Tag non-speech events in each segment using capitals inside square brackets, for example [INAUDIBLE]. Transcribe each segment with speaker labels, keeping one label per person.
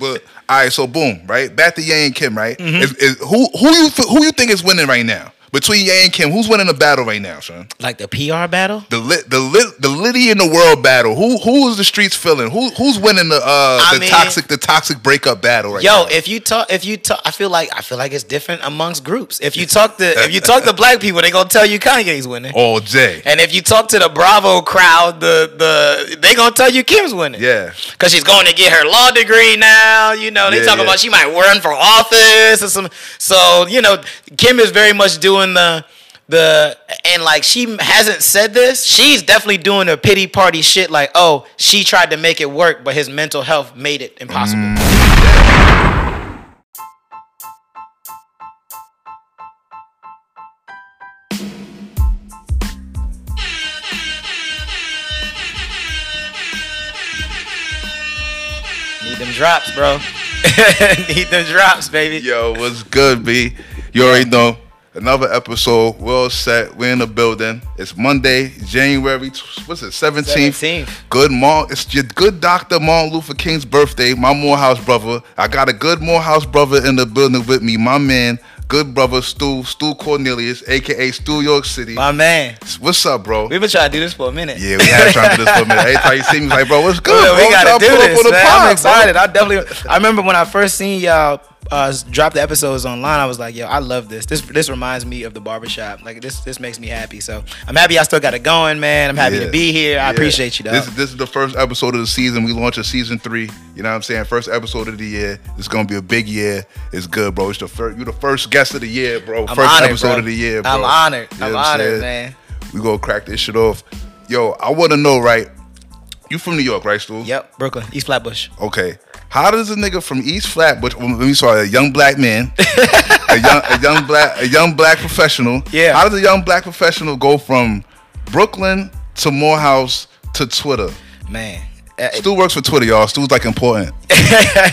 Speaker 1: But all right, so boom, right back to Ye and Kim, right? Is, is, who who you f- who you think is winning right now between Ye and Kim? Who's winning the battle right now, son?
Speaker 2: Like the PR battle?
Speaker 1: The lit the lit the Liddy in the world battle. Who who is the streets feeling? Who who's winning the uh
Speaker 2: I
Speaker 1: the
Speaker 2: mean-
Speaker 1: toxic the toxic breakup battle right
Speaker 2: Yo,
Speaker 1: now?
Speaker 2: if you talk, if you talk, I feel like I feel like it's different amongst groups. If you talk to if you talk to black people, they gonna tell you Kanye's winning.
Speaker 1: all Jay.
Speaker 2: And if you talk to the Bravo crowd, the the they gonna tell you Kim's winning.
Speaker 1: Yeah.
Speaker 2: Cause she's going to get her law degree now. You know, they
Speaker 1: Yeah,
Speaker 2: talking
Speaker 1: yeah.
Speaker 2: about she might run for office or some. So you know, Kim is very much doing the the and like she hasn't said this. She's definitely doing her pity party shit. Like, oh, she tried to make it work, but his mental health made it impossible. Need them drops, bro. [LAUGHS] Need them drops, baby.
Speaker 1: Yo, what's good, B? You already know. Another episode. We're all set. We're in the building. It's Monday, January. tw- What's it? Seventeenth.
Speaker 2: 17th.
Speaker 1: Good Mar. It's your good doctor, Martin Luther King's birthday. My Morehouse brother. I got a good Morehouse brother in the building with me. My man, good brother Stu Stu Cornelius, aka Stu York City.
Speaker 2: My man,
Speaker 1: What's up, bro?
Speaker 2: we've been trying to do this for a minute.
Speaker 1: yeah, we had trying to do this for a minute. Every time you see me, it's like, bro, what's good?
Speaker 2: Well,
Speaker 1: bro?
Speaker 2: we gotta
Speaker 1: Y'all
Speaker 2: do
Speaker 1: pull up on
Speaker 2: this,
Speaker 1: the
Speaker 2: man.
Speaker 1: pod,
Speaker 2: I'm
Speaker 1: bro.
Speaker 2: excited. I definitely. I remember when I first seen y'all uh, drop the episodes online. I was like, "Yo, I love this. This this reminds me of the barbershop. Like this this makes me happy. So I'm happy I still got it going, man. I'm happy
Speaker 1: Yeah.
Speaker 2: to be here. I
Speaker 1: Yeah.
Speaker 2: appreciate you, dog.
Speaker 1: This, this is the first episode of the season. We launch a season three. You know what I'm saying? First episode of the year. It's gonna be a big year. It's good, bro. It's the first. You're the first guest of the year, bro.
Speaker 2: I'm
Speaker 1: first
Speaker 2: honored,
Speaker 1: episode
Speaker 2: bro.
Speaker 1: of the year, bro.
Speaker 2: I'm honored.
Speaker 1: You know
Speaker 2: I'm
Speaker 1: what
Speaker 2: honored,
Speaker 1: saying?
Speaker 2: man.
Speaker 1: We gonna crack this shit off. Yo, I wanna know, right? You from New York, right, Stu?
Speaker 2: Yep, Brooklyn, East Flatbush.
Speaker 1: Okay. How does a nigga from East Flatbush, well, let me sorry, a young black
Speaker 2: [LAUGHS]
Speaker 1: man, a young a young black a young black professional.
Speaker 2: Yeah.
Speaker 1: How does a young black professional go from Brooklyn to Morehouse to Twitter?
Speaker 2: Man, Uh,
Speaker 1: Stu works for Twitter, y'all. Stu's like important.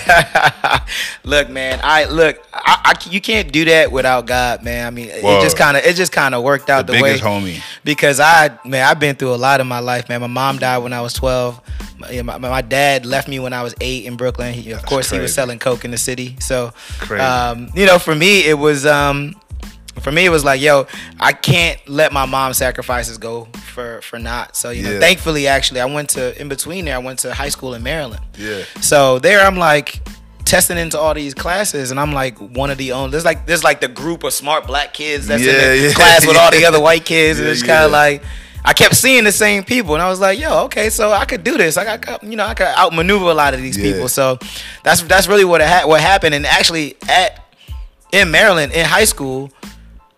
Speaker 2: [LAUGHS] look, man. I look. I, I you can't do that without God, man. I mean,
Speaker 1: Word.
Speaker 2: it just kind of it just kind of worked out
Speaker 1: The
Speaker 2: the,
Speaker 1: biggest
Speaker 2: way,
Speaker 1: homie.
Speaker 2: Because I man, I've been through a lot in my life, man. My mom died when I was twelve. My, yeah, my, my dad left me when I was eight in Brooklyn. He, of
Speaker 1: That's
Speaker 2: course, he was
Speaker 1: crazy.
Speaker 2: selling coke in the city. So,
Speaker 1: Crazy.
Speaker 2: um, you know, for me, it was um, for me, it was like, yo, I can't let my mom's sacrifices go for for not. So, you know,
Speaker 1: Yeah.
Speaker 2: thankfully, actually, I went to in between there. I went to high school in Maryland.
Speaker 1: Yeah.
Speaker 2: So there I'm like testing into all these classes and I'm like one of the only there's like there's like the group of smart black kids that's
Speaker 1: Yeah,
Speaker 2: in the
Speaker 1: yeah.
Speaker 2: class
Speaker 1: [LAUGHS]
Speaker 2: with all the other white kids and
Speaker 1: Yeah,
Speaker 2: it's kind
Speaker 1: yeah.
Speaker 2: of like I kept seeing the same people and I was like, yo, okay, so I could do this. Like I could, you know, I could outmaneuver a lot of these
Speaker 1: Yeah.
Speaker 2: people. So that's that's really what it ha- what happened and actually at in Maryland in high school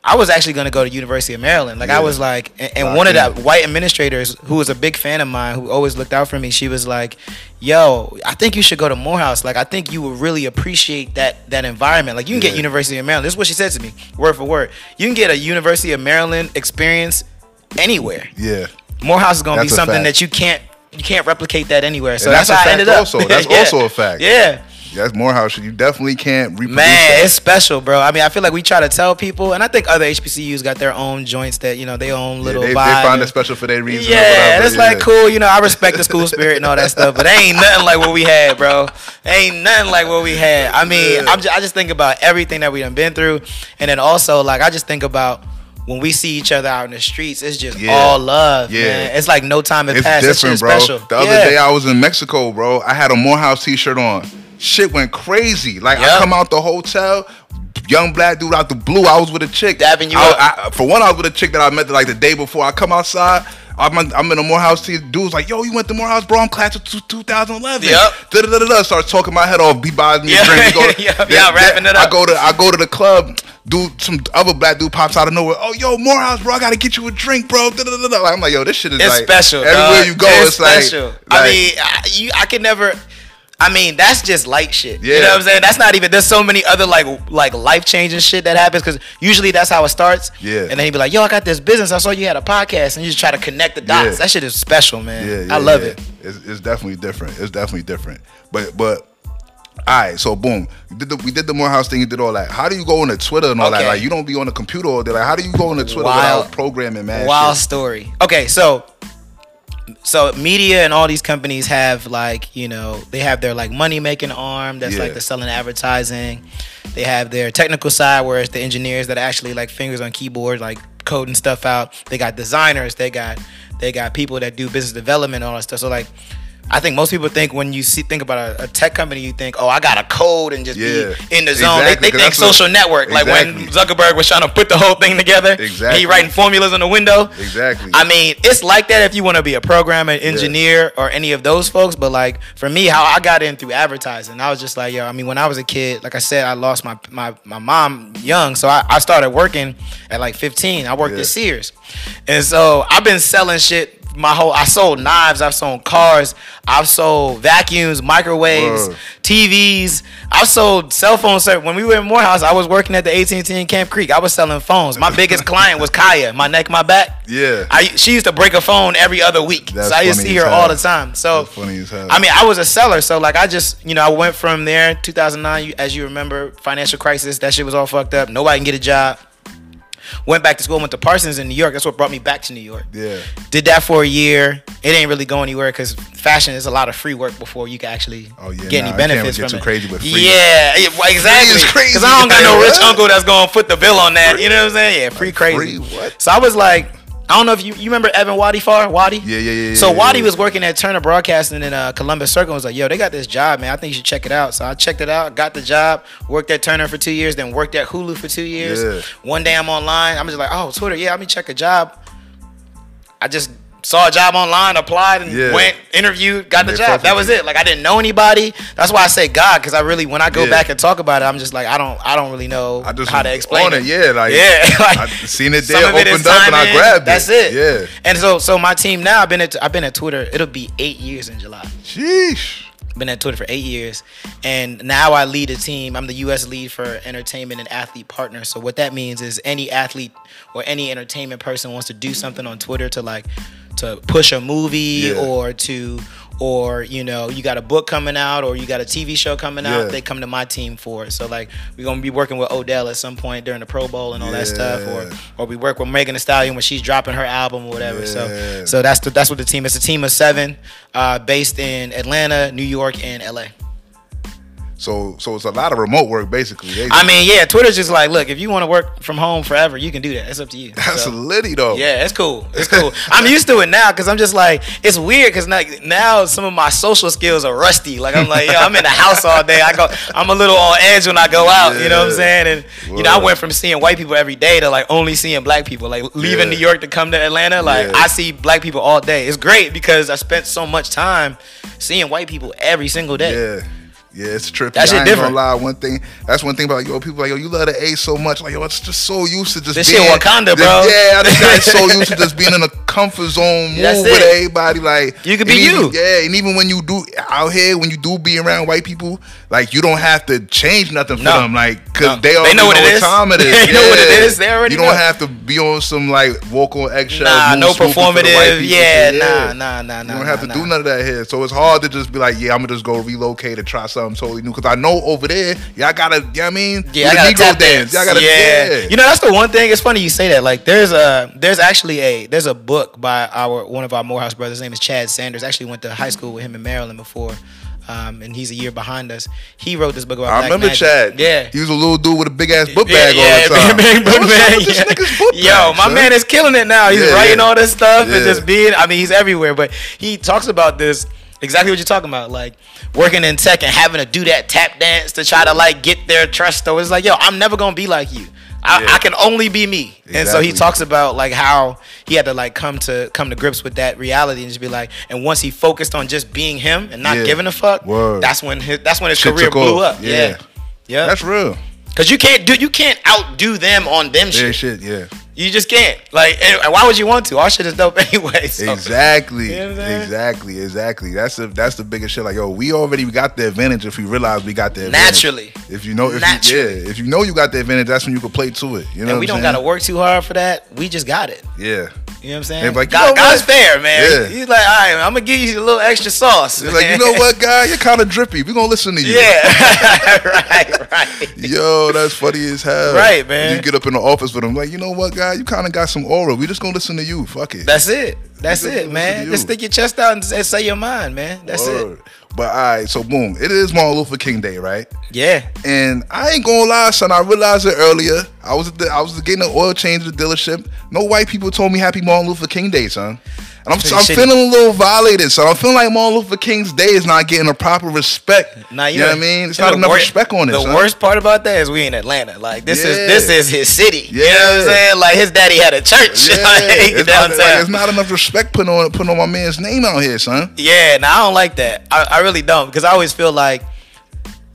Speaker 2: I was actually going to go to University of Maryland. Like I
Speaker 1: Yeah.
Speaker 2: was like, and, and
Speaker 1: Locked
Speaker 2: one of
Speaker 1: in.
Speaker 2: the white administrators who was a big fan of mine, who always looked out for me, she was like, "Yo, I think you should go to Morehouse. Like I think you would really appreciate that that environment. Like you can
Speaker 1: Yeah.
Speaker 2: get University of Maryland. This is what she said to me, word for word. You can get a University of Maryland experience anywhere.
Speaker 1: Yeah.
Speaker 2: Morehouse is going to be
Speaker 1: That's a
Speaker 2: something
Speaker 1: fact.
Speaker 2: that you can't." You can't replicate that anywhere, so
Speaker 1: And
Speaker 2: that's,
Speaker 1: that's a
Speaker 2: how I
Speaker 1: fact
Speaker 2: ended up. [LAUGHS]
Speaker 1: also. That's also a fact.
Speaker 2: Yeah,
Speaker 1: That's Morehouse. You definitely can't reproduce
Speaker 2: Man,
Speaker 1: that.
Speaker 2: it's special, bro. I mean, I feel like we try to tell people, and I think other HBCUs got their own joints that you know they own
Speaker 1: Yeah,
Speaker 2: little
Speaker 1: they, they
Speaker 2: vibe.
Speaker 1: find it
Speaker 2: and-
Speaker 1: special for their reasons. or
Speaker 2: yeah,
Speaker 1: whatever,
Speaker 2: and it's like cool. You know, I respect the school spirit and all that stuff, but ain't nothing like what we had, bro. Ain't nothing like what we had. I mean,
Speaker 1: Yeah.
Speaker 2: I'm just, I just think about everything that we done been through, and then also like I just think about. When we see each other out in the streets, it's just
Speaker 1: Yeah.
Speaker 2: all love,
Speaker 1: Yeah.
Speaker 2: man. It's like no time has
Speaker 1: It's
Speaker 2: passed. It's
Speaker 1: different,
Speaker 2: just
Speaker 1: bro.
Speaker 2: special.
Speaker 1: The other
Speaker 2: Yeah.
Speaker 1: day I was in Mexico, bro. I had a Morehouse t-shirt on. Shit went crazy. Like I
Speaker 2: Yeah.
Speaker 1: come out the hotel, young black dude out the blue. I was with a chick.
Speaker 2: Dabbing you
Speaker 1: I-
Speaker 2: up.
Speaker 1: I- for one, I was with a chick that I met like the day before. I come outside. I'm, in- I'm in a Morehouse tee. Dude's like, yo, you went to Morehouse, bro. I'm class of two- 2011.
Speaker 2: Yep.
Speaker 1: Da, da, da, da, da. Starts talking my head off. He buys me a
Speaker 2: Yeah.
Speaker 1: drink. We Go,
Speaker 2: [LAUGHS] Yeah,
Speaker 1: Then-
Speaker 2: y'all
Speaker 1: then
Speaker 2: wrapping it
Speaker 1: I
Speaker 2: up.
Speaker 1: go to I go to the club. Dude, some other black dude pops out of nowhere. Oh, yo, Morehouse, bro, I gotta get you a drink, bro. Da, da, da, da. Like, I'm like, yo, this shit is
Speaker 2: It's
Speaker 1: like,
Speaker 2: special.
Speaker 1: Everywhere
Speaker 2: dog.
Speaker 1: you go, it's, like,
Speaker 2: I
Speaker 1: like,
Speaker 2: mean, I, you, I can never. I mean, that's just light shit. You
Speaker 1: Yeah.
Speaker 2: know what I'm saying? That's not even. There's so many other like like life changing shit that happens because usually that's how it starts.
Speaker 1: Yeah.
Speaker 2: And then you be like, "Yo, I got this business. I saw you had a podcast, and you just try to connect the dots.
Speaker 1: Yeah.
Speaker 2: That shit is special, man.
Speaker 1: yeah, yeah,
Speaker 2: I love
Speaker 1: yeah.
Speaker 2: it.
Speaker 1: It's, it's definitely different. It's definitely different. But but. All right, so boom, you did the, we did the Morehouse thing. You did all that. How do you go on the Twitter and all that?
Speaker 2: Okay.
Speaker 1: Like you don't be on the computer all day. Like how do you go on the Twitter
Speaker 2: Wild-
Speaker 1: without programming, man?
Speaker 2: Wild story. Okay, so so media and all these companies have like you know they have their like money making arm that's like
Speaker 1: Yeah.
Speaker 2: the selling advertising they have their technical side where it's the engineers that are actually like fingers on keyboard like coding stuff out they got designers they got they got people that do business development and all that stuff so like I think most people think when you see think about a, a tech company, you think, "Oh, I got a code and just
Speaker 1: Yeah.
Speaker 2: be in the zone."
Speaker 1: Exactly,
Speaker 2: they,
Speaker 1: 'cause
Speaker 2: they think
Speaker 1: that's what-
Speaker 2: social network,
Speaker 1: Exactly.
Speaker 2: like when Zuckerberg was trying to put the whole thing together.
Speaker 1: Exactly.
Speaker 2: he writing formulas in the window.
Speaker 1: Exactly.
Speaker 2: I mean, it's like that if you want to be a programmer, engineer, or any of those folks. But like for me, how I got in through advertising, I was just like, yo. I mean, when I was a kid, like I said, I lost my my, my mom young, so I, I started working at like 15. I worked
Speaker 1: Yeah.
Speaker 2: at Sears, and so I've been selling shit. My whole I sold knives, I've sold cars, I've sold vacuums, microwaves,
Speaker 1: Word.
Speaker 2: TVs. I sold cell phone service. When we were in Morehouse, I was working at the AT&T in Camp Creek. I was selling phones. My
Speaker 1: [LAUGHS]
Speaker 2: biggest client was Kaya. My neck, my back.
Speaker 1: Yeah.
Speaker 2: I she used to break a phone every other week.
Speaker 1: That's
Speaker 2: so I used to
Speaker 1: funny
Speaker 2: see her
Speaker 1: as
Speaker 2: all
Speaker 1: hell.
Speaker 2: the time. So
Speaker 1: That's funny as hell.
Speaker 2: I mean, I was a seller. So like, I just you know, I went from there. 2009, you- as you remember, financial crisis. That shit was all fucked up. Nobody can get a job. Went back to school. Went to Parsons in New York. That's what brought me back to New York.
Speaker 1: yeah,
Speaker 2: Did that for a year. It ain't really go anywhere because fashion is a lot of free work before you can actually
Speaker 1: Oh, yeah,
Speaker 2: get
Speaker 1: nah,
Speaker 2: any
Speaker 1: I can't
Speaker 2: benefits
Speaker 1: get
Speaker 2: from
Speaker 1: too
Speaker 2: it.
Speaker 1: crazy with free.
Speaker 2: Yeah, yeah, well, exactly.
Speaker 1: is crazy.
Speaker 2: Because I don't got no
Speaker 1: Like,
Speaker 2: rich
Speaker 1: what?
Speaker 2: uncle that's gonna foot the bill on that. You know what I'm saying? Yeah, free
Speaker 1: free
Speaker 2: crazy.
Speaker 1: what?
Speaker 2: So I was like, I don't know if you you remember Evan Wadi Far Wadi.
Speaker 1: Yeah, yeah, yeah,
Speaker 2: So
Speaker 1: yeah,
Speaker 2: Wadi
Speaker 1: yeah.
Speaker 2: was working at Turner Broadcasting in uh, Columbus Circle. and was like, yo, they got this job, man. I think you should check it out. So I checked it out, got the job, worked at Turner for two years, then worked at Hulu for two years.
Speaker 1: Yeah.
Speaker 2: One day I'm online. I'm just like, oh, Twitter, yeah, let me check a job. I just saw a job online, applied, and
Speaker 1: Yeah.
Speaker 2: went, interviewed, got
Speaker 1: And
Speaker 2: the
Speaker 1: they
Speaker 2: job.
Speaker 1: fuck
Speaker 2: That
Speaker 1: with
Speaker 2: was
Speaker 1: you.
Speaker 2: it. Like I didn't know anybody. That's why I say God, because I really when I go
Speaker 1: Yeah.
Speaker 2: back and talk about it, I'm just like, I don't, I don't really know
Speaker 1: I just
Speaker 2: how to
Speaker 1: was
Speaker 2: explain
Speaker 1: on
Speaker 2: it.
Speaker 1: it, yeah, like,
Speaker 2: yeah, [LAUGHS]
Speaker 1: I seen it there,
Speaker 2: some of is
Speaker 1: opened up, and I
Speaker 2: timing.
Speaker 1: grabbed it.
Speaker 2: That's it.
Speaker 1: Yeah.
Speaker 2: And so, so my team now, I've been at, I've been at Twitter. It'll be eight years in July
Speaker 1: sheesh.
Speaker 2: been at Twitter for eight years, and now I lead a team. I'm the U.S. lead for entertainment and athlete partners. So what that means is any athlete or any entertainment person wants to do something on Twitter to like to push a movie
Speaker 1: Yeah.
Speaker 2: or to or you know you got a book coming out or you got a TV show coming out.
Speaker 1: Yeah.
Speaker 2: They come to my team for it. So like we're gonna be working with Odell at some point during the Pro Bowl and all that stuff,
Speaker 1: Yeah.
Speaker 2: or or we work with Megan Thee Stallion when she's dropping her album or whatever.
Speaker 1: Yeah.
Speaker 2: So so that's the that's what the team is. A team of seven, uh, based in Atlanta, New York, and LA.
Speaker 1: So, so it's a lot of remote work, basically. They-
Speaker 2: I mean, yeah, Twitter's just like, look, if you want to work from home forever, you can do that. It's up to you.
Speaker 1: that's
Speaker 2: So,
Speaker 1: litty though.
Speaker 2: yeah,
Speaker 1: [LAUGHS]
Speaker 2: it's cool. It's cool. I'm used to it now because I'm just like, it's weird because now, now some of my social skills are rusty. Like I'm like, yo, I'm in the house all day. I go, I'm a little on edge when I go out. You know what I'm
Speaker 1: Yeah.
Speaker 2: saying? And you know, I
Speaker 1: Word.
Speaker 2: went from seeing white people every day to like only seeing black people. Like leaving
Speaker 1: Yeah.
Speaker 2: New York to come to Atlanta, like
Speaker 1: Yeah.
Speaker 2: I see black people all day. It's great because I spent so much time seeing white people every single day.
Speaker 1: Yeah. Yeah, it's trippy.
Speaker 2: That shit
Speaker 1: I ain't
Speaker 2: different.
Speaker 1: gonna lie. One thing, that's one thing about yo, people like yo, you love the A so much. Like yo, it's just so used to just
Speaker 2: This shit
Speaker 1: being just-
Speaker 2: Wakanda, bro.
Speaker 1: Yeah, I just
Speaker 2: [LAUGHS]
Speaker 1: got so used to just being in a comfort zone, move
Speaker 2: That's
Speaker 1: with
Speaker 2: it.
Speaker 1: everybody. Like
Speaker 2: You could be
Speaker 1: and even-
Speaker 2: you.
Speaker 1: Yeah, and even when you do out here, when you do be around white people, like you don't have to change nothing for
Speaker 2: No.
Speaker 1: them, like because
Speaker 2: No.
Speaker 1: they
Speaker 2: They
Speaker 1: already
Speaker 2: know what it is.
Speaker 1: time
Speaker 2: [LAUGHS]
Speaker 1: it is.
Speaker 2: They know what it
Speaker 1: Yeah.
Speaker 2: is. They already
Speaker 1: You don't
Speaker 2: know.
Speaker 1: have to be on some like walk on eggshells.
Speaker 2: Nah,
Speaker 1: move
Speaker 2: no
Speaker 1: swooping for the white
Speaker 2: performative.
Speaker 1: people.
Speaker 2: Yeah, nah, nah, nah, nah.
Speaker 1: You don't have
Speaker 2: nah,
Speaker 1: to
Speaker 2: nah.
Speaker 1: do none of that here. So it's hard to just be like, yeah, I'm gonna just go relocate and try something totally new. Cause I know over there, y'all gotta, you know what I mean? Do the
Speaker 2: Yeah, I gotta
Speaker 1: Negro
Speaker 2: tap
Speaker 1: dance.
Speaker 2: dance.
Speaker 1: Y'all gotta,
Speaker 2: yeah.
Speaker 1: yeah.
Speaker 2: you know that's the one thing. It's funny you say that. Like, there's a there's actually a there's a book by our one of our Morehouse brothers. His name is Chad Sanders. Actually went to high school with him in Maryland before, um, and he's a year behind us. He wrote this book about.
Speaker 1: I
Speaker 2: Black
Speaker 1: remember
Speaker 2: Magic.
Speaker 1: Chad.
Speaker 2: Yeah.
Speaker 1: he was a little dude with a big ass book bag all the
Speaker 2: yeah, [LAUGHS]
Speaker 1: time.
Speaker 2: big book
Speaker 1: What's up
Speaker 2: bag,
Speaker 1: with this
Speaker 2: [LAUGHS] yeah.
Speaker 1: nigga's book
Speaker 2: Yo,
Speaker 1: bag,
Speaker 2: my
Speaker 1: son?
Speaker 2: man is killing it now. He's
Speaker 1: Yeah,
Speaker 2: writing
Speaker 1: yeah.
Speaker 2: all this stuff
Speaker 1: Yeah.
Speaker 2: and just being. I mean, he's everywhere, but he talks about this exactly what you're talking about, like working in tech and having to do that tap dance to try to like get their trust. Though it's like, yo, I'm never gonna be like you. I,
Speaker 1: Yeah.
Speaker 2: I can only be me. And so he
Speaker 1: Exactly.
Speaker 2: talks about like how he had to like come to come to grips with that reality and just be like. And once he focused on just being him and not
Speaker 1: Yeah.
Speaker 2: giving a fuck,
Speaker 1: Word.
Speaker 2: that's when his that's when his
Speaker 1: Shit
Speaker 2: career
Speaker 1: took
Speaker 2: blew
Speaker 1: off.
Speaker 2: up.
Speaker 1: Yeah.
Speaker 2: Yeah. Yeah.
Speaker 1: That's
Speaker 2: [LAUGHS]
Speaker 1: real.
Speaker 2: Cause you can't do you can't outdo them on them
Speaker 1: Yeah,
Speaker 2: shit.
Speaker 1: shit, yeah.
Speaker 2: You just can't. Like, and and why would you want to? Our shit is dope [LAUGHS] anyway. So.
Speaker 1: Exactly.
Speaker 2: You know what I'm saying?
Speaker 1: exactly. Exactly. That's the that's the biggest shit. Like, yo, we already got the advantage if we realize we got the advantage.
Speaker 2: Naturally.
Speaker 1: If you know if
Speaker 2: Naturally.
Speaker 1: You, yeah, if you know you got the advantage, that's when you can play to it. You know
Speaker 2: And
Speaker 1: what
Speaker 2: we
Speaker 1: I'm
Speaker 2: don't
Speaker 1: saying?
Speaker 2: gotta work too hard for that. We just got it.
Speaker 1: Yeah.
Speaker 2: You know what I'm saying?
Speaker 1: And like, you
Speaker 2: God,
Speaker 1: know
Speaker 2: God's
Speaker 1: what?
Speaker 2: fair, man.
Speaker 1: Yeah.
Speaker 2: He's like, all right, I'm gonna give you a little extra sauce.
Speaker 1: They're like, you know what, guy? You're kind of drippy. We're going to listen to you.
Speaker 2: [LAUGHS] yeah, [LAUGHS] right, right.
Speaker 1: Yo, that's funny as hell.
Speaker 2: Right, man.
Speaker 1: You get up in the office with him, like, you know what, guy? You kind of got some aura. We just going to listen to you. Fuck it.
Speaker 2: That's it. That's
Speaker 1: Listen
Speaker 2: it,
Speaker 1: to
Speaker 2: man.
Speaker 1: you.
Speaker 2: Just stick your chest out and, and say your mind, man. That's
Speaker 1: Word. But all right, so boom. It is Martin Luther King Day, right?
Speaker 2: it. Yeah.
Speaker 1: And I ain't gonna lie, son. I realized it earlier. I was at the, I was getting an oil change at the dealership. No white people told me Happy Martin Luther King Day, son. And I'm,
Speaker 2: Pretty
Speaker 1: I'm
Speaker 2: shitty.
Speaker 1: feeling a little violated, son. I'm feeling like Martin Luther King's Day is not getting the proper respect.
Speaker 2: Now you,
Speaker 1: know, what I mean? It's not
Speaker 2: the
Speaker 1: enough
Speaker 2: wor-
Speaker 1: respect on it.
Speaker 2: The
Speaker 1: son.
Speaker 2: worst part about that is we in Atlanta. Like this
Speaker 1: Yeah.
Speaker 2: is this is his city. You know what
Speaker 1: Yeah.
Speaker 2: I'm saying? Like his daddy had a church [LAUGHS]
Speaker 1: Yeah,
Speaker 2: like,
Speaker 1: it's, not,
Speaker 2: downtown.
Speaker 1: like, it's not enough respect putting on putting on my man's name out here, son.
Speaker 2: Yeah, and I don't like that. I, I really don't because I always feel like,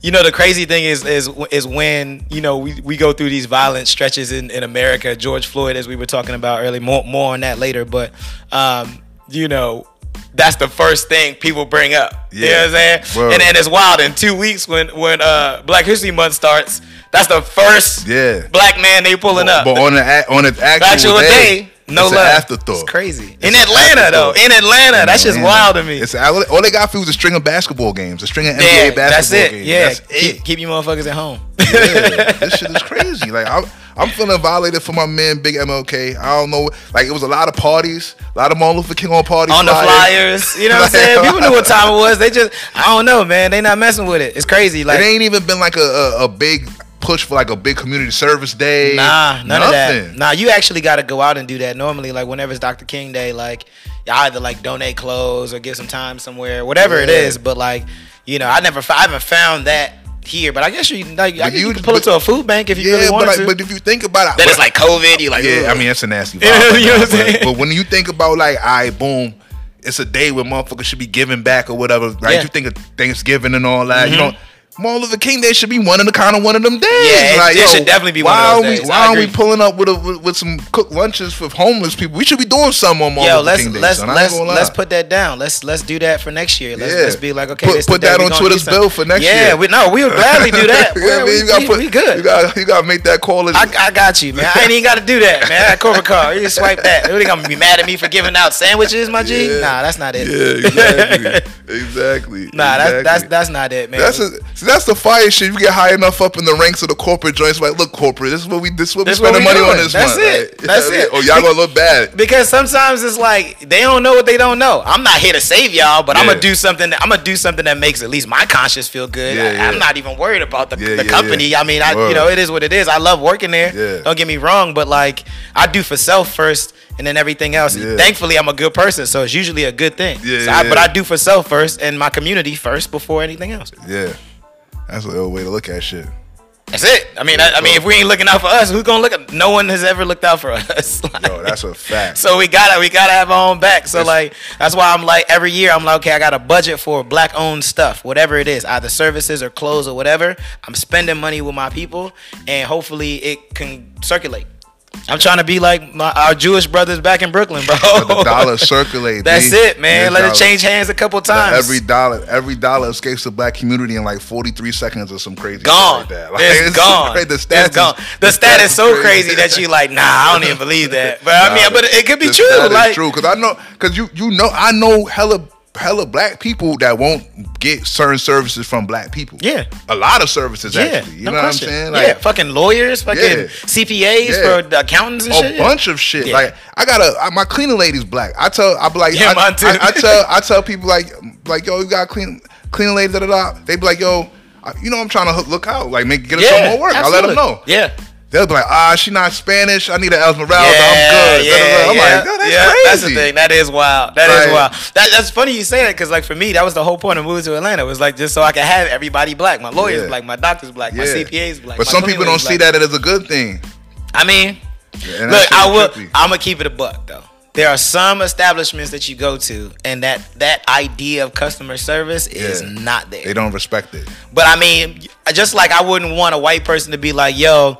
Speaker 2: you know, the crazy thing is is is when you know we, we go through these violent stretches in, in America. George Floyd, as we were talking about earlier, more more on that later. But um, you know, that's the first thing people bring up. You know what I'm saying?
Speaker 1: Word.
Speaker 2: And and it's wild. In two weeks, when when uh, Black History Month starts, that's the first
Speaker 1: Yeah.
Speaker 2: black man they pulling up.
Speaker 1: But on the a- on the actual,
Speaker 2: Actual day, no
Speaker 1: it's an
Speaker 2: love.
Speaker 1: afterthought.
Speaker 2: It's crazy.
Speaker 1: It's
Speaker 2: in
Speaker 1: an
Speaker 2: Atlanta though.
Speaker 1: afterthought.
Speaker 2: In Atlanta, that's just
Speaker 1: Man,
Speaker 2: wild to me.
Speaker 1: It's all all they got for you was a string of basketball games, a string of NBA
Speaker 2: Yeah,
Speaker 1: basketball
Speaker 2: that's it.
Speaker 1: games.
Speaker 2: Yeah,
Speaker 1: that's
Speaker 2: keep, [LAUGHS]
Speaker 1: it.
Speaker 2: keep you motherfuckers
Speaker 1: [LAUGHS]
Speaker 2: at home.
Speaker 1: Yeah, this shit is crazy. Like I'm, I'm feeling violated for my man, Big MLK. I don't know. Like it was a lot of parties, a lot of Martin Luther King on party
Speaker 2: On the flyers,
Speaker 1: [LAUGHS]
Speaker 2: you know what I'm saying? People knew what time it was. They just, I don't know, man. They not messing with it. It's crazy.
Speaker 1: It
Speaker 2: Like,
Speaker 1: ain't even been like a, a a big push for like a big community service day.
Speaker 2: nah, none of that.
Speaker 1: Nothing.
Speaker 2: Nah, you actually got to go out and do that. Normally, like whenever it's Dr. King Day, like you either like donate clothes or give some time somewhere, whatever it
Speaker 1: Yeah.
Speaker 2: is. But like, you know, I never, f- I haven't found that here. But I guess you, like, I
Speaker 1: But
Speaker 2: guess you,
Speaker 1: you-
Speaker 2: can pull it
Speaker 1: but-
Speaker 2: to a food bank if you
Speaker 1: Yeah,
Speaker 2: really
Speaker 1: but
Speaker 2: wanted
Speaker 1: like,
Speaker 2: to.
Speaker 1: but if you think about it, but-
Speaker 2: then it's like COVID. You like,
Speaker 1: Yeah, I
Speaker 2: ugh.
Speaker 1: mean that's a nasty vibe.
Speaker 2: Yeah,
Speaker 1: right
Speaker 2: [LAUGHS] you know
Speaker 1: now,
Speaker 2: what I'm
Speaker 1: but-
Speaker 2: saying?
Speaker 1: but, when you think about like, all right, boom, it's a day where motherfuckers should be giving back or whatever. Right?
Speaker 2: Yeah.
Speaker 1: You think of Thanksgiving and all that.
Speaker 2: Mm-hmm.
Speaker 1: You know, Martin Luther King Day should be one of the kind of one of them days.
Speaker 2: Yeah, it-
Speaker 1: like,
Speaker 2: it
Speaker 1: yo,
Speaker 2: should definitely be one
Speaker 1: why
Speaker 2: of those
Speaker 1: are we,
Speaker 2: days.
Speaker 1: Why
Speaker 2: I
Speaker 1: are we
Speaker 2: agree.
Speaker 1: pulling up with a with, with some cooked lunches for homeless people? We should be doing something on Martin
Speaker 2: Yo,
Speaker 1: Luther
Speaker 2: let's
Speaker 1: King Day.
Speaker 2: let's
Speaker 1: son. I ain't
Speaker 2: let's
Speaker 1: gonna lie.
Speaker 2: let's put that down. Let's let's do that for next year. Let's,
Speaker 1: Yeah.
Speaker 2: let's be like, okay,
Speaker 1: Put-
Speaker 2: this the
Speaker 1: put
Speaker 2: day
Speaker 1: that
Speaker 2: we
Speaker 1: on
Speaker 2: gonna
Speaker 1: Twitter's
Speaker 2: do something.
Speaker 1: bill for next
Speaker 2: yeah,
Speaker 1: year.
Speaker 2: we no, we would gladly do that.
Speaker 1: [LAUGHS] Yeah,
Speaker 2: Well,
Speaker 1: man,
Speaker 2: we,
Speaker 1: you gotta
Speaker 2: we-
Speaker 1: put-
Speaker 2: we good.
Speaker 1: You gotta, you gotta make that call. in.
Speaker 2: I, I got you, man. I ain't even got to do that, man. I got corporate card. You just swipe that. You think I'm gonna be mad at me for giving out sandwiches, my G?
Speaker 1: Yeah.
Speaker 2: Nah, that's not it.
Speaker 1: [LAUGHS] yeah,
Speaker 2: [LAUGHS]
Speaker 1: exactly, exactly.
Speaker 2: Nah,
Speaker 1: exactly.
Speaker 2: that's that's that's not it, man.
Speaker 1: That's a, see, that's the fire shit. You get high enough up in the ranks of the corporate joints. Like, look, corporate, this is what we this is what
Speaker 2: This
Speaker 1: we spending
Speaker 2: what we
Speaker 1: money on
Speaker 2: doing.
Speaker 1: this
Speaker 2: That's
Speaker 1: month.
Speaker 2: it.
Speaker 1: Like,
Speaker 2: That's
Speaker 1: you know
Speaker 2: it.
Speaker 1: what I mean? Oh, y'all gonna look
Speaker 2: [LAUGHS]
Speaker 1: bad.
Speaker 2: because sometimes it's like they don't know what they don't know. I'm not here to save y'all, but I'm
Speaker 1: Yeah.
Speaker 2: gonna do something. That, I'm gonna do something that makes at least my conscience feel good.
Speaker 1: Yeah,
Speaker 2: I,
Speaker 1: yeah.
Speaker 2: I'm not even worried about the,
Speaker 1: Yeah,
Speaker 2: the
Speaker 1: yeah,
Speaker 2: company.
Speaker 1: yeah.
Speaker 2: I mean, I
Speaker 1: Word.
Speaker 2: you know it is what it is. I love working there.
Speaker 1: Yeah.
Speaker 2: Don't get me wrong, but like I do for self first, and then everything else.
Speaker 1: Yeah.
Speaker 2: Thankfully, I'm a good person, so it's usually a good thing.
Speaker 1: Yeah,
Speaker 2: So I-
Speaker 1: yeah,
Speaker 2: But
Speaker 1: yeah.
Speaker 2: I do for self first and my community first before anything else.
Speaker 1: Yeah, that's a ill way to look at shit.
Speaker 2: That's it. I mean, I, I mean, if we ain't looking out for us, who's gonna look? At, no one has ever looked out for [LAUGHS] us. Like-
Speaker 1: Yo,
Speaker 2: [LAUGHS]
Speaker 1: that's a fact.
Speaker 2: so we gotta we gotta have our own back. So
Speaker 1: Yes.
Speaker 2: like that's why I'm like every year I'm like okay I got a budget for black owned stuff whatever it is either services or clothes or whatever I'm spending money with my people and hopefully it can circulate. I'm trying to be like my, our Jewish brothers back in Brooklyn, bro.
Speaker 1: Let the
Speaker 2: [LAUGHS]
Speaker 1: dollar circulate.
Speaker 2: that's
Speaker 1: B.
Speaker 2: it, man.
Speaker 1: Yeah,
Speaker 2: Let
Speaker 1: dollar-
Speaker 2: it change hands a couple
Speaker 1: Like,
Speaker 2: times.
Speaker 1: Every dollar, every dollar escapes the black community in like 43 seconds or some crazy
Speaker 2: gone.
Speaker 1: shit like that. [LAUGHS]
Speaker 2: it's, gone.
Speaker 1: crazy. The
Speaker 2: It's
Speaker 1: stats
Speaker 2: gone.
Speaker 1: is-
Speaker 2: The stat is so crazy
Speaker 1: crazy.
Speaker 2: that you like, nah, I don't even
Speaker 1: [LAUGHS]
Speaker 2: believe that. But I
Speaker 1: Nah,
Speaker 2: mean, but
Speaker 1: the-
Speaker 2: it could be
Speaker 1: the
Speaker 2: true.
Speaker 1: stat is
Speaker 2: like
Speaker 1: true, because I know, because you you know, I know hella hella black people that won't get certain services from black people.
Speaker 2: Yeah.
Speaker 1: a lot of services
Speaker 2: Yeah,
Speaker 1: actually. You
Speaker 2: no
Speaker 1: know
Speaker 2: question.
Speaker 1: what I'm saying?
Speaker 2: yeah, fucking lawyers, fucking
Speaker 1: Yeah.
Speaker 2: CPAs
Speaker 1: Yeah. Oh,
Speaker 2: for the accountants and
Speaker 1: a
Speaker 2: shit.
Speaker 1: bunch of shit.
Speaker 2: Yeah.
Speaker 1: Like I got a I- my cleaning lady's black. I tell I be like
Speaker 2: Yeah,
Speaker 1: I,
Speaker 2: mine too.
Speaker 1: I, I
Speaker 2: [LAUGHS]
Speaker 1: tell I tell people like like yo you got clean cleaning lady da da da. They be like yo I- you know I'm trying to hook- look out like make get us some more work. I let them know.
Speaker 2: Yeah.
Speaker 1: They'll be like ah she not Spanish. I need an Esmeralda. I'm
Speaker 2: Yeah,
Speaker 1: good.
Speaker 2: yeah,
Speaker 1: Da, da, da. I'm
Speaker 2: yeah,
Speaker 1: like yo, that's
Speaker 2: yeah,
Speaker 1: crazy.
Speaker 2: That's the thing. That is wild. That is
Speaker 1: Like-
Speaker 2: wild. That, that's funny you say that because, like, for me, that was the whole point of moving to Atlanta was like just so I could have everybody black. My lawyers
Speaker 1: Yeah.
Speaker 2: black. My doctors black. My
Speaker 1: Yeah.
Speaker 2: CPAs black.
Speaker 1: But
Speaker 2: my
Speaker 1: some people
Speaker 2: cleaning
Speaker 1: don't
Speaker 2: lady's
Speaker 1: see
Speaker 2: black.
Speaker 1: that as a good thing.
Speaker 2: I mean,
Speaker 1: and that
Speaker 2: look,
Speaker 1: shit
Speaker 2: I will.
Speaker 1: trippy.
Speaker 2: I'm gonna keep it a buck though. There are some establishments that you go to, and that that idea of customer service is
Speaker 1: Yeah.
Speaker 2: not there.
Speaker 1: They don't respect it.
Speaker 2: But I mean, just like I wouldn't want a white person to be like, "Yo,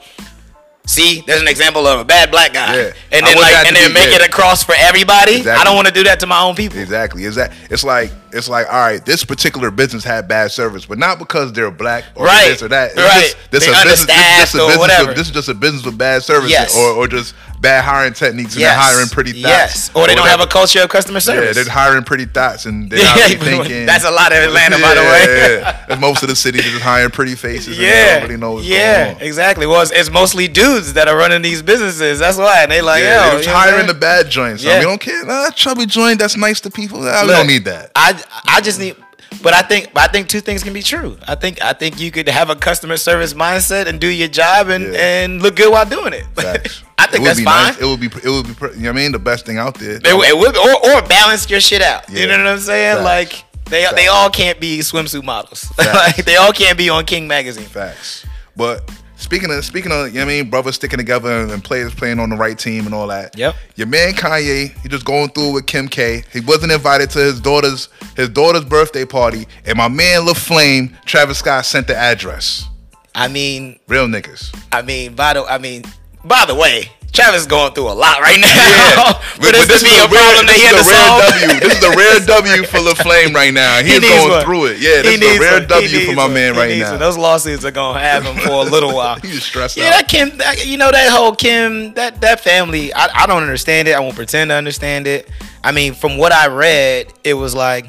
Speaker 2: see, there's an example of a bad black guy,"
Speaker 1: Yeah.
Speaker 2: and
Speaker 1: I
Speaker 2: then
Speaker 1: want
Speaker 2: like,
Speaker 1: that
Speaker 2: and
Speaker 1: to
Speaker 2: then
Speaker 1: be-
Speaker 2: make
Speaker 1: yeah.
Speaker 2: it across for everybody. I
Speaker 1: Exactly.
Speaker 2: don't want to do that to my own people.
Speaker 1: Exactly. Is that it's like it's like, all right, this particular business had bad service, but not because they're black or
Speaker 2: Right.
Speaker 1: this or that. It's
Speaker 2: Right.
Speaker 1: just- this
Speaker 2: They
Speaker 1: a business, this, this
Speaker 2: understaffed
Speaker 1: a
Speaker 2: or
Speaker 1: business
Speaker 2: whatever.
Speaker 1: With, this is just a business with bad service
Speaker 2: Yes.
Speaker 1: or, or just bad hiring techniques and they're hiring pretty thoughts.
Speaker 2: Yes. Or they don't have a
Speaker 1: whatever.
Speaker 2: culture of customer
Speaker 1: Yeah,
Speaker 2: service.
Speaker 1: they're
Speaker 2: [LAUGHS]
Speaker 1: hiring pretty thoughts and they're not really
Speaker 2: Yeah, but
Speaker 1: thinking.
Speaker 2: that's a lot of Atlanta, by the way.
Speaker 1: Yeah, yeah. And most of the city is just hiring pretty faces.
Speaker 2: [LAUGHS] yeah,
Speaker 1: and nobody knows. What's
Speaker 2: yeah,
Speaker 1: going on.
Speaker 2: exactly. Well, it's, it's mostly dudes that are running these businesses. That's why, and they like,
Speaker 1: yeah,
Speaker 2: yo,
Speaker 1: they're
Speaker 2: you
Speaker 1: just
Speaker 2: know what I'm
Speaker 1: hiring
Speaker 2: saying?
Speaker 1: the bad joints. Yeah.
Speaker 2: Yeah.
Speaker 1: we don't care. Nah, chubby joint. That's nice to people. Nah, we
Speaker 2: Look,
Speaker 1: don't need that.
Speaker 2: I I just need, but I think I think two things can be true. I think I think you could have a customer service mindset and do your job and
Speaker 1: Yeah.
Speaker 2: and look good while doing it. [LAUGHS]
Speaker 1: Facts.
Speaker 2: I think
Speaker 1: would
Speaker 2: that's
Speaker 1: be
Speaker 2: fine.
Speaker 1: Nice. It would be. It would be. pr- You know what I mean? The best thing out there.
Speaker 2: It, would- it would, or, or balance your shit out.
Speaker 1: Yeah.
Speaker 2: You know what I'm saying?
Speaker 1: Facts.
Speaker 2: Like they they all can't be swimsuit models. [LAUGHS]
Speaker 1: Facts.
Speaker 2: like they all can't be on King magazine.
Speaker 1: Facts. But speaking of speaking of, you know what I mean, brothers sticking together and, and players playing on the right team and all that.
Speaker 2: Yep.
Speaker 1: Your man Kanye, he just going through with Kim K. He wasn't invited to his daughter's his daughter's birthday party, and my man La Flame, Travis Scott sent the address.
Speaker 2: I mean,
Speaker 1: Real niggas.
Speaker 2: I mean, by the I mean, by the way, Travis is going through a lot right [LAUGHS] now.
Speaker 1: But
Speaker 2: but this, to be a, problem that he had to solve.
Speaker 1: rare W. This is the
Speaker 2: [LAUGHS]
Speaker 1: rare W for La Flame right now. He's
Speaker 2: needs
Speaker 1: going
Speaker 2: one.
Speaker 1: through it. Yeah, this
Speaker 2: He
Speaker 1: is
Speaker 2: needs
Speaker 1: the rare
Speaker 2: one. He
Speaker 1: W for
Speaker 2: needs
Speaker 1: my
Speaker 2: one.
Speaker 1: man
Speaker 2: He
Speaker 1: right
Speaker 2: needs one.
Speaker 1: now.
Speaker 2: Those lawsuits are gonna have him for
Speaker 1: [LAUGHS]
Speaker 2: a little while.
Speaker 1: He's stressed
Speaker 2: Yeah,
Speaker 1: out.
Speaker 2: that Kim, that, you know that whole Kim, that that family. I, I don't understand it. I won't pretend to understand it. I mean, from what I read, it was like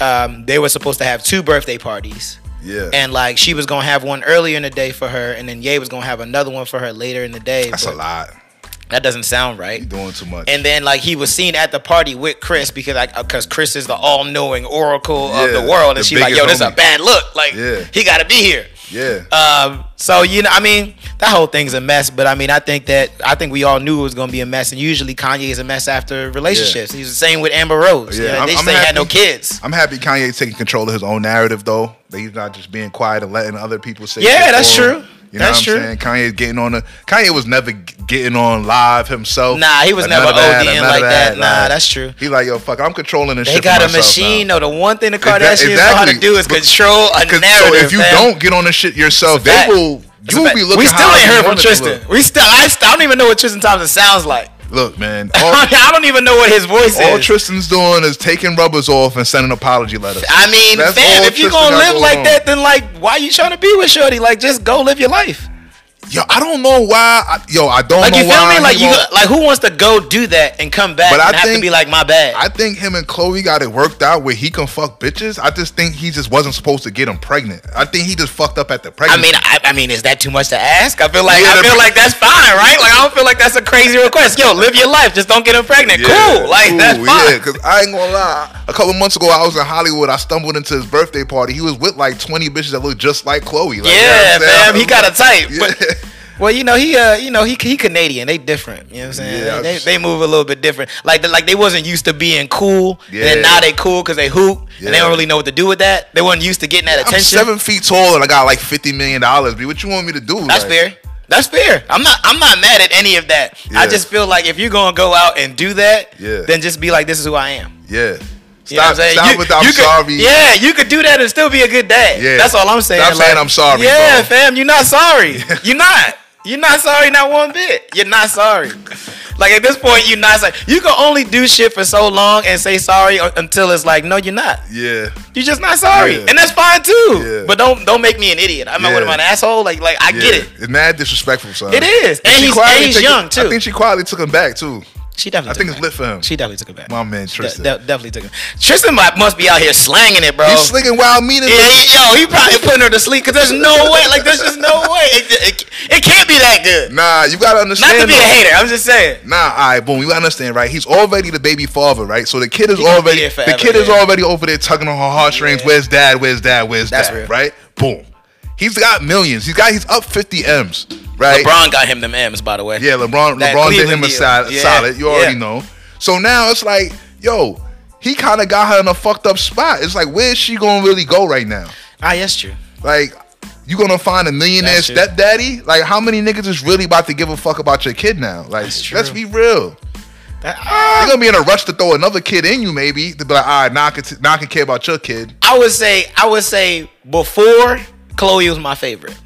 Speaker 2: um, they were supposed to have two birthday parties,
Speaker 1: Yeah.
Speaker 2: and like she was gonna have one earlier in the day for her, and then Ye was gonna have another one for her later in the day.
Speaker 1: That's a
Speaker 2: but
Speaker 1: lot.
Speaker 2: That doesn't sound right.
Speaker 1: You're doing too much.
Speaker 2: And then like he was seen at the party with Chris because like because Chris is the all knowing oracle of
Speaker 1: Yeah,
Speaker 2: the world,
Speaker 1: the
Speaker 2: and she's like,
Speaker 1: biggest
Speaker 2: "Yo, this is a
Speaker 1: homie."
Speaker 2: bad look. Like
Speaker 1: Yeah.
Speaker 2: he got to be here."
Speaker 1: yeah.
Speaker 2: Um, so you know, I mean, that whole thing's a mess. But I mean, I think that I think we all knew it was gonna be a mess. And usually Kanye is a mess after relationships. He's the same with Amber Rose.
Speaker 1: Yeah,
Speaker 2: Yeah,
Speaker 1: I'm-
Speaker 2: they
Speaker 1: I'm
Speaker 2: say had no
Speaker 1: happy.
Speaker 2: kids.
Speaker 1: I'm happy Kanye's taking control of his own narrative, though. That he's not just being quiet and letting other people say.
Speaker 2: Yeah,
Speaker 1: shit
Speaker 2: that's
Speaker 1: for him.
Speaker 2: true.
Speaker 1: You know
Speaker 2: That's
Speaker 1: what I'm saying?
Speaker 2: true.
Speaker 1: Kanye's getting on the. Kanye was never g- getting on live himself.
Speaker 2: Nah, he was
Speaker 1: Like, none
Speaker 2: never
Speaker 1: of that,
Speaker 2: ODing
Speaker 1: none of
Speaker 2: like that. Nah,
Speaker 1: like-
Speaker 2: that's true.
Speaker 1: He like, yo, fuck, I'm controlling this
Speaker 2: They
Speaker 1: shit. for
Speaker 2: got a
Speaker 1: myself now.
Speaker 2: machine. No, the one thing the
Speaker 1: Exa-
Speaker 2: Kardashians know how to
Speaker 1: exactly.
Speaker 2: do is
Speaker 1: But-
Speaker 2: control a narrative.
Speaker 1: 'Cause- So if you
Speaker 2: man.
Speaker 1: don't get on this shit yourself, they
Speaker 2: That-
Speaker 1: will.
Speaker 2: that's
Speaker 1: You
Speaker 2: a
Speaker 1: will
Speaker 2: fact.
Speaker 1: be looking.
Speaker 2: We still
Speaker 1: how
Speaker 2: ain't
Speaker 1: you
Speaker 2: heard from
Speaker 1: want it to
Speaker 2: Tristan.
Speaker 1: Look.
Speaker 2: We still I, st- I don't even know what Tristan Thompson sounds like.
Speaker 1: Look,
Speaker 2: [LAUGHS]
Speaker 1: man. All,
Speaker 2: I don't even know what his voice
Speaker 1: all
Speaker 2: is.
Speaker 1: Tristan's doing is taking rubbers off and sending apology letters.
Speaker 2: I mean,
Speaker 1: That's
Speaker 2: fam,
Speaker 1: all
Speaker 2: if you
Speaker 1: Tristan
Speaker 2: gonna
Speaker 1: got
Speaker 2: live
Speaker 1: going
Speaker 2: like
Speaker 1: on.
Speaker 2: that, then like, why you trying to be with Shorty? Like, just go live your life.
Speaker 1: yo, I don't know why. I, yo, I don't
Speaker 2: Like,
Speaker 1: know
Speaker 2: you feel
Speaker 1: why.
Speaker 2: me?
Speaker 1: he
Speaker 2: Like, you
Speaker 1: won't-
Speaker 2: like, who wants to go do that and come back
Speaker 1: But
Speaker 2: and
Speaker 1: I
Speaker 2: have
Speaker 1: think-
Speaker 2: to be like, my bad?
Speaker 1: I think him and Chloe got it worked out where he can fuck bitches. I just think he just wasn't supposed to get him pregnant. I think he just fucked up at the
Speaker 2: I
Speaker 1: pregnancy.
Speaker 2: mean, I, I mean, is that too much to ask? I feel like
Speaker 1: Yeah,
Speaker 2: I
Speaker 1: the-
Speaker 2: feel like that's fine, right? Like, I don't feel like that's a crazy request. Yo, live your life. Just don't get him pregnant. cool. Like,
Speaker 1: Ooh,
Speaker 2: that's fine.
Speaker 1: Yeah, because I ain't gonna lie. A couple months ago, I was in Hollywood. I stumbled into his birthday party. He was with like 20 bitches that looked just like Chloe. Like, you know
Speaker 2: yeah,
Speaker 1: what I'm saying?
Speaker 2: fam, he got a type.
Speaker 1: Yeah.
Speaker 2: But well, you know he, uh, you know he, he Canadian. They different. You know what I'm saying?
Speaker 1: Yeah,
Speaker 2: they,
Speaker 1: I'm-
Speaker 2: they move a little bit different. Like the, like they wasn't used to being cool, and
Speaker 1: Yeah.
Speaker 2: then now they cool because they hoop, and
Speaker 1: Yeah.
Speaker 2: they don't really know what to do with that. They weren't used to getting that
Speaker 1: [LAUGHS] I'm
Speaker 2: attention.
Speaker 1: seven feet tall and I got like $50 million. B, what you want me to do?
Speaker 2: That's
Speaker 1: Like,
Speaker 2: fair. That's fair. I'm not. I'm not mad at any of that.
Speaker 1: Yeah.
Speaker 2: I just feel like if you're gonna go out and do that,
Speaker 1: Yeah.
Speaker 2: then just be like, this is who I am.
Speaker 1: Yeah. Stop,
Speaker 2: You know what I'm saying?
Speaker 1: stop
Speaker 2: You-
Speaker 1: with the I'm
Speaker 2: you could-
Speaker 1: sorry.
Speaker 2: Yeah, you could do that and still be a good dad.
Speaker 1: Yeah.
Speaker 2: Yeah. That's all I'm saying.
Speaker 1: Stop saying I'm sorry,
Speaker 2: Yeah,
Speaker 1: bro.
Speaker 2: fam, you're not sorry.
Speaker 1: [LAUGHS]
Speaker 2: you're not. You're not sorry, not one bit. You're not sorry. Like at this point, you're not sorry. You can only do shit for so long and say sorry u- until it's like, no, you're not.
Speaker 1: Yeah.
Speaker 2: You're just not sorry,
Speaker 1: Yeah.
Speaker 2: and that's fine too.
Speaker 1: Yeah.
Speaker 2: But don't don't make me an idiot. I'm not what
Speaker 1: Yeah.
Speaker 2: am I, an asshole. Like like I
Speaker 1: yeah.
Speaker 2: get it.
Speaker 1: It's mad disrespectful, son.
Speaker 2: It is. And
Speaker 1: she
Speaker 2: he's-
Speaker 1: quietly
Speaker 2: and he's
Speaker 1: took it-
Speaker 2: young,
Speaker 1: I
Speaker 2: too.
Speaker 1: think she quietly took him back too.
Speaker 2: She definitely.
Speaker 1: I
Speaker 2: took
Speaker 1: think
Speaker 2: it
Speaker 1: it's
Speaker 2: back.
Speaker 1: lit for him.
Speaker 2: She definitely took it back.
Speaker 1: My man Tristan.
Speaker 2: De- de- definitely took it. Tristan might, must be out here slanging it, bro.
Speaker 1: He's slinging wild meat in
Speaker 2: Oh. Yeah,
Speaker 1: the
Speaker 2: he, yo, he probably putting her to sleep because there's no way. Like, there's just no way. It, it, it can't be that good.
Speaker 1: Nah, you gotta
Speaker 2: Not
Speaker 1: understand.
Speaker 2: to be a
Speaker 1: though.
Speaker 2: hater, I'm just saying.
Speaker 1: Nah, all right, boom. You understand, right? He's already the baby father, right? So the kid is
Speaker 2: He gonna be
Speaker 1: already
Speaker 2: there forever,
Speaker 1: the kid is
Speaker 2: yeah.
Speaker 1: already over there tugging on her heartstrings.
Speaker 2: Yeah.
Speaker 1: Where's dad? Where's dad? Where's
Speaker 2: That's
Speaker 1: dad?
Speaker 2: real.
Speaker 1: Right? Boom. He's got millions. He's got he's up fifty m's, right?
Speaker 2: LeBron got him them M's, by the way.
Speaker 1: Yeah, LeBron.
Speaker 2: That
Speaker 1: LeBron did
Speaker 2: Cleveland
Speaker 1: him a
Speaker 2: deal.
Speaker 1: solid.
Speaker 2: Yeah,
Speaker 1: solid. You already
Speaker 2: yeah.
Speaker 1: know. So now it's like, yo, he kind of got her in a fucked up spot. It's like, where is she gonna really go right now?
Speaker 2: Ah, yes, true.
Speaker 1: Like, you gonna find a millionaire
Speaker 2: That's true.
Speaker 1: stepdaddy? Like, how many niggas is really about to give a fuck about your kid now? Like,
Speaker 2: That's true.
Speaker 1: let's be real.
Speaker 2: That- ah.
Speaker 1: You're gonna be in a rush to throw another kid in you, maybe to be like, all right, now I can, now I can care about your kid.
Speaker 2: I would say, I would say before Chloe was my favorite.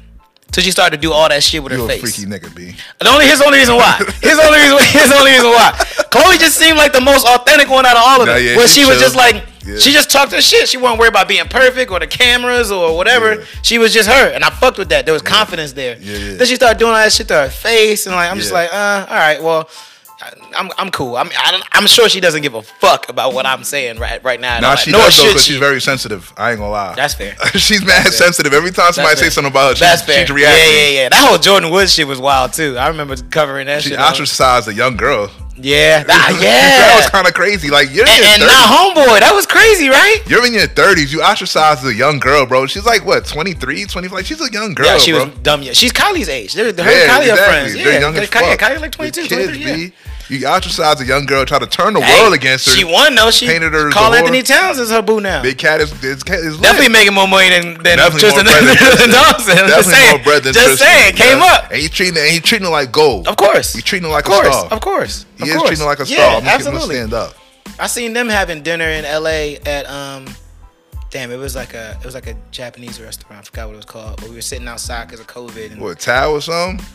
Speaker 2: Till she started to do all that shit with
Speaker 1: You
Speaker 2: her
Speaker 1: a
Speaker 2: face.
Speaker 1: freaky nigga, B.
Speaker 2: The only here's the only reason why. Here's the only reason. Here's the only reason why. [LAUGHS] Chloe just seemed like the most authentic one out of all of them.
Speaker 1: Nah, yeah,
Speaker 2: where
Speaker 1: she
Speaker 2: she, was
Speaker 1: chill.
Speaker 2: just like,
Speaker 1: Yeah.
Speaker 2: she just talked her shit. She wasn't worried about being perfect or the cameras or whatever.
Speaker 1: Yeah.
Speaker 2: She was just her, and I fucked with that. There was confidence there.
Speaker 1: Yeah, yeah.
Speaker 2: Then she started doing all that shit to her face, and like I'm just
Speaker 1: Yeah.
Speaker 2: like, uh, all right, well. I- I'm I'm cool. I'm I don't, I'm sure she doesn't give a fuck about what I'm saying right right now. and all
Speaker 1: Nah,
Speaker 2: that.
Speaker 1: she
Speaker 2: Nor
Speaker 1: does though,
Speaker 2: should
Speaker 1: because
Speaker 2: she.
Speaker 1: she's very sensitive. I ain't gonna lie.
Speaker 2: That's fair.
Speaker 1: [LAUGHS] she's mad sensitive. Every time somebody
Speaker 2: fair.
Speaker 1: says something about her, she,
Speaker 2: That's fair.
Speaker 1: she's
Speaker 2: yeah,
Speaker 1: reacting.
Speaker 2: yeah, yeah. That whole Jordan Woods shit was wild too. I remember covering that
Speaker 1: She
Speaker 2: shit. on-
Speaker 1: ostracized a young girl. [LAUGHS]
Speaker 2: Yeah, that, yeah.
Speaker 1: that was kind of crazy. Like you're in
Speaker 2: and,
Speaker 1: your
Speaker 2: and
Speaker 1: 30s.
Speaker 2: not homeboy. That was crazy, right?
Speaker 1: you're in your 30s. You ostracized a young girl, bro. She's like what, 23, 25? Like she's a young girl,
Speaker 2: yeah, she
Speaker 1: bro.
Speaker 2: was dumb. Yeah, she's Kylie's age. They're, her
Speaker 1: yeah,
Speaker 2: and Kylie
Speaker 1: exactly.
Speaker 2: are friends. Yeah,
Speaker 1: They're young
Speaker 2: Ky-
Speaker 1: as
Speaker 2: Kylie,
Speaker 1: fuck.
Speaker 2: Kylie like
Speaker 1: They're
Speaker 2: 22,
Speaker 1: kids,
Speaker 2: 23, yeah.
Speaker 1: B. You ostracized a young girl, try to turn the
Speaker 2: Hey,
Speaker 1: world against her.
Speaker 2: She won though. She
Speaker 1: Painted her as
Speaker 2: Carl
Speaker 1: a whore.
Speaker 2: Anthony Towns is her boo now.
Speaker 1: Big cat is, is, is lit.
Speaker 2: Definitely making more money than than
Speaker 1: Definitely
Speaker 2: Tristan
Speaker 1: more bread than Tristan.
Speaker 2: Thompson. [LAUGHS] I'm just
Speaker 1: Definitely
Speaker 2: saying.
Speaker 1: more bread than
Speaker 2: just
Speaker 1: Tristan,
Speaker 2: saying.
Speaker 1: yeah.
Speaker 2: Came up.
Speaker 1: And he treating, and he treating her like gold.
Speaker 2: Of course.
Speaker 1: You treating her like
Speaker 2: of course,
Speaker 1: a star.
Speaker 2: Of course.
Speaker 1: He
Speaker 2: of
Speaker 1: is
Speaker 2: course.
Speaker 1: treating her like a star.
Speaker 2: Yeah,
Speaker 1: I'm gonna keep him
Speaker 2: absolutely.
Speaker 1: stand up.
Speaker 2: I seen them having dinner in LA at um damn, it was like a it was like a Japanese restaurant. I forgot what it was called. But we were sitting outside because of COVID and
Speaker 1: What, Tao or something?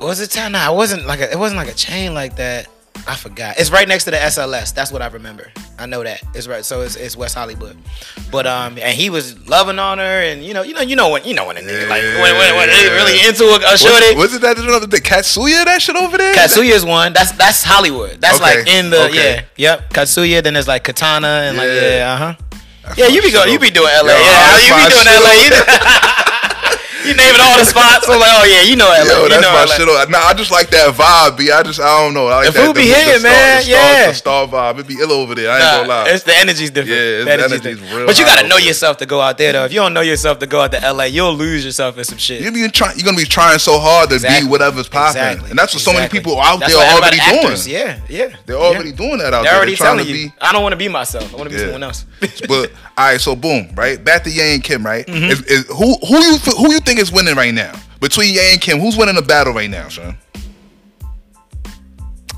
Speaker 2: was it time? Nah, it wasn't like a, it wasn't like a chain like that. I forgot. It's right next to the SLS. That's what I remember. I know that. It's right. So it's, it's West Hollywood. But um, and he was loving on her, and you know, you know, you know when you know when a nigga like when, when, when they
Speaker 1: Yeah.
Speaker 2: really into a, a
Speaker 1: Was,
Speaker 2: shorty.
Speaker 1: was it that the Katsuya that shit over there?
Speaker 2: Katsuya's one. That's that's Hollywood. That's
Speaker 1: Okay,
Speaker 2: like in the
Speaker 1: okay.
Speaker 2: yeah, yep. Katsuya. Then there's like Katana and like
Speaker 1: Yeah.
Speaker 2: yeah, uh huh. Yeah, you be go, you be doing LA.
Speaker 1: Yo,
Speaker 2: yeah,
Speaker 1: that's
Speaker 2: you
Speaker 1: my
Speaker 2: be doing
Speaker 1: shit
Speaker 2: LA.
Speaker 1: over
Speaker 2: You, [LAUGHS] you naming all the spots. I'm like, oh yeah, you know LA.
Speaker 1: Yo,
Speaker 2: you
Speaker 1: that's
Speaker 2: know
Speaker 1: my
Speaker 2: LA.
Speaker 1: shit. on- Nah, I just like that vibe, B. I just, I don't know. I like
Speaker 2: The
Speaker 1: that.
Speaker 2: food be
Speaker 1: the,
Speaker 2: hitting,
Speaker 1: star,
Speaker 2: man.
Speaker 1: The star,
Speaker 2: Yeah.
Speaker 1: the star vibe. It be ill over there. I ain't
Speaker 2: Nah,
Speaker 1: gonna lie.
Speaker 2: It's the energy's different.
Speaker 1: Yeah, it's-
Speaker 2: The energy's
Speaker 1: the energy's
Speaker 2: different.
Speaker 1: real
Speaker 2: But you
Speaker 1: high
Speaker 2: gotta know
Speaker 1: over there.
Speaker 2: yourself to go out there though. If you don't know yourself to go out to LA, you'll lose yourself in some shit.
Speaker 1: You be trying. You're gonna be trying so hard to
Speaker 2: Exactly.
Speaker 1: be whatever's popping,
Speaker 2: Exactly.
Speaker 1: and that's what so many
Speaker 2: Exactly.
Speaker 1: people out
Speaker 2: That's
Speaker 1: there
Speaker 2: what
Speaker 1: are already
Speaker 2: everybody-
Speaker 1: doing.
Speaker 2: actors, Yeah, yeah.
Speaker 1: They're already
Speaker 2: yeah.
Speaker 1: doing that out
Speaker 2: They're
Speaker 1: there.
Speaker 2: already
Speaker 1: They're trying
Speaker 2: telling
Speaker 1: to
Speaker 2: you.
Speaker 1: be.
Speaker 2: I don't want to be myself. I want to be
Speaker 1: Yeah.
Speaker 2: someone else.
Speaker 1: [LAUGHS]
Speaker 2: [LAUGHS]
Speaker 1: But all right, so boom, right back to Ye and Kim, right?
Speaker 2: Mm-hmm.
Speaker 1: Is, is, who who you f- who you think is winning right now between Ye and Kim? Who's winning the battle right now, son?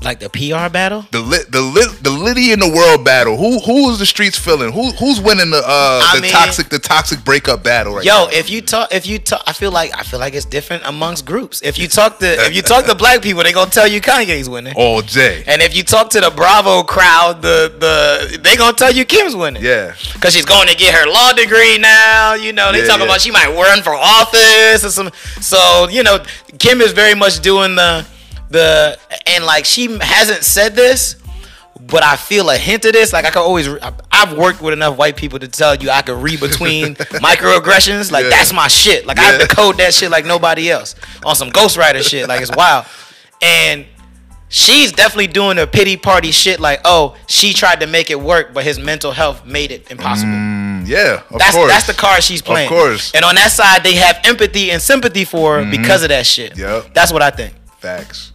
Speaker 2: like the PR battle.
Speaker 1: The lit the lit the Liddy in the world battle. Who who is the streets feeling? Who who's winning the uh
Speaker 2: I
Speaker 1: the
Speaker 2: mean-
Speaker 1: toxic the toxic breakup battle right
Speaker 2: Yo,
Speaker 1: now?
Speaker 2: if you talk, if you talk, I feel like I feel like it's different amongst groups. If you talk to if you talk to black people, they gonna tell you Kanye's winning.
Speaker 1: all day.
Speaker 2: And if you talk to the Bravo crowd, the the they gonna tell you Kim's winning.
Speaker 1: Yeah,
Speaker 2: Cause she's going to get her law degree now. You know, they
Speaker 1: Yeah,
Speaker 2: talking
Speaker 1: yeah.
Speaker 2: about she might run for office or some. So you know, Kim is very much doing the the and like she hasn't said this, but I feel a hint of this. Like I can always, I- I've worked with enough white people to tell you I can
Speaker 1: [LAUGHS]
Speaker 2: read between microaggressions. Like
Speaker 1: Yeah.
Speaker 2: that's my shit. Like I
Speaker 1: Yeah.
Speaker 2: decode that shit like nobody else on some ghostwriter
Speaker 1: [LAUGHS]
Speaker 2: shit. Like it's wild. And she's definitely doing a pity party shit like oh she tried to make it work but his mental health made it impossible
Speaker 1: Mm, yeah, of
Speaker 2: that's
Speaker 1: course.
Speaker 2: that's the card she's playing
Speaker 1: course. Mm-hmm.
Speaker 2: and on that side they have empathy and sympathy for her because of that shit
Speaker 1: Yep.
Speaker 2: that's what i think
Speaker 1: facts.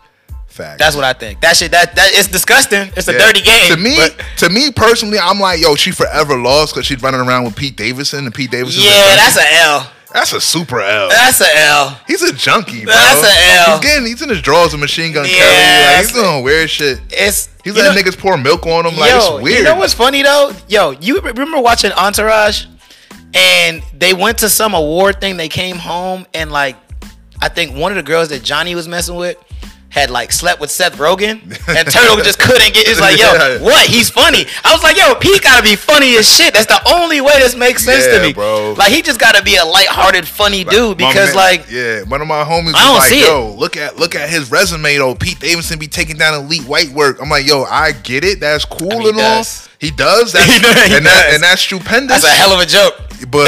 Speaker 1: Facts.
Speaker 2: that's what i think that shit that that it's disgusting it's a
Speaker 1: Yeah.
Speaker 2: dirty game
Speaker 1: To me,
Speaker 2: but-
Speaker 1: to me personally, I'm like, yo, she forever lost because she's running around with Pete Davidson, and Pete Davidson.
Speaker 2: yeah that's a l
Speaker 1: that's a super L.
Speaker 2: that's a l
Speaker 1: He's a junkie, bro.
Speaker 2: That's a L.
Speaker 1: He's getting, he's in his drawers of Machine Gun Kelly.
Speaker 2: Yeah,
Speaker 1: Like, he's doing weird shit.
Speaker 2: it's
Speaker 1: He's
Speaker 2: you
Speaker 1: letting
Speaker 2: know-
Speaker 1: niggas pour milk on him. Like,
Speaker 2: yo,
Speaker 1: it's weird.
Speaker 2: You know what's funny though? Yo, you re- remember watching Entourage, and they went to some award thing. They came home and like, I think one of the girls that Johnny was messing with had like slept with Seth Rogen, and Turtle just couldn't get. It's like,
Speaker 1: [LAUGHS]
Speaker 2: yo,
Speaker 1: Yeah.
Speaker 2: what? He's funny. I was like, yo, Pete gotta be funny as shit. That's the only way this makes sense
Speaker 1: Yeah,
Speaker 2: to me,
Speaker 1: bro.
Speaker 2: Like he just gotta be a lighthearted, funny dude
Speaker 1: My
Speaker 2: because
Speaker 1: man-
Speaker 2: like.
Speaker 1: yeah, one of my homies
Speaker 2: I don't
Speaker 1: was like,
Speaker 2: see it.
Speaker 1: yo, look at look at his resume though. Pete Davidson be taking down elite white work. I'm like, yo, I get it. That's cool
Speaker 2: mean, he
Speaker 1: and all.
Speaker 2: does.
Speaker 1: He does. That's,
Speaker 2: [LAUGHS] He does, he
Speaker 1: and, that-
Speaker 2: does.
Speaker 1: and that's stupendous.
Speaker 2: That's a hell of a joke. [LAUGHS]
Speaker 1: but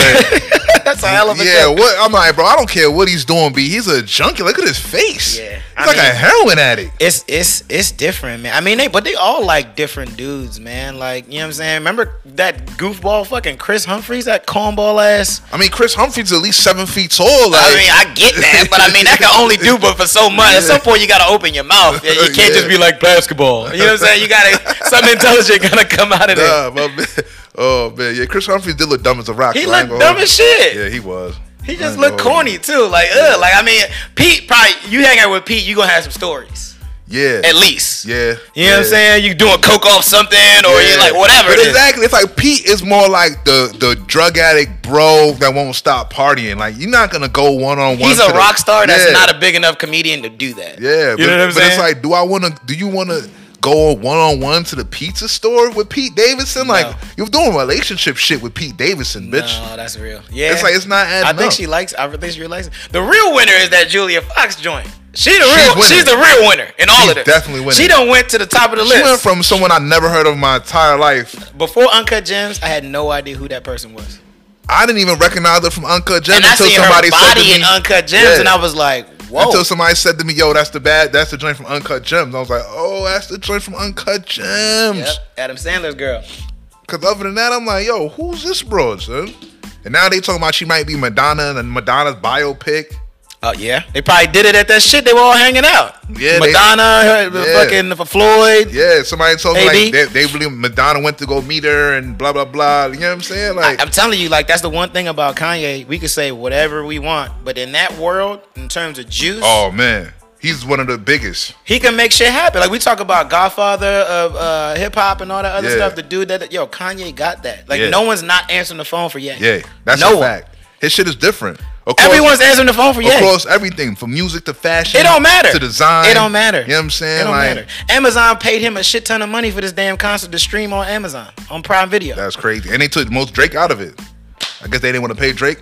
Speaker 2: That's a hell of a
Speaker 1: yeah,
Speaker 2: joke.
Speaker 1: what I'm like, bro, I don't care what he's doing, B. He's a junkie. Look at his face.
Speaker 2: Yeah,
Speaker 1: He's
Speaker 2: I
Speaker 1: like a
Speaker 2: mean-
Speaker 1: heroin addict.
Speaker 2: it's it's it's different, man. I mean, they but they all like different dudes, man. Like you know what I'm saying. Remember that goofball fucking Chris Humphries, that cornball ass.
Speaker 1: I mean, Chris Humphrey's at least seven feet tall. Like,
Speaker 2: I mean, I get that, but I mean that can only do but for so much. At some point, you gotta open
Speaker 1: [LAUGHS]
Speaker 2: your mouth. You can't just
Speaker 1: Yeah.
Speaker 2: be like basketball. You know what I'm saying?
Speaker 1: [LAUGHS]
Speaker 2: You gotta some intelligent gotta come out of there.
Speaker 1: Nah, uh, my man. [LAUGHS] Oh man, yeah, Chris Humphries did look dumb as a rock.
Speaker 2: He
Speaker 1: so I ain't
Speaker 2: looked
Speaker 1: gonna
Speaker 2: dumb
Speaker 1: hold
Speaker 2: as
Speaker 1: you.
Speaker 2: shit.
Speaker 1: Yeah, he was.
Speaker 2: He
Speaker 1: I
Speaker 2: just
Speaker 1: ain't
Speaker 2: looked
Speaker 1: gonna hold
Speaker 2: corny too. Like, ugh. Like I mean, Pete probably you hang out with Pete, you gonna have some stories.
Speaker 1: you. Yeah.
Speaker 2: at least.
Speaker 1: Yeah.
Speaker 2: You know what I'm
Speaker 1: Yeah.
Speaker 2: saying? You're doing coke off something, or you're Oh, like whatever.
Speaker 1: But
Speaker 2: it is.
Speaker 1: exactly, it's like Pete is more like the the drug addict bro that won't stop partying. Like you're not gonna go one on one.
Speaker 2: He's a rock star. That's not a big enough comedian to do that.
Speaker 1: yeah.
Speaker 2: you
Speaker 1: but,
Speaker 2: know what I'm
Speaker 1: but
Speaker 2: saying?
Speaker 1: it's like, do I want to? Do you want to go one on one to the pizza store with Pete Davidson? Like
Speaker 2: No.
Speaker 1: you're doing relationship shit with Pete Davidson, bitch.
Speaker 2: No, that's real. Yeah,
Speaker 1: It's like it's not
Speaker 2: I
Speaker 1: adding
Speaker 2: think
Speaker 1: up.
Speaker 2: she likes. I think she likes. It. The real winner is that Julia Fox joint. She the
Speaker 1: She's
Speaker 2: real.
Speaker 1: winning.
Speaker 2: She's the real winner in all
Speaker 1: She's
Speaker 2: of this.
Speaker 1: definitely winning.
Speaker 2: She done went to the top of the
Speaker 1: She went
Speaker 2: list.
Speaker 1: from someone I never heard of in my entire life.
Speaker 2: Before Uncut Gems, I had no idea who that person was.
Speaker 1: I didn't even recognize her from Uncut Gems
Speaker 2: and I
Speaker 1: until
Speaker 2: seen
Speaker 1: somebody
Speaker 2: her
Speaker 1: said to
Speaker 2: body
Speaker 1: me,
Speaker 2: in Uncut Gems,
Speaker 1: Yeah.
Speaker 2: and I was like, whoa.
Speaker 1: Until somebody said to me, "Yo, that's the bad, that's the joint from Uncut Gems." I was like, "Oh, that's the joint from Uncut Gems."
Speaker 2: Yep, Adam Sandler's girl.
Speaker 1: Cause other than that, I'm like, "Yo, who's this broad, son?" And now they talking about she might be Madonna and Madonna's biopic.
Speaker 2: Oh yeah, they probably did it at that shit. They were all hanging out.
Speaker 1: Yeah, they-
Speaker 2: Madonna,
Speaker 1: Yeah.
Speaker 2: her, fucking Floyd.
Speaker 1: Yeah, somebody told me
Speaker 2: AB?
Speaker 1: like they, they really Madonna went to go meet her and blah blah blah. You know what I'm saying? Like,
Speaker 2: I, am telling you, like that's the one thing about Kanye. We could say whatever we want, but in that world, in terms of juice,
Speaker 1: oh man, he's one of the biggest.
Speaker 2: he can make shit happen. Like we talk about Godfather of uh, hip hop and all that other
Speaker 1: Yeah.
Speaker 2: stuff. The dude that yo Kanye got that. Like
Speaker 1: Yeah.
Speaker 2: no one's not answering the phone for Ye.
Speaker 1: Yeah, that's
Speaker 2: no
Speaker 1: a
Speaker 2: one.
Speaker 1: fact. His shit is different. Of course-
Speaker 2: Everyone's answering the phone for Ye.
Speaker 1: across everything from music to fashion.
Speaker 2: It don't matter.
Speaker 1: to design.
Speaker 2: It don't matter.
Speaker 1: You know what I'm saying?
Speaker 2: It don't
Speaker 1: like,
Speaker 2: matter. Amazon paid him a shit ton of money for this damn concert to stream on Amazon on Prime Video.
Speaker 1: That's crazy. And they took most Drake out of it. I guess they didn't want to pay Drake.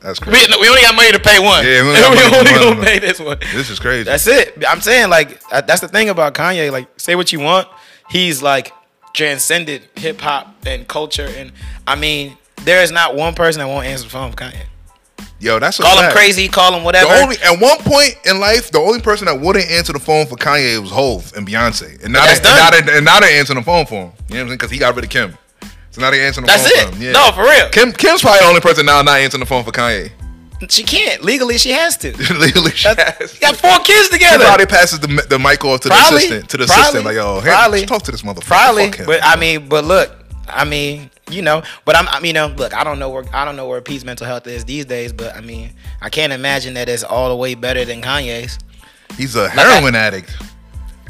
Speaker 1: That's
Speaker 2: we,
Speaker 1: crazy.
Speaker 2: we only got money to pay one.
Speaker 1: Yeah, we
Speaker 2: [LAUGHS]
Speaker 1: only got money to pay
Speaker 2: gonna
Speaker 1: one.
Speaker 2: pay this one.
Speaker 1: This is crazy.
Speaker 2: That's it. I'm saying like uh, that's the thing about Kanye. Like say what you want, he's like transcended hip hop and culture. And I mean, there is not one person that won't answer the phone for Kanye.
Speaker 1: Yo, that's a
Speaker 2: Call him
Speaker 1: fact.
Speaker 2: crazy, call him
Speaker 1: The
Speaker 2: whatever.
Speaker 1: only at one point in life, the only person that wouldn't answer the phone for Kanye was Hove and Beyonce, and now they,
Speaker 2: That's
Speaker 1: and now,
Speaker 2: done.
Speaker 1: they, and now they're answering the phone for him. You know what I'm saying? Because he got rid of Kim, so now they answering the
Speaker 2: that's
Speaker 1: phone
Speaker 2: it.
Speaker 1: for him. Yeah.
Speaker 2: No, for real.
Speaker 1: Kim Kim's probably the only person now not answering the phone for Kanye. [LAUGHS]
Speaker 2: She can't legally. She has to.
Speaker 1: Literally, she
Speaker 2: That's,
Speaker 1: has.
Speaker 2: she got four kids
Speaker 1: He
Speaker 2: together.
Speaker 1: probably passes the, the mic off to the
Speaker 2: Probably.
Speaker 1: assistant. To the
Speaker 2: Probably.
Speaker 1: assistant, like yo, hey,
Speaker 2: Probably.
Speaker 1: talk to this motherfucker.
Speaker 2: Probably,
Speaker 1: Fuck him.
Speaker 2: but I mean, but look, I mean, you know, but I'm, I mean, uh, look, I don't know where I don't know where Pete's mental health is these days, but I mean, I can't imagine that it's all the way better than Kanye's.
Speaker 1: he's a heroin addict.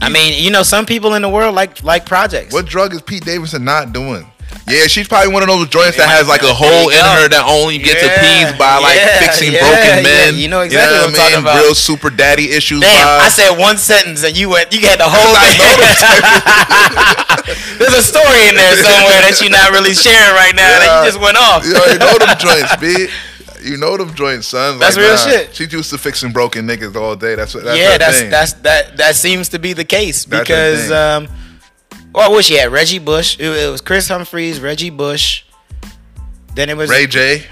Speaker 2: I mean, you know, some people in the world like like projects.
Speaker 1: What drug is Pete Davidson not doing? Yeah, she's probably one of those joints that
Speaker 2: Yeah.
Speaker 1: has like a hole in her
Speaker 2: Yeah.
Speaker 1: that only gets appeased by like
Speaker 2: Yeah.
Speaker 1: fixing
Speaker 2: Yeah. Yeah.
Speaker 1: broken men.
Speaker 2: You know exactly what I'm talking about.
Speaker 1: Real super daddy issues.
Speaker 2: Damn,
Speaker 1: vibes.
Speaker 2: I said one sentence and you went, you had
Speaker 1: [LAUGHS]
Speaker 2: the whole
Speaker 1: I
Speaker 2: thing. [LAUGHS] There's a story in there somewhere that you're not really sharing right now. That
Speaker 1: Yeah.
Speaker 2: you just went off.
Speaker 1: Yo, you know them
Speaker 2: [LAUGHS]
Speaker 1: joints, bitch. You know them joints, son.
Speaker 2: That's
Speaker 1: Like,
Speaker 2: real
Speaker 1: nah,
Speaker 2: shit.
Speaker 1: She's used to fixing broken niggas all day. That's what. That's
Speaker 2: yeah,
Speaker 1: her
Speaker 2: that's
Speaker 1: thing.
Speaker 2: that's that that seems to be the case
Speaker 1: That's her
Speaker 2: because
Speaker 1: thing.
Speaker 2: um, well, what she had Reggie Bush. It, it was Chris Humphries, Reggie Bush. Then it was
Speaker 1: Ray J.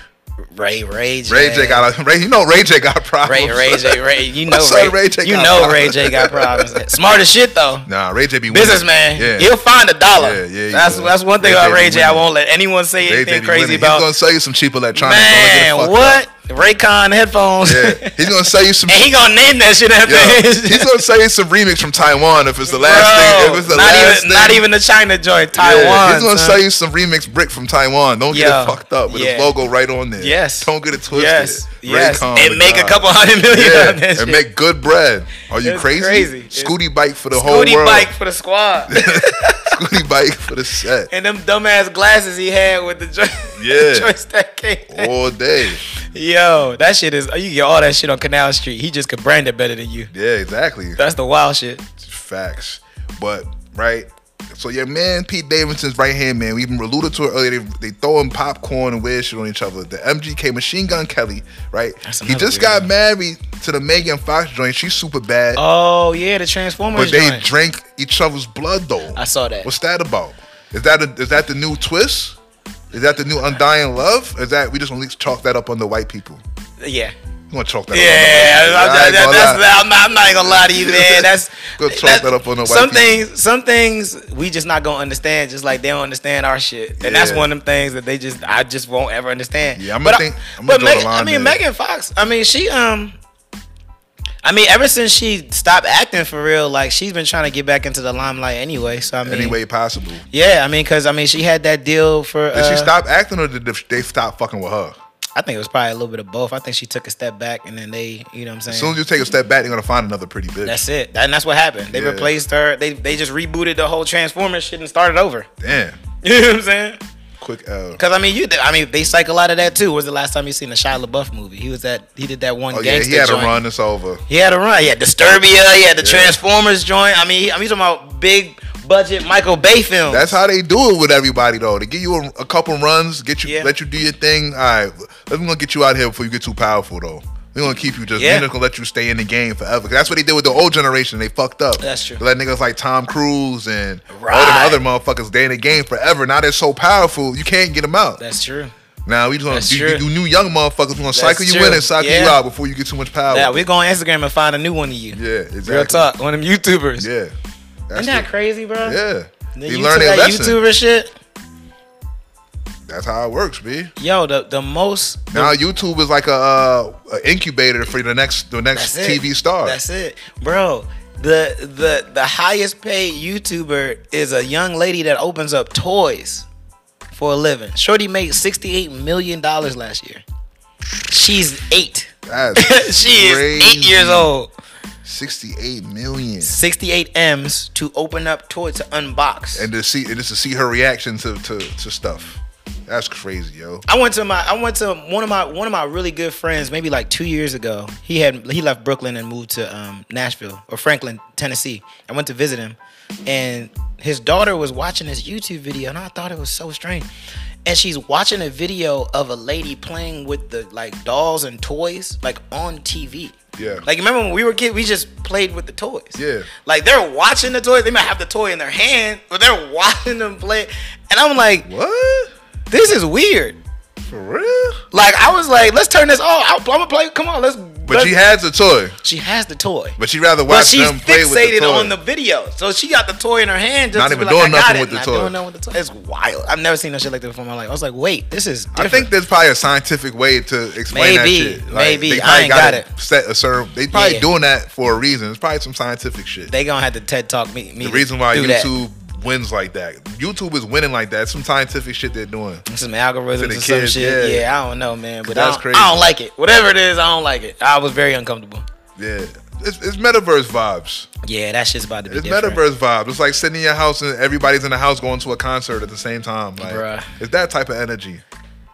Speaker 2: Ray Ray J.
Speaker 1: Ray J got a Ray. You know Ray J got problems.
Speaker 2: Ray Ray J. Ray, you
Speaker 1: My
Speaker 2: know
Speaker 1: son
Speaker 2: Ray,
Speaker 1: Ray J
Speaker 2: You
Speaker 1: got
Speaker 2: know
Speaker 1: problems.
Speaker 2: Ray J. got problems. Smart as shit though.
Speaker 1: [LAUGHS] Nah, Ray J be winning.
Speaker 2: Businessman,
Speaker 1: Yeah.
Speaker 2: he'll find a dollar.
Speaker 1: Yeah, yeah, he
Speaker 2: that's
Speaker 1: will.
Speaker 2: that's one thing
Speaker 1: Ray J
Speaker 2: about
Speaker 1: be
Speaker 2: Ray J. I
Speaker 1: winning.
Speaker 2: won't let anyone say
Speaker 1: Ray J
Speaker 2: anything
Speaker 1: be
Speaker 2: crazy
Speaker 1: winning. He's gonna
Speaker 2: about.
Speaker 1: sell you some cheap electronics.
Speaker 2: Man,
Speaker 1: Don't get fucked
Speaker 2: what
Speaker 1: up.
Speaker 2: Raycon headphones?
Speaker 1: Yeah, he's gonna sell you some.
Speaker 2: [LAUGHS] and he gonna name that shit [LAUGHS] after
Speaker 1: Yo,
Speaker 2: his.
Speaker 1: he's gonna sell you some remix from Taiwan if it's the last
Speaker 2: Bro,
Speaker 1: thing. If it's the
Speaker 2: not
Speaker 1: last
Speaker 2: even
Speaker 1: thing.
Speaker 2: not even the China joint, Taiwan.
Speaker 1: Yeah, he's gonna
Speaker 2: son.
Speaker 1: sell you some remix brick from Taiwan. Don't get
Speaker 2: Yo,
Speaker 1: it fucked up with
Speaker 2: yeah.
Speaker 1: his logo right on there.
Speaker 2: Yes.
Speaker 1: Don't get it twisted.
Speaker 2: Yes, yes,
Speaker 1: Raycon,
Speaker 2: and
Speaker 1: the
Speaker 2: make a
Speaker 1: god.
Speaker 2: couple hundred million
Speaker 1: Yeah,
Speaker 2: on that
Speaker 1: and
Speaker 2: shit.
Speaker 1: make good bread. Are you
Speaker 2: It's
Speaker 1: crazy?
Speaker 2: crazy. It's-
Speaker 1: Scooty bike for the
Speaker 2: Scooty
Speaker 1: whole world.
Speaker 2: bike for the squad,
Speaker 1: [LAUGHS]
Speaker 2: [LAUGHS]
Speaker 1: Scooty bike for the set
Speaker 2: and them dumbass glasses he had with the joint. [LAUGHS]
Speaker 1: Yeah. Oh.
Speaker 2: joints that came. down.
Speaker 1: all day.
Speaker 2: Yo, that shit is. You can get all that shit on Canal Street. He just could brand it better than you.
Speaker 1: Yeah, exactly.
Speaker 2: That's the wild shit.
Speaker 1: Facts. But right. So your man Pete Davidson's right hand man, we even alluded to it earlier. They, they throwing popcorn and weird shit on each other. The MGK Machine Gun Kelly, right?
Speaker 2: That's
Speaker 1: He
Speaker 2: another
Speaker 1: just
Speaker 2: weird
Speaker 1: got
Speaker 2: one.
Speaker 1: married to the Megan Fox joint. She's super bad,
Speaker 2: Oh yeah, the
Speaker 1: but
Speaker 2: Transformers
Speaker 1: they
Speaker 2: joint.
Speaker 1: drank each other's blood though.
Speaker 2: I saw that.
Speaker 1: What's that about? Is that a, is that the new twist? Is that the new undying love? Is that we just gonna chalk that up on the white people?
Speaker 2: yeah.
Speaker 1: We gonna chalk that
Speaker 2: Yeah,
Speaker 1: up? on
Speaker 2: I'm,
Speaker 1: the white people. I ain't
Speaker 2: that-
Speaker 1: gonna
Speaker 2: that's-
Speaker 1: lie.
Speaker 2: I'm not, I'm not gonna lie to
Speaker 1: [LAUGHS]
Speaker 2: you, man. That's
Speaker 1: Go chalk
Speaker 2: that's-
Speaker 1: that up on the white
Speaker 2: Some
Speaker 1: people.
Speaker 2: things, some things we just not gonna understand. Just like they don't understand our shit, and that's
Speaker 1: Yeah.
Speaker 2: one of them things that they just I just won't ever understand.
Speaker 1: Yeah, I'ma
Speaker 2: But I-
Speaker 1: think- I'ma draw
Speaker 2: but
Speaker 1: the
Speaker 2: Megan, I
Speaker 1: line there.
Speaker 2: mean, Megan Fox. I mean, she um. I mean, ever since she stopped acting for real, like she's been trying to get back into the limelight anyway. So I mean,
Speaker 1: Any way possible.
Speaker 2: yeah, I mean, cause I mean, she had that deal for.
Speaker 1: Did
Speaker 2: uh,
Speaker 1: she stop acting or did they stop fucking with her?
Speaker 2: I think it was probably a little bit of both. I think she took a step back and then they, you know what I'm saying?
Speaker 1: As soon as you take a step back, they're gonna find another pretty bitch.
Speaker 2: that's it. That- and that's what happened. They
Speaker 1: Yeah.
Speaker 2: replaced her. They they just rebooted the whole Transformers shit and started over. [LAUGHS]
Speaker 1: Damn.
Speaker 2: You know what I'm saying?
Speaker 1: Quick L.
Speaker 2: Cause I mean, you. Did, I mean, they cycle out of that too. Was the last time you seen the Shia LaBeouf movie? He was that. He did that one
Speaker 1: Oh yeah,
Speaker 2: gangster
Speaker 1: he had a
Speaker 2: joint.
Speaker 1: run. It's over.
Speaker 2: He had a run. He had Disturbia. He had the Transformers joint. I mean, he, I mean, he's talking about big budget Michael Bay films.
Speaker 1: That's how they do it with everybody though. They give you a, a couple runs, get you,
Speaker 2: Yeah.
Speaker 1: let you do your thing. All right, let me gonna get you out here before you get too powerful though. We're gonna keep you just.
Speaker 2: Yeah.
Speaker 1: We're not gonna let you stay in the game forever. 'Cause That's what they did with the old generation. They fucked up.
Speaker 2: That's true.
Speaker 1: They let niggas like Tom Cruise and
Speaker 2: Right.
Speaker 1: all them other motherfuckers stay in the game forever. Now they're so powerful, you can't get them out.
Speaker 2: That's true.
Speaker 1: now we just gonna
Speaker 2: That's
Speaker 1: do, you,
Speaker 2: true.
Speaker 1: you new young motherfuckers. We're gonna cycle you
Speaker 2: true.
Speaker 1: in and cycle you
Speaker 2: Yeah.
Speaker 1: out before you get too much power.
Speaker 2: Yeah, we go on Instagram and find a new one of you.
Speaker 1: yeah, exactly.
Speaker 2: Real talk, one of them YouTubers.
Speaker 1: Yeah. That's
Speaker 2: Isn't that
Speaker 1: it.
Speaker 2: crazy, bro?
Speaker 1: Yeah.
Speaker 2: The
Speaker 1: They
Speaker 2: YouTube-
Speaker 1: learn their
Speaker 2: that
Speaker 1: lesson.
Speaker 2: YouTuber shit.
Speaker 1: That's how it works, B.
Speaker 2: Yo, the the most.
Speaker 1: Now YouTube is like a, uh, a incubator for the next the next
Speaker 2: That's it.
Speaker 1: TV star.
Speaker 2: That's it, bro. The the the highest paid YouTuber is a young lady that opens up toys for a living. Shorty made sixty eight million dollars last year. She's eight. [LAUGHS]
Speaker 1: That's
Speaker 2: she is eight
Speaker 1: crazy.
Speaker 2: years old.
Speaker 1: 68 million.
Speaker 2: 68 M's to open up toys to unbox.
Speaker 1: And to see and just to see her reaction to, to, to stuff. That's crazy, yo.
Speaker 2: I went to my I went to one of my one of my really good friends maybe like two years ago. He had he left Brooklyn and moved to um, Nashville or Franklin, Tennessee. I went to visit him, and his daughter was watching this YouTube video, and I thought it was so strange. And she's watching a video of a lady playing with the like dolls and toys like on TV.
Speaker 1: Yeah.
Speaker 2: Like remember when we were kids, we just played with the toys.
Speaker 1: Yeah.
Speaker 2: Like they're watching the toys. They might have the toy in their hand, but they're [LAUGHS] watching them play. And I'm like,
Speaker 1: What?
Speaker 2: this is weird.
Speaker 1: For real?
Speaker 2: Like I was like, let's turn this off. I'm gonna play. Come on, let's.
Speaker 1: But she has a toy.
Speaker 2: she has the toy,
Speaker 1: But she rather
Speaker 2: but
Speaker 1: watch
Speaker 2: she's
Speaker 1: them play with the
Speaker 2: fixated
Speaker 1: toy.
Speaker 2: on the video. So she got the toy in her hand, just
Speaker 1: Not
Speaker 2: to be
Speaker 1: even
Speaker 2: like,
Speaker 1: doing
Speaker 2: I got
Speaker 1: nothing
Speaker 2: it,
Speaker 1: with the
Speaker 2: not
Speaker 1: toy.
Speaker 2: Doing nothing with the toy. It's wild. I've never seen no shit like that before in my life. I was like, wait, this is.
Speaker 1: I
Speaker 2: Different.
Speaker 1: think there's probably a scientific way to explain
Speaker 2: Maybe,
Speaker 1: that shit.
Speaker 2: maybe.
Speaker 1: they probably
Speaker 2: I ain't got
Speaker 1: gotta Set a certain. They probably
Speaker 2: Yeah.
Speaker 1: doing that for a reason. It's probably some scientific shit.
Speaker 2: they gonna have to TED talk me. me
Speaker 1: the reason why
Speaker 2: through that.
Speaker 1: YouTube wins like that. YouTube is winning like that. It's some scientific shit they're doing.
Speaker 2: some
Speaker 1: To
Speaker 2: algorithms
Speaker 1: the
Speaker 2: and some
Speaker 1: kids,
Speaker 2: shit.
Speaker 1: yeah.
Speaker 2: Yeah. I don't know, man. But
Speaker 1: That's
Speaker 2: I, don't,
Speaker 1: crazy.
Speaker 2: I don't like it. Whatever it is, I don't like it. I was very uncomfortable.
Speaker 1: Yeah. It's, it's metaverse vibes.
Speaker 2: Yeah, that shit's about to be
Speaker 1: It's
Speaker 2: different.
Speaker 1: metaverse vibes. It's like sitting in your house and everybody's in the house going to a concert at the same time. Like
Speaker 2: Bruh.
Speaker 1: it's that type of energy.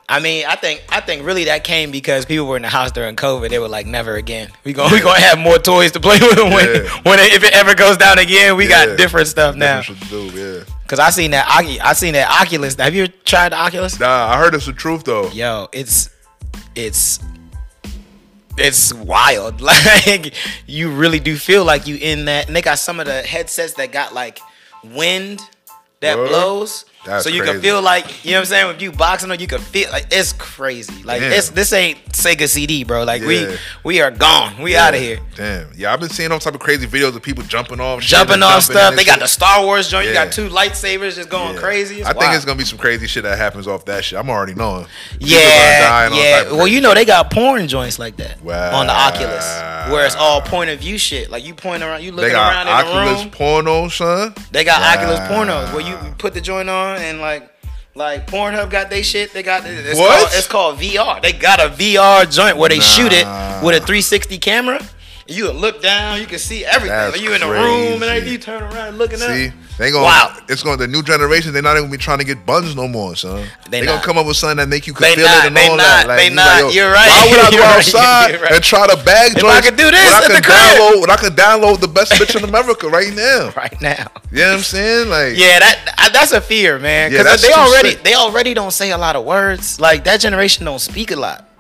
Speaker 2: I mean, I think I think really that came because people were in the house during COVID. They were like, "Never again. We going we gonna have more toys to play [LAUGHS] with when
Speaker 1: Yeah.
Speaker 2: when it, if it ever goes down again. We
Speaker 1: Yeah.
Speaker 2: got different stuff now.
Speaker 1: That's what you do, yeah.
Speaker 2: Cause I seen that Ocu- I seen that Oculus. Have you tried the Oculus?
Speaker 1: Nah, I heard it's the truth though.
Speaker 2: Yo, it's it's it's wild. [LAUGHS] Like you really do feel like you in that. And they got some of the headsets that got like wind that
Speaker 1: Word?
Speaker 2: blows.
Speaker 1: That's
Speaker 2: so you
Speaker 1: crazy.
Speaker 2: can feel like you know what I'm saying. If you boxing or you can feel like it's crazy. Like
Speaker 1: Damn.
Speaker 2: it's this ain't Sega CD, bro. Like
Speaker 1: Yeah.
Speaker 2: we we are gone. We out of here.
Speaker 1: Damn. Yeah, I've been seeing all type of crazy videos of people jumping off shit
Speaker 2: Jumping
Speaker 1: and
Speaker 2: off stuff.
Speaker 1: and
Speaker 2: They got the
Speaker 1: shit.
Speaker 2: Star Wars joint.
Speaker 1: Yeah.
Speaker 2: You got two lightsabers just going
Speaker 1: Yeah.
Speaker 2: crazy. It's
Speaker 1: I think
Speaker 2: wild.
Speaker 1: it's gonna be some crazy shit that happens off that shit. I'm already knowing. People gonna die
Speaker 2: Yeah,
Speaker 1: and all type
Speaker 2: yeah.
Speaker 1: of
Speaker 2: Well, you know they got porn joints like that
Speaker 1: Wow.
Speaker 2: on the Oculus, where it's all point of view shit. Like you point around, you
Speaker 1: They
Speaker 2: looking
Speaker 1: got
Speaker 2: around in
Speaker 1: Oculus
Speaker 2: the room.
Speaker 1: porno, son.
Speaker 2: They got
Speaker 1: Wow.
Speaker 2: Oculus pornos where you put the joint on and like, like Pornhub got they shit. They got it's
Speaker 1: What?
Speaker 2: Called, it's called VR. They got a VR joint where they shoot it
Speaker 1: Nah.
Speaker 2: with a 360 camera. You can look down, you can see everything.
Speaker 1: That's
Speaker 2: you in the room and
Speaker 1: crazy.
Speaker 2: everything. You turn around looking
Speaker 1: See,
Speaker 2: up.
Speaker 1: they gonna
Speaker 2: Wow.
Speaker 1: it's gonna the new generation. They're not even gonna be trying to get buns no more, son. They,
Speaker 2: They
Speaker 1: gonna
Speaker 2: not.
Speaker 1: come up with something that make you can
Speaker 2: They
Speaker 1: feel it
Speaker 2: not,
Speaker 1: and
Speaker 2: they
Speaker 1: all that.
Speaker 2: not, they
Speaker 1: you
Speaker 2: not. You're right.
Speaker 1: Why
Speaker 2: [LAUGHS]
Speaker 1: would I go
Speaker 2: You're right.
Speaker 1: outside
Speaker 2: You're right.
Speaker 1: and try to bag
Speaker 2: If I
Speaker 1: joints
Speaker 2: could do this
Speaker 1: when I
Speaker 2: at
Speaker 1: could
Speaker 2: the crib.
Speaker 1: download, when I could download the best bitch
Speaker 2: [LAUGHS]
Speaker 1: in America right now.
Speaker 2: Right now.
Speaker 1: You know what I'm saying? Like,
Speaker 2: Yeah, that I, that's a fear, man.
Speaker 1: Yeah, that's
Speaker 2: Because they
Speaker 1: too
Speaker 2: already
Speaker 1: sick.
Speaker 2: they already don't say a lot of words. Like that generation don't speak a lot.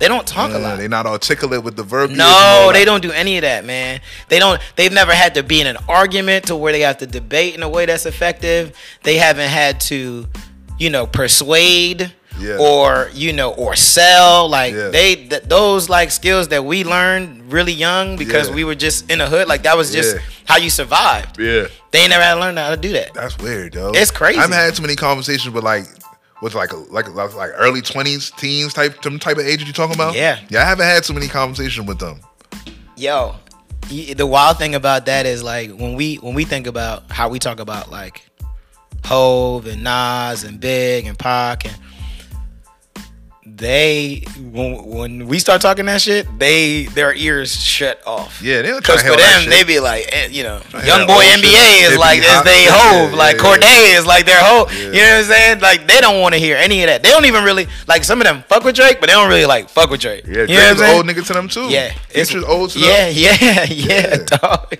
Speaker 2: They don't talk a
Speaker 1: uh,
Speaker 2: lot.
Speaker 1: they're not articulate with the verb.
Speaker 2: no, they don't do any of that, man. They don't. They've never had to be in an argument to where they have to debate in a way that's effective. They haven't had to, you know, persuade
Speaker 1: Yeah.
Speaker 2: or you know or sell. Like
Speaker 1: Yeah.
Speaker 2: they th- those like skills that we learned really young because
Speaker 1: Yeah.
Speaker 2: we were just in the hood. Like that was just
Speaker 1: Yeah.
Speaker 2: how you survived.
Speaker 1: Yeah,
Speaker 2: They ain't never had to learn how to do that.
Speaker 1: that's weird, though.
Speaker 2: It's crazy.
Speaker 1: I've had too many conversations with like. With like like like like early twenties, teens type some type of age that you talking about?
Speaker 2: Yeah.
Speaker 1: yeah. I haven't had so many conversations with them.
Speaker 2: yo y- the wild thing about that is like when we when we think about how we talk about like Hove and Nas and Big and Pac and they when, when we start talking that shit, they their ears shut off.
Speaker 1: Yeah, they don't try
Speaker 2: Because
Speaker 1: to
Speaker 2: for
Speaker 1: hell that
Speaker 2: them,
Speaker 1: shit.
Speaker 2: they be like, eh, you know,
Speaker 1: to hell
Speaker 2: young boy
Speaker 1: that shit.
Speaker 2: NBA
Speaker 1: They
Speaker 2: is
Speaker 1: be
Speaker 2: like is
Speaker 1: hot.
Speaker 2: they
Speaker 1: Yeah,
Speaker 2: hove,
Speaker 1: yeah,
Speaker 2: like
Speaker 1: yeah.
Speaker 2: Corday is like their hove.
Speaker 1: Yeah.
Speaker 2: You know what I'm saying? Like they don't want to hear any of that. They don't even really like some of them fuck with Drake, but they don't really like fuck with Drake.
Speaker 1: Yeah, Drake's
Speaker 2: you know what I'm saying?
Speaker 1: old nigga to them too.
Speaker 2: Yeah,
Speaker 1: it's just old to
Speaker 2: yeah,
Speaker 1: them.
Speaker 2: yeah, [LAUGHS] yeah, dog.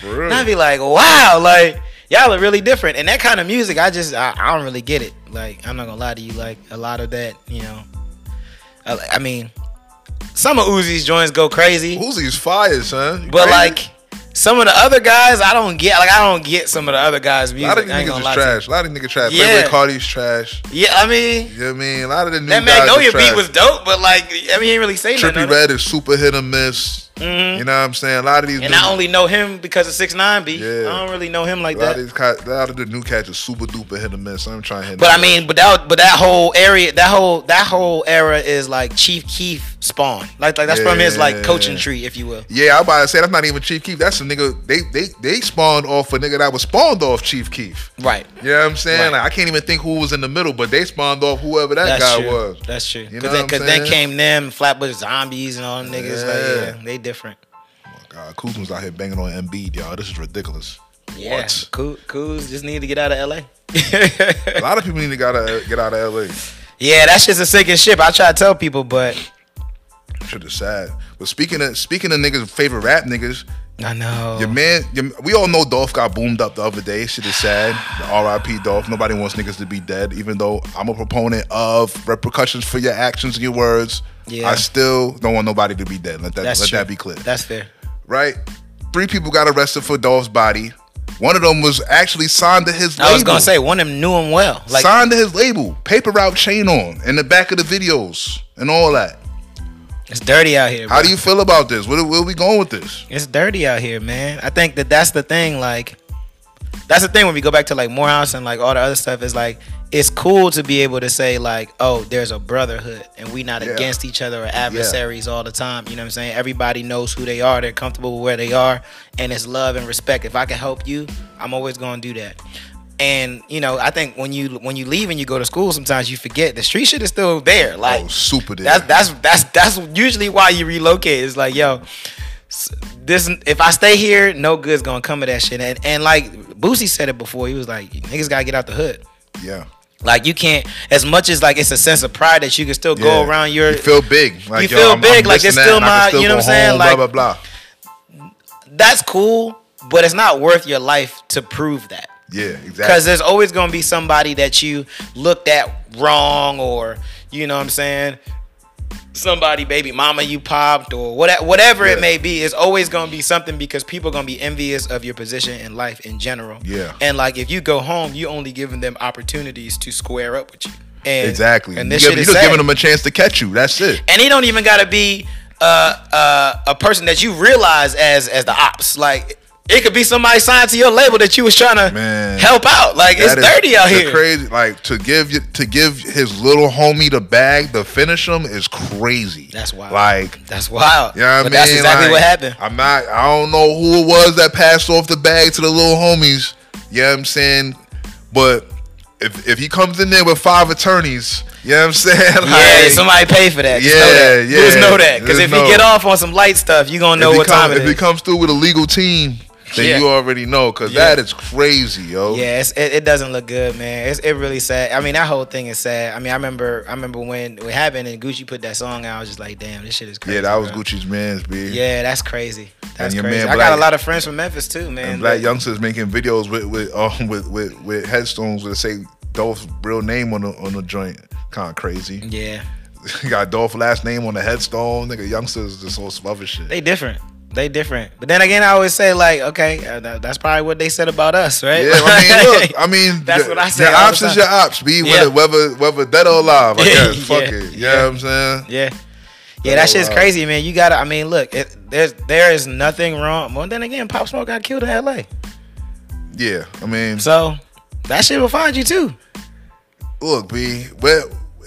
Speaker 1: For real.
Speaker 2: And I'd be like, wow, like y'all are really different. And that kind of music, I just I, I don't really get it. Like I'm not gonna lie to you, like a lot of that, you know. I, I mean, some of Uzi's joints go crazy,
Speaker 1: Uzi's fire, son. You
Speaker 2: but
Speaker 1: crazy?
Speaker 2: like some of the other guys, I don't get. Like I don't get some of the other guys'
Speaker 1: a
Speaker 2: music.
Speaker 1: lot of these
Speaker 2: I ain't
Speaker 1: niggas
Speaker 2: gonna
Speaker 1: is
Speaker 2: lie to
Speaker 1: trash. A lot of niggas trash.
Speaker 2: Yeah.
Speaker 1: Playboy Cardi's trash.
Speaker 2: you. Yeah, I mean
Speaker 1: You know what I mean? A lot of the new
Speaker 2: that
Speaker 1: guys are
Speaker 2: Magnolia
Speaker 1: trash.
Speaker 2: beat was dope, but like I mean, he ain't really say nothing.
Speaker 1: Trippy
Speaker 2: on it. Mm-hmm.
Speaker 1: Red is super hit or miss. You know what I'm saying? A lot of these
Speaker 2: And
Speaker 1: new,
Speaker 2: I only know him because of Six Nine B.
Speaker 1: Yeah.
Speaker 2: I don't really know him like
Speaker 1: a lot,
Speaker 2: that.
Speaker 1: of these, ca- a lot of the new cats are super duper hit or miss. I'm trying to hit.
Speaker 2: But I mean, but that but that whole area, that whole that whole era is like Chief Keef spawn. Like like that's from his
Speaker 1: Yeah.
Speaker 2: like coaching tree, if you will.
Speaker 1: yeah, I'm about to say that's not even Chief Keef. That's a nigga. They they they spawned off a nigga that was spawned off Chief Keef.
Speaker 2: Right.
Speaker 1: You know what I'm saying?
Speaker 2: Right.
Speaker 1: Like, I can't even think who was in the middle, but they spawned off whoever that
Speaker 2: That's
Speaker 1: guy
Speaker 2: true.
Speaker 1: was.
Speaker 2: That's true.
Speaker 1: You
Speaker 2: Because
Speaker 1: know
Speaker 2: then,
Speaker 1: what I'm
Speaker 2: 'cause then
Speaker 1: saying?
Speaker 2: came them Flatbush Zombies and all them niggas. Like,
Speaker 1: Yeah.
Speaker 2: yeah, they different.
Speaker 1: Oh, God, Kuzma's out here banging on Embiid, y'all. This is ridiculous.
Speaker 2: Yeah.
Speaker 1: What?
Speaker 2: Cool. Coos just need to get out of L.A.
Speaker 1: A lot of people need to gotta get out of LA.
Speaker 2: [LAUGHS] yeah, that shit's a sinking ship. I try to tell people, but
Speaker 1: Shit is sad. But speaking of speaking of niggas, favorite rap niggas,
Speaker 2: I know.
Speaker 1: your man, your, we all know Dolph got boomed up the other day. Shit is sad. The R.I.P. Dolph. Nobody wants niggas to be dead. Even though I'm a proponent of repercussions for your actions and your words,
Speaker 2: Yeah.
Speaker 1: I still don't want nobody to be dead. Let that
Speaker 2: That's
Speaker 1: let
Speaker 2: true.
Speaker 1: that be clear.
Speaker 2: That's fair.
Speaker 1: right? Three people got arrested for Dolph's body. One of them was actually signed to his label.
Speaker 2: I was gonna say one of them knew him well. Like
Speaker 1: signed to his label, paper route chain on in the back of the videos and all that.
Speaker 2: it's dirty out here.
Speaker 1: How do you feel about this? Where, where we going with this?
Speaker 2: it's dirty out here, man. I think that that's the thing. Like, that's the thing when we go back to like Morehouse and like all the other stuff. Is like it's cool to be able to say like, oh, there's a brotherhood and we not
Speaker 1: Yeah.
Speaker 2: against each other or adversaries all the time. You know what I'm saying? Everybody knows who they are. They're comfortable with where they are, and it's love and respect. If I can help you, I'm always gonna do that. And you know, I think when you when you leave and you go to school, sometimes you forget the street shit is still there. Like,
Speaker 1: Oh, super dead.
Speaker 2: that's that's that's that's usually why you relocate. It's like, yo, s- this if I stay here, no good's gonna come of that shit. And and like Boosie said it before, he was like, niggas gotta get out the hood.
Speaker 1: yeah.
Speaker 2: Like you can't, as much as like it's a sense of pride that you can still go
Speaker 1: Yeah.
Speaker 2: around your.
Speaker 1: You feel big.
Speaker 2: you
Speaker 1: Like,
Speaker 2: feel
Speaker 1: yo, I'm,
Speaker 2: big,
Speaker 1: I'm
Speaker 2: like, it's
Speaker 1: missing that
Speaker 2: still
Speaker 1: and I can
Speaker 2: my- you know what
Speaker 1: go
Speaker 2: I'm saying?
Speaker 1: home,
Speaker 2: Like-
Speaker 1: blah blah blah.
Speaker 2: that's cool, but it's not worth your life to prove that.
Speaker 1: Yeah, exactly.
Speaker 2: Because there's always going to be somebody that you looked at wrong, or you know what I'm saying? Somebody, baby mama, you popped, or whatever, whatever
Speaker 1: Yeah.
Speaker 2: it may be. It's always going to be something because people are going to be envious of your position in life in general.
Speaker 1: Yeah.
Speaker 2: And like if you go home, you only giving them opportunities to square up with you. And,
Speaker 1: exactly.
Speaker 2: And this
Speaker 1: you
Speaker 2: shit
Speaker 1: give,
Speaker 2: is
Speaker 1: you're
Speaker 2: sad.
Speaker 1: giving them a chance to catch you. That's it.
Speaker 2: and he don't even got to be uh, uh, a person that you realize as as the ops. Like it could be somebody signed to your label that you was trying to
Speaker 1: Man.
Speaker 2: help out. Like it's
Speaker 1: That is
Speaker 2: dirty out
Speaker 1: the
Speaker 2: here.
Speaker 1: Crazy, like to give you- to give his little homie the bag to finish him is crazy.
Speaker 2: That's wild.
Speaker 1: Like
Speaker 2: That's wild.
Speaker 1: You know what I
Speaker 2: but
Speaker 1: mean?
Speaker 2: that's exactly
Speaker 1: Like,
Speaker 2: what happened.
Speaker 1: I'm not. I don't know who it was that passed off the bag to the little homies. You know what I'm saying? But if if he comes in there with five attorneys, you know what I'm saying? [LAUGHS]
Speaker 2: yeah, somebody pay for that. Just know that.
Speaker 1: Yeah,
Speaker 2: Just
Speaker 1: yeah.
Speaker 2: know that. Because
Speaker 1: Just
Speaker 2: if
Speaker 1: know.
Speaker 2: you get off on some light stuff, you gonna know
Speaker 1: if he
Speaker 2: what
Speaker 1: come-
Speaker 2: time it
Speaker 1: if he
Speaker 2: is.
Speaker 1: comes through with a legal team, then
Speaker 2: Yeah.
Speaker 1: you already know. Cause
Speaker 2: Yeah.
Speaker 1: that is crazy, yo.
Speaker 2: yeah, it's, it, it doesn't look good, man. It's it really sad. I mean, that whole thing is sad. I mean, I remember I remember when it happened and Gucci put that song out. I was just like, damn, this shit is crazy.
Speaker 1: Yeah, that was
Speaker 2: bro.
Speaker 1: Gucci's man's B.
Speaker 2: Yeah, that's crazy. That's
Speaker 1: your
Speaker 2: crazy.
Speaker 1: man
Speaker 2: I got
Speaker 1: Black-
Speaker 2: a lot of friends from Memphis too, man.
Speaker 1: And black
Speaker 2: Like,
Speaker 1: youngsters making videos with with um [LAUGHS] with with, with headstones that say Dolph's real name on the on the joint. Kind of crazy. [LAUGHS]
Speaker 2: yeah,
Speaker 1: You got Dolph last name on the headstone. Nigga, youngsters just all other shit.
Speaker 2: they different. They different. But then again, I always say like, okay, uh, that- that's probably what they said about us, right?
Speaker 1: yeah,
Speaker 2: [LAUGHS]
Speaker 1: I mean, look, I mean,
Speaker 2: That's
Speaker 1: the-
Speaker 2: what I say
Speaker 1: Your
Speaker 2: all the
Speaker 1: ops is
Speaker 2: time.
Speaker 1: your ops, be
Speaker 2: Yeah.
Speaker 1: whether whether whether dead or
Speaker 2: [LAUGHS]
Speaker 1: alive. I guess. Fuck
Speaker 2: Yeah,
Speaker 1: it. You
Speaker 2: yeah.
Speaker 1: know what I'm saying?
Speaker 2: Yeah. Yeah, that
Speaker 1: Oh,
Speaker 2: shit's
Speaker 1: wow.
Speaker 2: crazy, man. You gotta. I mean, look, it, there's there is nothing wrong. Well, then again, Pop Smoke got killed in L.A.,
Speaker 1: Yeah, I mean,
Speaker 2: so that shit will find you too. [LAUGHS]
Speaker 1: look, B, where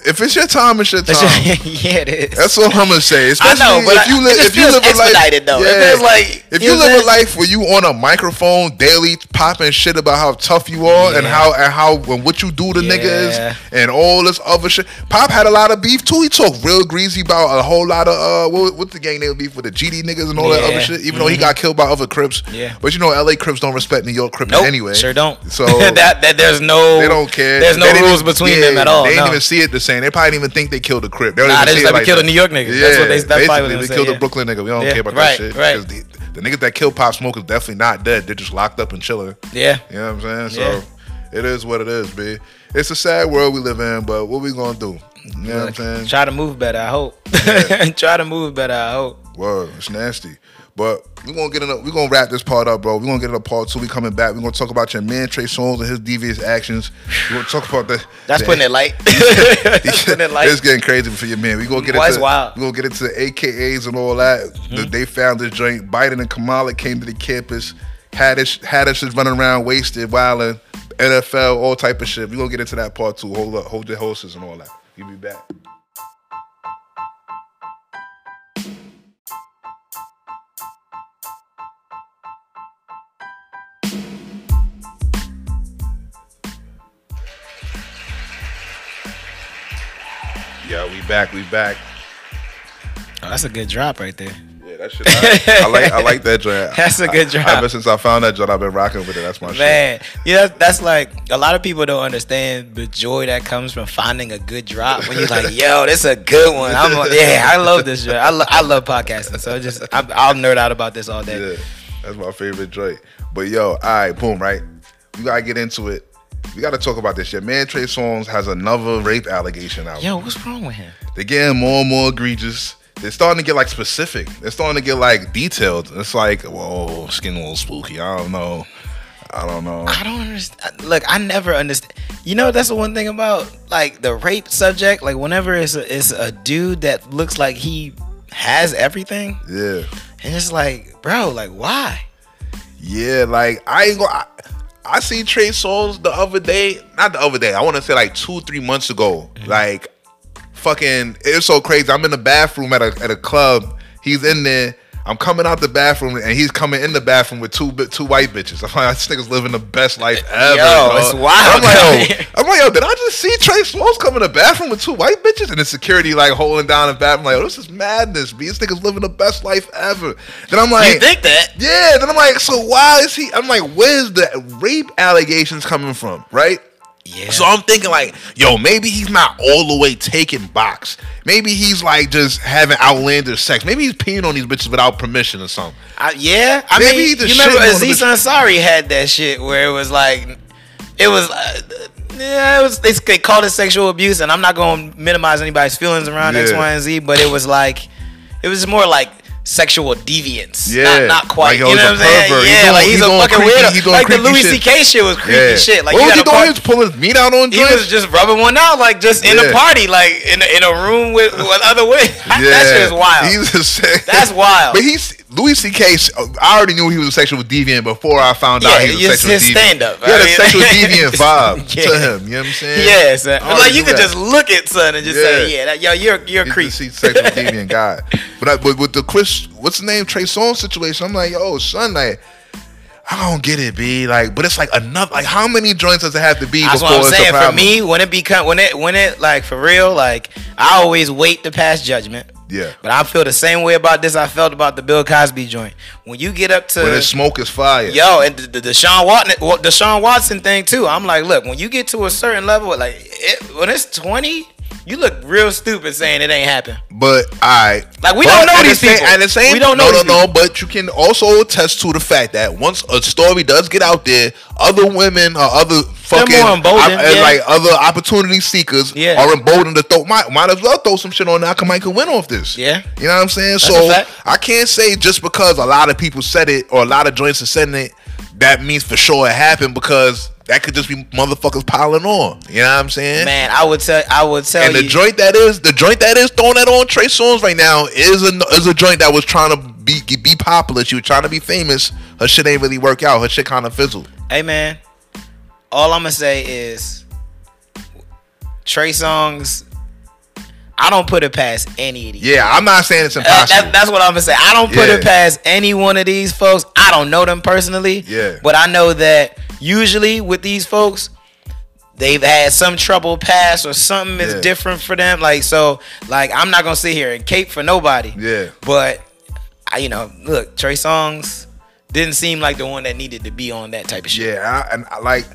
Speaker 1: If it's your time, it's your time.
Speaker 2: yeah, it is.
Speaker 1: That's all I'm gonna say.
Speaker 2: I
Speaker 1: Especially
Speaker 2: know, but
Speaker 1: if you
Speaker 2: I-
Speaker 1: live,
Speaker 2: it just
Speaker 1: if you
Speaker 2: feels
Speaker 1: live a life,
Speaker 2: expedited, though. It feels like-
Speaker 1: if
Speaker 2: you
Speaker 1: you
Speaker 2: know
Speaker 1: live
Speaker 2: what
Speaker 1: a
Speaker 2: I'm saying?
Speaker 1: life where you on a microphone daily, popping shit about how tough you are and
Speaker 2: Yeah.
Speaker 1: how and how and what you do to niggas
Speaker 2: Yeah.
Speaker 1: and all this other shit. Pop had a lot of beef too. He talked real greasy about a whole lot of uh, what, what's the gang name beef with the GD niggas and all that
Speaker 2: Yeah. Mm-hmm.
Speaker 1: other shit. Even though he got killed by other Crips,
Speaker 2: Yeah.
Speaker 1: But you know, LA Crips don't respect New York Crips
Speaker 2: [LAUGHS] Nope,
Speaker 1: anyway.
Speaker 2: sure don't.
Speaker 1: So
Speaker 2: [LAUGHS] that, that there's no
Speaker 1: They don't care.
Speaker 2: There's no
Speaker 1: They didn't
Speaker 2: rules
Speaker 1: even-
Speaker 2: between
Speaker 1: yeah,
Speaker 2: them at all.
Speaker 1: They didn't
Speaker 2: no.
Speaker 1: even see it the same. They probably didn't even think they killed a Crip. They don't
Speaker 2: Nah,
Speaker 1: even
Speaker 2: they
Speaker 1: see
Speaker 2: just
Speaker 1: it
Speaker 2: like, "We
Speaker 1: like
Speaker 2: killed
Speaker 1: that.
Speaker 2: a New York nigga." That's what they- that's probably what
Speaker 1: basically,
Speaker 2: they
Speaker 1: we
Speaker 2: say,
Speaker 1: killed a
Speaker 2: yeah.
Speaker 1: Brooklyn nigga. We don't
Speaker 2: Yeah,
Speaker 1: care about
Speaker 2: right,
Speaker 1: that shit.
Speaker 2: right.
Speaker 1: 'cause The, the niggas that killed Pop Smoke is definitely not dead. They're just locked up and chilling.
Speaker 2: Yeah.
Speaker 1: You know what I'm saying?
Speaker 2: Yeah.
Speaker 1: So it is what it is, B. It's a sad world we live in, but what we gonna do? You know what I'm saying?
Speaker 2: Try to move better. I hope. [LAUGHS] Try to move better. I hope.
Speaker 1: Word, it's nasty. But we're gonna get in a, we're gonna wrap this part up, bro. We're gonna get in a part two. We coming back. We're gonna talk about your man Trey Songz and his devious actions. We're gonna talk about the
Speaker 2: That's
Speaker 1: the-
Speaker 2: putting
Speaker 1: [LAUGHS]
Speaker 2: it light. [LAUGHS] That's putting
Speaker 1: it's
Speaker 2: it light.
Speaker 1: getting crazy for your man. We gonna get
Speaker 2: Boy, it's
Speaker 1: into
Speaker 2: wild.
Speaker 1: we gonna get into AKAs and all that. The- They found this joint. Biden and Kamala came to the campus. Haddish Haddish is running around wasted, wilding, NFL, all type of shit. We gonna get into that part too. Hold up, hold your horses and all that. You be back. Yeah, we back. We back.
Speaker 2: Oh, that's a good drop
Speaker 1: [LAUGHS]
Speaker 2: right there.
Speaker 1: Yeah, that shit. I, I like. I like that joint.
Speaker 2: [LAUGHS] That's a good
Speaker 1: I-
Speaker 2: drop.
Speaker 1: ever since I found that joint, I've been rocking with it. That's my shit.
Speaker 2: Man, yeah, that's, that's like a lot of people don't understand the joy that comes from finding a good drop when you're like, "Yo, this a good one." I'm like, yeah, I love this. Drop. I lo- I love podcasting, so just I'm, I'll nerd out about this all day.
Speaker 1: Yeah, that's my favorite joint. But yo, all right, boom, right? You gotta get into it. We gotta talk about this shit. Man, Trey Songz has another rape allegation out.
Speaker 2: Yo, what's wrong with him?
Speaker 1: They're getting more and more egregious. They're starting to get like specific. They're starting to get like detailed. It's like, whoa, it's getting a little spooky. I don't know. I don't know.
Speaker 2: I don't understand. Look, I never understand. You know, that's the one thing about like the rape subject. Like, whenever it's a, it's a dude that looks like he has everything,
Speaker 1: Yeah.
Speaker 2: and it's like, bro, like why?
Speaker 1: Yeah, like I ain't gonna. I, I seen Trey Souls the other day, not the other day. I want to say like two, three months ago.
Speaker 2: Mm-hmm.
Speaker 1: Like, fucking, it's so crazy. I'm in the bathroom at a at a club. He's in there. I'm coming out the bathroom and he's coming in the bathroom with two bi- two white bitches. I'm like, this nigga's living the best life ever. dog.
Speaker 2: it's wild.
Speaker 1: I'm like, yo, I'm like, yo, did I just see Trey Songz come in the bathroom with two white bitches and the security like holding down the bathroom? Like, oh, this is madness. B, this nigga's living the best life ever. Then I'm like,
Speaker 2: You think that?
Speaker 1: yeah, then I'm like, so why is he? I'm like, where's the rape allegations coming from, right?
Speaker 2: Yeah.
Speaker 1: So I'm thinking like, yo, maybe he's not all the way taking box. Maybe he's like just having outlandish sex. Maybe he's peeing on these bitches without permission or something.
Speaker 2: I, yeah, I
Speaker 1: Maybe
Speaker 2: mean,
Speaker 1: the
Speaker 2: you remember
Speaker 1: shit on the
Speaker 2: Aziz
Speaker 1: bitch-
Speaker 2: Ansari had that shit where it was like, it was, uh, yeah, it was. They, they called it sexual abuse, and I'm not going to minimize anybody's feelings around X,
Speaker 1: Yeah.
Speaker 2: Y, and Z, but it was like, it was more like sexual deviance.
Speaker 1: Yeah.
Speaker 2: not, not
Speaker 1: Like,
Speaker 2: quite. you
Speaker 1: yo,
Speaker 2: know
Speaker 1: he's a
Speaker 2: what I'm saying?
Speaker 1: pervert. He
Speaker 2: Yeah,
Speaker 1: doing-
Speaker 2: like
Speaker 1: he
Speaker 2: he's a
Speaker 1: doing
Speaker 2: fucking
Speaker 1: creepy- he
Speaker 2: weirdo.
Speaker 1: doing
Speaker 2: Like the
Speaker 1: creepy
Speaker 2: Louis
Speaker 1: shit.
Speaker 2: C.K. shit was creepy shit. Like
Speaker 1: what
Speaker 2: you
Speaker 1: was
Speaker 2: got
Speaker 1: he
Speaker 2: a
Speaker 1: doing?
Speaker 2: part-
Speaker 1: He was pulling his meat out on
Speaker 2: he was just rubbing one out, like just in
Speaker 1: Yeah.
Speaker 2: a party, like in a, in a room with, with other women. [LAUGHS] that shit is wild.
Speaker 1: He's a sex- [LAUGHS]
Speaker 2: That's wild.
Speaker 1: But he's Louis C.K. 's- I already knew he was a sexual deviant before I found out he
Speaker 2: Yeah,
Speaker 1: was a
Speaker 2: it's
Speaker 1: sexual
Speaker 2: his
Speaker 1: deviant.
Speaker 2: stand-up,
Speaker 1: He had a
Speaker 2: right?
Speaker 1: sexual
Speaker 2: [LAUGHS]
Speaker 1: deviant vibe to
Speaker 2: Yeah.
Speaker 1: him. You know what I'm saying?
Speaker 2: Yeah, son.
Speaker 1: I already
Speaker 2: uh, Like you
Speaker 1: knew
Speaker 2: could
Speaker 1: that.
Speaker 2: just look at son and just say,
Speaker 1: Oh, Yeah.
Speaker 2: yeah, that, yo, you're you're a
Speaker 1: You
Speaker 2: creep.
Speaker 1: just see sexual deviant guy. But I, but with the Chris, what's the name Trey Songz situation? I'm like, yo, son, like. I don't get it, B. Like, but it's like another. Like, how many joints does it have to be
Speaker 2: That's
Speaker 1: before
Speaker 2: what I'm
Speaker 1: it's a
Speaker 2: saying. For
Speaker 1: problem?
Speaker 2: me, when it become when it when it like for real, like I always wait to pass judgment.
Speaker 1: Yeah.
Speaker 2: But I feel the same way about this I felt about the Bill Cosby joint. When you get up to
Speaker 1: When it's smoke is fire.
Speaker 2: Yo, and the, the Deshaun Watson, well, Deshaun Watson thing too. I'm like, look, when you get to a certain level, like it, when it's 20, you look real stupid saying it ain't happened.
Speaker 1: But I
Speaker 2: Like, we
Speaker 1: but
Speaker 2: don't know
Speaker 1: at the
Speaker 2: these
Speaker 1: same-
Speaker 2: people.
Speaker 1: At the same,
Speaker 2: We don't know
Speaker 1: No,
Speaker 2: these
Speaker 1: no, no. But you can also attest to the fact that once a story does get out there, other women or other fucking
Speaker 2: more emboldened,
Speaker 1: uh,
Speaker 2: yeah.
Speaker 1: like other opportunity seekers
Speaker 2: Yeah.
Speaker 1: are emboldened to throw. Might, might as well throw some shit on there. I can make a win off this.
Speaker 2: Yeah.
Speaker 1: you know what I'm saying.
Speaker 2: a
Speaker 1: so
Speaker 2: fact.
Speaker 1: I can't say just because a lot of people said it or a lot of joints are saying it, that means for sure it happened because that could just be motherfuckers piling on. You know what I'm saying?
Speaker 2: Man, I would tell I would tell
Speaker 1: And the
Speaker 2: you
Speaker 1: joint that is the joint that is throwing that on Trey Songz right now is a is a joint that was trying to be be popular. She was trying to be famous. Her shit ain't really work out. Her shit kind of fizzled.
Speaker 2: Hey man, all I'm gonna say is Trey Songz I don't put it past any of these.
Speaker 1: Yeah, I'm not saying it's
Speaker 2: That-
Speaker 1: impossible.
Speaker 2: that- that's what I'm gonna say. I don't put it
Speaker 1: Yeah.
Speaker 2: past any one of these folks. I don't know them personally.
Speaker 1: Yeah.
Speaker 2: But I know that usually with these folks, they've had some trouble past or something is
Speaker 1: Yeah.
Speaker 2: different for them. Like so, like I'm not gonna sit here and cape for nobody.
Speaker 1: Yeah.
Speaker 2: But I, you know, look, Trey Songs didn't seem like the one that needed to be on that type of shit.
Speaker 1: yeah, I, and I, like,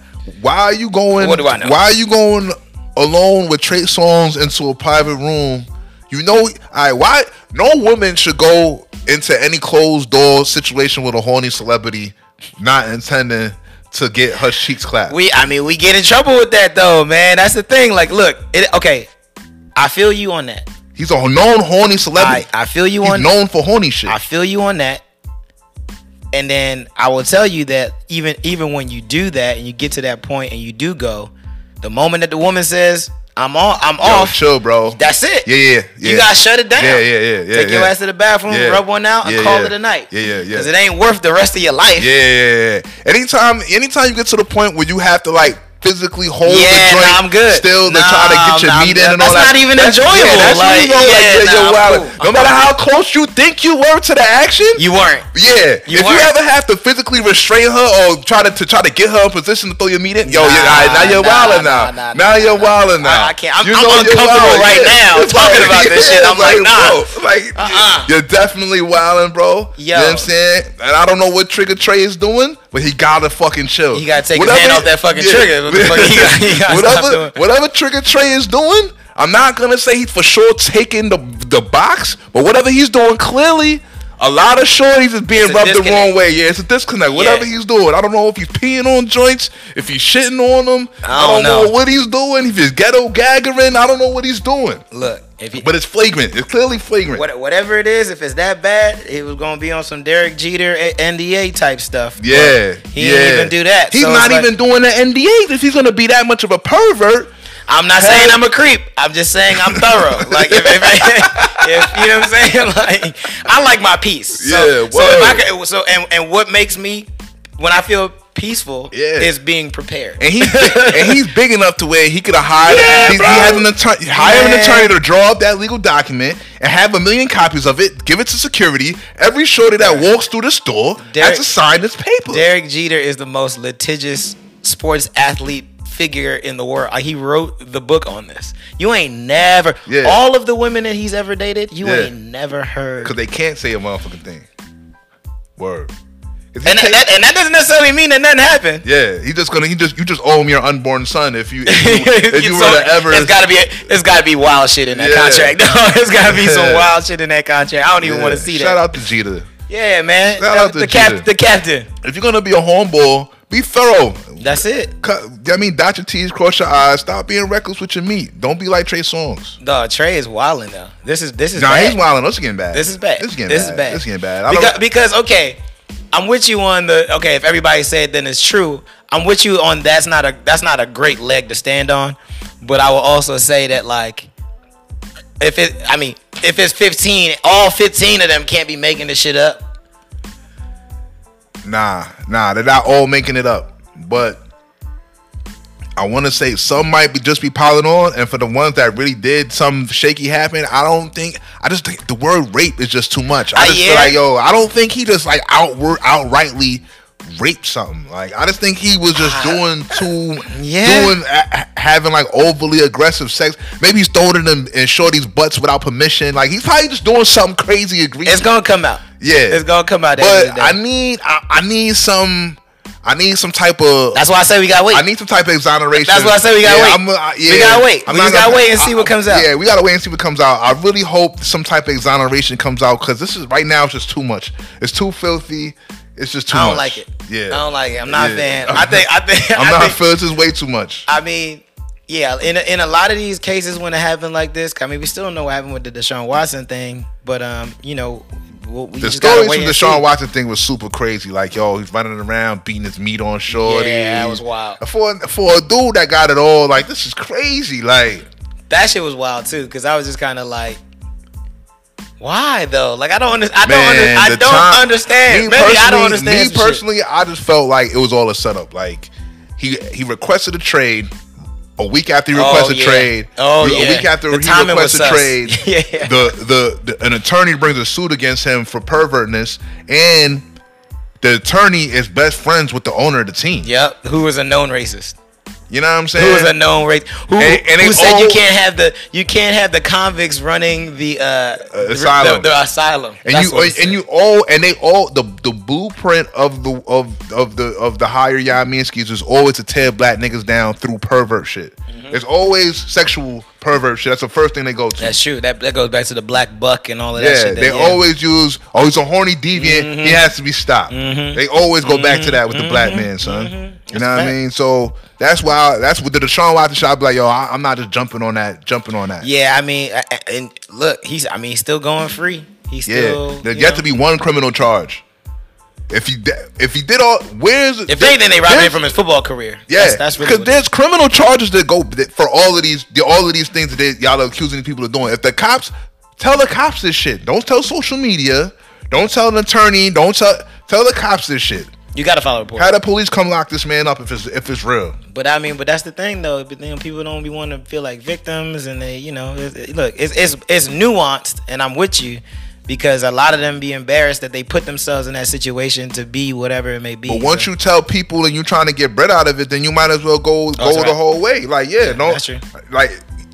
Speaker 1: why are you going?
Speaker 2: What do I know?
Speaker 1: Why are you going alone with Trey Songs into a private room? You know, I why no woman should go into any closed door situation with a horny celebrity, not intending to get her cheeks clapped.
Speaker 2: We, I mean, we get in trouble with that though, man. That's the thing. Like, look, it, okay, I feel you on that.
Speaker 1: He's a known horny
Speaker 2: I,
Speaker 1: celebrity.
Speaker 2: I feel you
Speaker 1: He's
Speaker 2: on
Speaker 1: known for horny shit.
Speaker 2: I feel you on that. And then I will tell you that even even when you do that and you get to that point and you do go, the moment that the woman says, "I'm on, I'm
Speaker 1: Yo,
Speaker 2: off,"
Speaker 1: chill, bro.
Speaker 2: that's it.
Speaker 1: yeah, yeah, yeah.
Speaker 2: You gotta shut it down.
Speaker 1: Yeah, yeah, yeah, yeah,
Speaker 2: Take your
Speaker 1: yeah.
Speaker 2: ass to the bathroom,
Speaker 1: Yeah.
Speaker 2: rub one out, and
Speaker 1: Yeah,
Speaker 2: call
Speaker 1: yeah.
Speaker 2: it a night.
Speaker 1: Yeah, yeah, yeah.
Speaker 2: Because it ain't worth the rest of your life.
Speaker 1: Yeah, yeah, yeah. Anytime, anytime you get to the point where you have to like physically hold
Speaker 2: Yeah,
Speaker 1: the joint,
Speaker 2: nah, I'm good.
Speaker 1: Still, to
Speaker 2: Nah,
Speaker 1: try to get your
Speaker 2: nah,
Speaker 1: meat
Speaker 2: I'm-
Speaker 1: in and all
Speaker 2: that's
Speaker 1: that.
Speaker 2: not even
Speaker 1: Yeah,
Speaker 2: enjoyable.
Speaker 1: that's
Speaker 2: Like,
Speaker 1: when you go like,
Speaker 2: yeah,
Speaker 1: yeah,
Speaker 2: nah,
Speaker 1: yo,
Speaker 2: I'm
Speaker 1: wild.
Speaker 2: cool.
Speaker 1: No
Speaker 2: I'm
Speaker 1: matter
Speaker 2: cool.
Speaker 1: how close you think you were to the action,
Speaker 2: You weren't.
Speaker 1: yeah.
Speaker 2: You
Speaker 1: if you
Speaker 2: weren't.
Speaker 1: ever have to physically restrain her or try to, to try to get her in position to throw your meat in, yo,
Speaker 2: Nah,
Speaker 1: yeah, all right, now you're
Speaker 2: nah,
Speaker 1: wilding
Speaker 2: nah,
Speaker 1: now.
Speaker 2: nah,
Speaker 1: now
Speaker 2: nah,
Speaker 1: you're wilding now.
Speaker 2: I can't. I'm-
Speaker 1: You
Speaker 2: I'm
Speaker 1: know you're
Speaker 2: uncomfortable
Speaker 1: wildin',
Speaker 2: right now
Speaker 1: It's
Speaker 2: talking about this shit. I'm like, nah.
Speaker 1: bro, like
Speaker 2: Uh-uh.
Speaker 1: you're definitely wilding, bro. You know
Speaker 2: Yo.
Speaker 1: what I'm saying? And I don't know what trigger Trey is doing, but he gotta fucking chill.
Speaker 2: He gotta take his hand off that fucking trigger. What the fuck
Speaker 1: [LAUGHS]
Speaker 2: he got- he gotta stop doing?
Speaker 1: whatever, whatever trigger Trey is doing, I'm not gonna say he's for sure taking the the box, but whatever he's doing, clearly a lot of shorties is being
Speaker 2: a
Speaker 1: rubbed the
Speaker 2: disconnect.
Speaker 1: wrong way. Yeah, it's a disconnect. Whatever he's doing, I don't know if he's peeing on joints, if he's shitting on them.
Speaker 2: I don't know.
Speaker 1: what he's doing. If he's ghetto gaggering, I don't know what he's doing.
Speaker 2: Look, if you,
Speaker 1: But it's flagrant. It's clearly flagrant.
Speaker 2: what, whatever it is, if it's that bad, it was gonna be on some Derek Jeter eh, NDA type stuff. But
Speaker 1: Yeah,
Speaker 2: he
Speaker 1: yeah.
Speaker 2: didn't even do that.
Speaker 1: He's
Speaker 2: So it's
Speaker 1: not
Speaker 2: like-
Speaker 1: even doing the NDA if he's gonna be that much of a pervert.
Speaker 2: I'm not saying I'm a creep. I'm just saying
Speaker 1: [LAUGHS]
Speaker 2: I'm thorough. Like if, if, if [LAUGHS] you know what I'm saying, like I like my peace. So,
Speaker 1: Yeah,
Speaker 2: so if I
Speaker 1: word.
Speaker 2: could, so and and what makes me when I feel peaceful
Speaker 1: Yeah.
Speaker 2: is being prepared.
Speaker 1: And he's and he's big enough to where he could have hired
Speaker 2: Yeah,
Speaker 1: he's-
Speaker 2: bro.
Speaker 1: he has an attorney hire an
Speaker 2: Yeah.
Speaker 1: attorney to draw up that legal document and have a million copies of it, give it to security. Every shorty that walks through the store
Speaker 2: Derek-
Speaker 1: has to sign this paper.
Speaker 2: Derek Jeter is the most litigious sports athlete figure in the world. Like, he wrote the book on this. You ain't never
Speaker 1: Yeah.
Speaker 2: all of the women that he's ever dated. You
Speaker 1: Yeah.
Speaker 2: ain't never heard.
Speaker 1: Cause they can't say a motherfucking thing. Word. 'Cause he
Speaker 2: And that,
Speaker 1: take-
Speaker 2: that- and that doesn't necessarily mean that nothing happened.
Speaker 1: yeah, he just gonna he just you just owe him your unborn son if you
Speaker 2: [LAUGHS]
Speaker 1: if you, if you
Speaker 2: So,
Speaker 1: were to ever
Speaker 2: it's gotta be it's gotta be wild shit in that
Speaker 1: Yeah.
Speaker 2: contract. No, [LAUGHS] it's gotta be some
Speaker 1: Yeah.
Speaker 2: wild shit in that contract. I don't even
Speaker 1: Yeah.
Speaker 2: want to see
Speaker 1: Shout
Speaker 2: that.
Speaker 1: out to Jeter.
Speaker 2: Yeah, man.
Speaker 1: Shout
Speaker 2: Uh,
Speaker 1: out to
Speaker 2: the
Speaker 1: Jeter.
Speaker 2: cap, the captain.
Speaker 1: If you're gonna be a hornball, be thorough.
Speaker 2: That's it.
Speaker 1: Cut, I mean, dot your T's, cross your I's. Stop being reckless with your meat. Don't be like Trey Songz.
Speaker 2: Dog, Trey is wilding though. This is this is
Speaker 1: Nah,
Speaker 2: bad.
Speaker 1: he's wilding. This is getting bad.
Speaker 2: This is bad.
Speaker 1: This is getting bad. This is getting bad. I
Speaker 2: Because,
Speaker 1: don't,
Speaker 2: because okay, I'm with you on the okay. If everybody said then it's true. I'm with you on that's not a that's not a great leg to stand on, but I will also say that like if it I mean if it's 15, all 15 of them can't be making this shit up.
Speaker 1: nah, nah. They're not all making it up, but I want to say some might be just be piling on, and for the ones that really did some shaky happen, I don't think. I just think the word rape is just too much. I
Speaker 2: Uh,
Speaker 1: just
Speaker 2: yeah.
Speaker 1: feel like yo, I don't think he just like outward outrightly raped something. Like I just think he was just doing too,
Speaker 2: Uh, Yeah.
Speaker 1: doing a- a- having like overly aggressive sex. Maybe he's throwing it in, in shorty's butts without permission. Like he's probably just doing something crazy. Egregious.
Speaker 2: It's gonna come out.
Speaker 1: Yeah.
Speaker 2: it's gonna come out. at the end of
Speaker 1: But
Speaker 2: the
Speaker 1: I
Speaker 2: day.
Speaker 1: need I, I need some I need some type of
Speaker 2: that's why I say we gotta wait.
Speaker 1: I need some type of exoneration.
Speaker 2: That's why I said we gotta wait.
Speaker 1: I'm, uh, I-
Speaker 2: We gotta wait. We
Speaker 1: not
Speaker 2: just
Speaker 1: gonna-
Speaker 2: gotta wait and see
Speaker 1: I-
Speaker 2: what comes out.
Speaker 1: Yeah, we gotta wait and see what comes out. I really hope some type of exoneration comes out because this is right now it's just too much. It's too filthy. It's just too
Speaker 2: I don't
Speaker 1: much.
Speaker 2: like it.
Speaker 1: Yeah.
Speaker 2: I don't like it. I'm not
Speaker 1: Yeah.
Speaker 2: a fan. I think I think
Speaker 1: [LAUGHS] I'm
Speaker 2: I
Speaker 1: not
Speaker 2: think,
Speaker 1: feeling this way too much.
Speaker 2: I mean, yeah, in a, in a lot of these cases when it happened like this, I mean, we still don't know what happened with the Deshaun Watson thing, but um, you know, we, we
Speaker 1: the
Speaker 2: just gotta
Speaker 1: stories
Speaker 2: wait
Speaker 1: from the
Speaker 2: and
Speaker 1: Sean
Speaker 2: see.
Speaker 1: Watson thing was super crazy. Like, yo, he's running around beating his meat on shorty.
Speaker 2: Yeah, that was wild.
Speaker 1: For for a dude that got it all, like this is crazy. Like,
Speaker 2: That shit was wild too, because I was just kind of like. Why though? Like I don't understand. I don't.
Speaker 1: man,
Speaker 2: Under- I
Speaker 1: the
Speaker 2: don't
Speaker 1: time-
Speaker 2: understand.
Speaker 1: Me
Speaker 2: Maybe I
Speaker 1: personally-
Speaker 2: don't understand.
Speaker 1: Me
Speaker 2: some shit.
Speaker 1: personally, I just felt like it was all a setup. Like he he requested a trade. a week after he requests
Speaker 2: Oh,
Speaker 1: a
Speaker 2: yeah.
Speaker 1: trade,
Speaker 2: Oh,
Speaker 1: re- a
Speaker 2: yeah.
Speaker 1: week after
Speaker 2: The
Speaker 1: he
Speaker 2: timing
Speaker 1: requests a
Speaker 2: was sus.
Speaker 1: trade,
Speaker 2: [LAUGHS] Yeah.
Speaker 1: the, the the an attorney brings a suit against him for pervertness, and the attorney is best friends with the owner of the team.
Speaker 2: Yep. Who was a known racist?
Speaker 1: You know what I'm
Speaker 2: Who was
Speaker 1: saying?
Speaker 2: a known racist? Who,
Speaker 1: And- and they
Speaker 2: who said you
Speaker 1: all-
Speaker 2: can't have the you can't have the convicts running the uh, the-
Speaker 1: asylum.
Speaker 2: The, asylum.
Speaker 1: and
Speaker 2: That's
Speaker 1: you
Speaker 2: what
Speaker 1: and
Speaker 2: it said.
Speaker 1: you all and they all the the blueprint of the of of the of the higher Yaminskis is always to tear black niggas down through pervert shit. It's always sexual pervert shit. That's the first thing they go to.
Speaker 2: That's true. Mm-hmm. That that goes back to the black buck and all of that.
Speaker 1: yeah,
Speaker 2: shit Mm-hmm. that,
Speaker 1: they always use oh he's a horny deviant. He has to be stopped.
Speaker 2: Mm-hmm.
Speaker 1: They always go back to that with the black man, son. You know what I
Speaker 2: fact.
Speaker 1: mean? So that's why that's what the Deshaun Watson shot. be like, yo, I, I'm not just jumping on that, jumping on that.
Speaker 2: Yeah, I mean, I- I- and look, he's I mean, he's still going free. He's still
Speaker 1: yeah. There's
Speaker 2: you
Speaker 1: yet
Speaker 2: know.
Speaker 1: to be one criminal charge. If he de- if he did all, where's
Speaker 2: If anything, they robbed
Speaker 1: there's-
Speaker 2: him from his football career.
Speaker 1: Yeah,
Speaker 2: that's, that's really
Speaker 1: because
Speaker 2: what it is.
Speaker 1: there's criminal charges that go that- for all of these, the, all of these things that they, y'all are accusing people of doing. If the cops tell the cops this shit, don't tell social media, don't tell an attorney, don't tell tell the cops this shit.
Speaker 2: you got to follow report.
Speaker 1: Have the police come lock this man up if it's if it's real.
Speaker 2: But I mean, but that's the thing though. But then people don't be wanting to feel like victims, and they, you know, it, it- look, it's it's it's nuanced, and I'm with you because a lot of them be embarrassed that they put themselves in that situation to be whatever it may be.
Speaker 1: But once
Speaker 2: So-
Speaker 1: you tell people and you're trying to get bread out of it, then you might as well go
Speaker 2: that's
Speaker 1: go the
Speaker 2: right.
Speaker 1: whole way. Like, yeah, no,
Speaker 2: that's true.
Speaker 1: like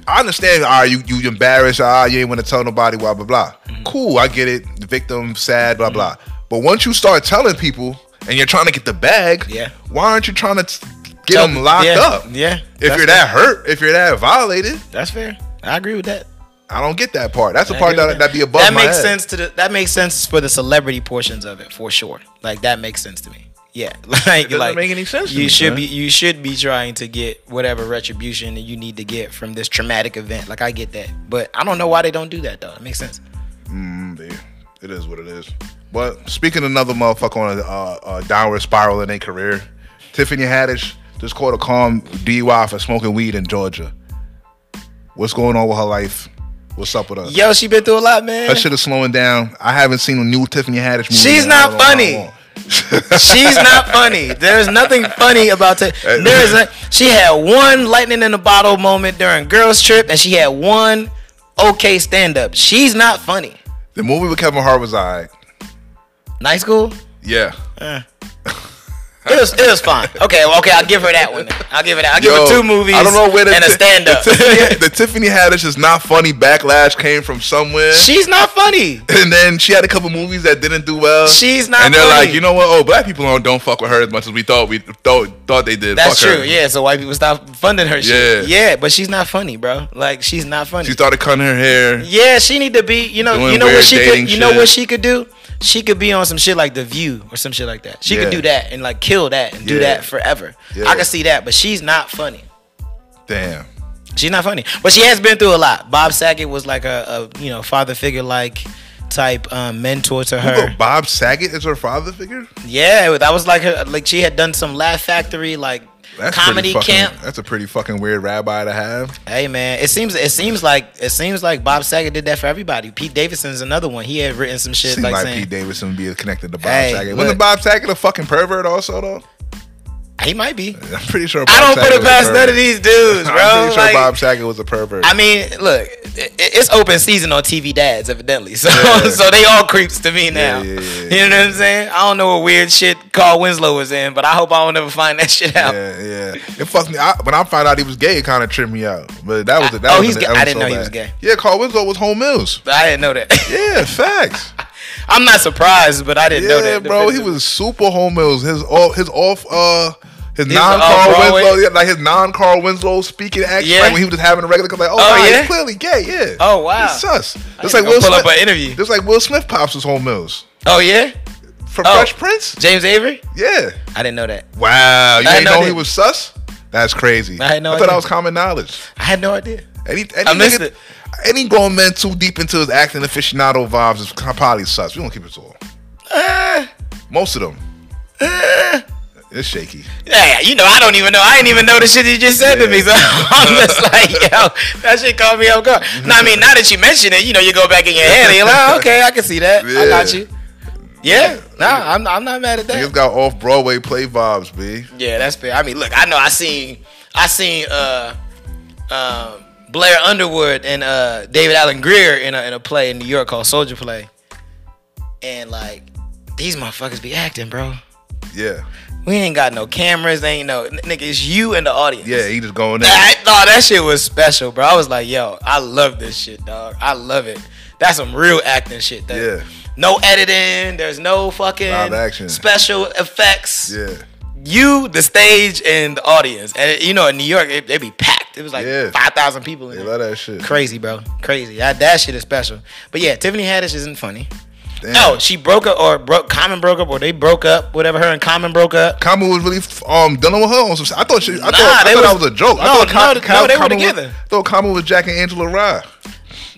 Speaker 1: I understand. Ah, you you embarrassed. Ah, you ain't want to tell nobody. Blah blah blah.
Speaker 2: Mm-hmm.
Speaker 1: Cool, I get it. The victim, sad. Blah blah. But once you start telling people and you're trying to get the bag,
Speaker 2: Yeah.
Speaker 1: why aren't you trying to t- get
Speaker 2: Tell-
Speaker 1: them locked
Speaker 2: yeah,
Speaker 1: up?
Speaker 2: yeah,
Speaker 1: If
Speaker 2: that's
Speaker 1: you're that hurt, if you're that violated,
Speaker 2: that's fair. I agree with that.
Speaker 1: I don't get that part. That's the
Speaker 2: I
Speaker 1: part
Speaker 2: agree
Speaker 1: that
Speaker 2: with
Speaker 1: that be above
Speaker 2: That
Speaker 1: my
Speaker 2: makes
Speaker 1: head.
Speaker 2: sense to the. That makes sense for the celebrity portions of it for sure. Like that makes sense to me. Yeah, [LAUGHS] like
Speaker 1: doesn't
Speaker 2: like
Speaker 1: make any sense to
Speaker 2: You
Speaker 1: me,
Speaker 2: should
Speaker 1: man.
Speaker 2: be you should be trying to get whatever retribution that you need to get from this traumatic event. Like I get that, but I don't know why they don't do that though. It makes sense.
Speaker 1: Yeah, it is what it is. But speaking of another motherfucker on a, uh, a downward spiral in their career, Tiffany Haddish just caught a calm DUI for smoking weed in Georgia. What's going on with her life? What's up with her?
Speaker 2: Yo, she been through a lot, man.
Speaker 1: Her shit is slowing down. I haven't seen a new Tiffany Haddish movie.
Speaker 2: She's
Speaker 1: in how
Speaker 2: not
Speaker 1: long, how
Speaker 2: funny.
Speaker 1: long.
Speaker 2: She's not funny. There's nothing funny about it. There is. A, she had one lightning in a bottle moment during girls trip, and she had one okay stand up. She's not funny.
Speaker 1: [LAUGHS] The movie with Kevin Hart was alright.
Speaker 2: Night school.
Speaker 1: Yeah.
Speaker 2: It was, it was fine. Okay, well, okay, I'll give her that one. Then. I'll give her that. I'll give
Speaker 1: Yo,
Speaker 2: her two movies.
Speaker 1: I don't know where the
Speaker 2: and a
Speaker 1: Ti-
Speaker 2: stand up.
Speaker 1: The
Speaker 2: [LAUGHS]
Speaker 1: Tiffany, the Tiffany Haddish is not funny. Backlash came from
Speaker 2: [LAUGHS]
Speaker 1: somewhere.
Speaker 2: She's not funny.
Speaker 1: [LAUGHS] and then she had a couple movies that didn't do well.
Speaker 2: She's not
Speaker 1: And they're
Speaker 2: funny.
Speaker 1: like, you know what? Oh, black people don't, don't fuck with her as much as we thought we thought thought they did.
Speaker 2: That's
Speaker 1: Fuck her.
Speaker 2: true. Yeah, so white people stop funding her shit.
Speaker 1: Yeah.
Speaker 2: Yeah. but she's not funny, bro. Like she's not funny.
Speaker 1: She started cutting her hair.
Speaker 2: yeah, she need to be. You know.
Speaker 1: Doing
Speaker 2: You know
Speaker 1: weird
Speaker 2: what she
Speaker 1: dating
Speaker 2: could. You know
Speaker 1: shit.
Speaker 2: what she could do. She could be on some shit like The View or some shit like that. She
Speaker 1: Yeah.
Speaker 2: could do that and like kill that and do
Speaker 1: Yeah.
Speaker 2: that forever.
Speaker 1: Yeah.
Speaker 2: I can see that, but she's not funny.
Speaker 1: Damn.
Speaker 2: She's not funny, but she has been through a lot. Bob Saget was like a, a you know father figure like type um, mentor to her.
Speaker 1: Look, Bob Saget is her father figure.
Speaker 2: Yeah, that was like her. Like she had done some Laugh Factory, like
Speaker 1: pretty
Speaker 2: comedy
Speaker 1: fucking,
Speaker 2: camp.
Speaker 1: That's a pretty fucking weird rabbi to have.
Speaker 2: Hey man, it seems it seems like it seems like Bob Saget did that for everybody. Pete Davidson's another one. He had written some shit
Speaker 1: Seems
Speaker 2: like,
Speaker 1: like,
Speaker 2: saying
Speaker 1: Pete Davidson be connected to Bob
Speaker 2: Hey,
Speaker 1: Saget.
Speaker 2: look.
Speaker 1: Wasn't Bob Saget a fucking pervert also though? [LAUGHS]
Speaker 2: he might be.
Speaker 1: I'm pretty sure. Bob
Speaker 2: I don't
Speaker 1: Saget
Speaker 2: put it
Speaker 1: was a
Speaker 2: past none
Speaker 1: pervert.
Speaker 2: of
Speaker 1: [LAUGHS]
Speaker 2: these dudes, bro.
Speaker 1: I'm pretty sure
Speaker 2: Like,
Speaker 1: Bob Saget was a pervert.
Speaker 2: I mean, look, i- i- it's open season on TV dads, evidently. [LAUGHS] So,
Speaker 1: Yeah.
Speaker 2: so they all creeps to me now.
Speaker 1: yeah, yeah,
Speaker 2: You know what I'm saying? I don't know what weird shit Carl Winslow was in, but I hope I don't ever find that [LAUGHS] shit out.
Speaker 1: yeah, yeah. It fucked me. I, when I found out he was gay, it kind of tripped me out. But that was
Speaker 2: I-
Speaker 1: it. That
Speaker 2: oh,
Speaker 1: was
Speaker 2: he's
Speaker 1: an-
Speaker 2: gay.
Speaker 1: that
Speaker 2: I
Speaker 1: so
Speaker 2: didn't know he
Speaker 1: bad.
Speaker 2: was gay.
Speaker 1: Yeah, Carl Winslow was home Mills.
Speaker 2: But I didn't know that. [LAUGHS]
Speaker 1: Yeah, facts.
Speaker 2: I'm not surprised, but I didn't know
Speaker 1: yeah,
Speaker 2: that.
Speaker 1: bro, he was super home Mills. His all his off uh his
Speaker 2: These
Speaker 1: non
Speaker 2: are all
Speaker 1: Carl
Speaker 2: Broadway?
Speaker 1: Winslow, yeah, like his non Carl Winslow speaking action,
Speaker 2: Yeah.
Speaker 1: like when he was just having a regular, 'cause like, oh,
Speaker 2: Oh,
Speaker 1: nah,
Speaker 2: yeah?
Speaker 1: he's clearly gay, yeah.
Speaker 2: Oh, wow.
Speaker 1: it's sus.
Speaker 2: I
Speaker 1: It's
Speaker 2: need
Speaker 1: like
Speaker 2: to go
Speaker 1: Will
Speaker 2: pull
Speaker 1: Smith.
Speaker 2: up an interview.
Speaker 1: It's like Will Smith pops was home Mills
Speaker 2: Oh yeah,
Speaker 1: from
Speaker 2: Oh.
Speaker 1: Fresh Prince.
Speaker 2: James Avery.
Speaker 1: Yeah.
Speaker 2: I didn't know that.
Speaker 1: Wow, you
Speaker 2: I
Speaker 1: didn't
Speaker 2: know
Speaker 1: know
Speaker 2: that.
Speaker 1: he was sus. That's crazy.
Speaker 2: I had no
Speaker 1: I thought
Speaker 2: idea.
Speaker 1: that was common knowledge.
Speaker 2: I had no idea.
Speaker 1: Any, any
Speaker 2: I missed
Speaker 1: nigga-
Speaker 2: it.
Speaker 1: Any grown man too deep into his acting aficionado vibes is probably sus. We don't keep it all.
Speaker 2: Uh,
Speaker 1: Most of them. it's shaky.
Speaker 2: Yeah, you know, I don't even know. I didn't even know the shit you just said to me. So [LAUGHS] I'm just like, yo, that shit caught me off guard. No, I mean, now that you mention it, you know, you go back in your head and you're like, oh, okay, I can see that. I got
Speaker 1: Yeah.
Speaker 2: you. Yeah, nah, I'm, I'm not mad at
Speaker 1: Niggas
Speaker 2: that.
Speaker 1: got off Broadway play vibes, B.
Speaker 2: Yeah, that's fair. I mean, look, I know I seen, I seen, uh, uh, Blair Underwood and uh, David Allen Greer in a, in a play in New York called Soldier Play, and like these motherfuckers be acting, bro.
Speaker 1: Yeah.
Speaker 2: We ain't got no cameras. They ain't no n- nigga. It's you and the audience.
Speaker 1: Yeah, he just going in.
Speaker 2: [LAUGHS] I thought that shit was special, bro. I was like, yo, I love this shit, dog. I love it. That's some real acting shit. That
Speaker 1: Yeah.
Speaker 2: No editing. There's no fucking
Speaker 1: Live action.
Speaker 2: special effects.
Speaker 1: Yeah.
Speaker 2: You, the stage, and the audience. And you know, in New York, it, they be packed. It was like
Speaker 1: Yeah.
Speaker 2: five thousand people. In
Speaker 1: They
Speaker 2: there.
Speaker 1: love that shit.
Speaker 2: Crazy, bro. Crazy. That, that shit is special. But yeah, Tiffany Haddish isn't funny.
Speaker 1: Damn.
Speaker 2: No, she broke up or broke Common broke up or they broke up. Whatever. Her and Common broke up.
Speaker 1: Common was really um dealing with her on some. I thought she. I
Speaker 2: Nah,
Speaker 1: thought, I
Speaker 2: they
Speaker 1: thought that
Speaker 2: was-
Speaker 1: was a joke. I
Speaker 2: no,
Speaker 1: thought
Speaker 2: no, no, they were together.
Speaker 1: Was, thought Common was Jack and Angela Rye.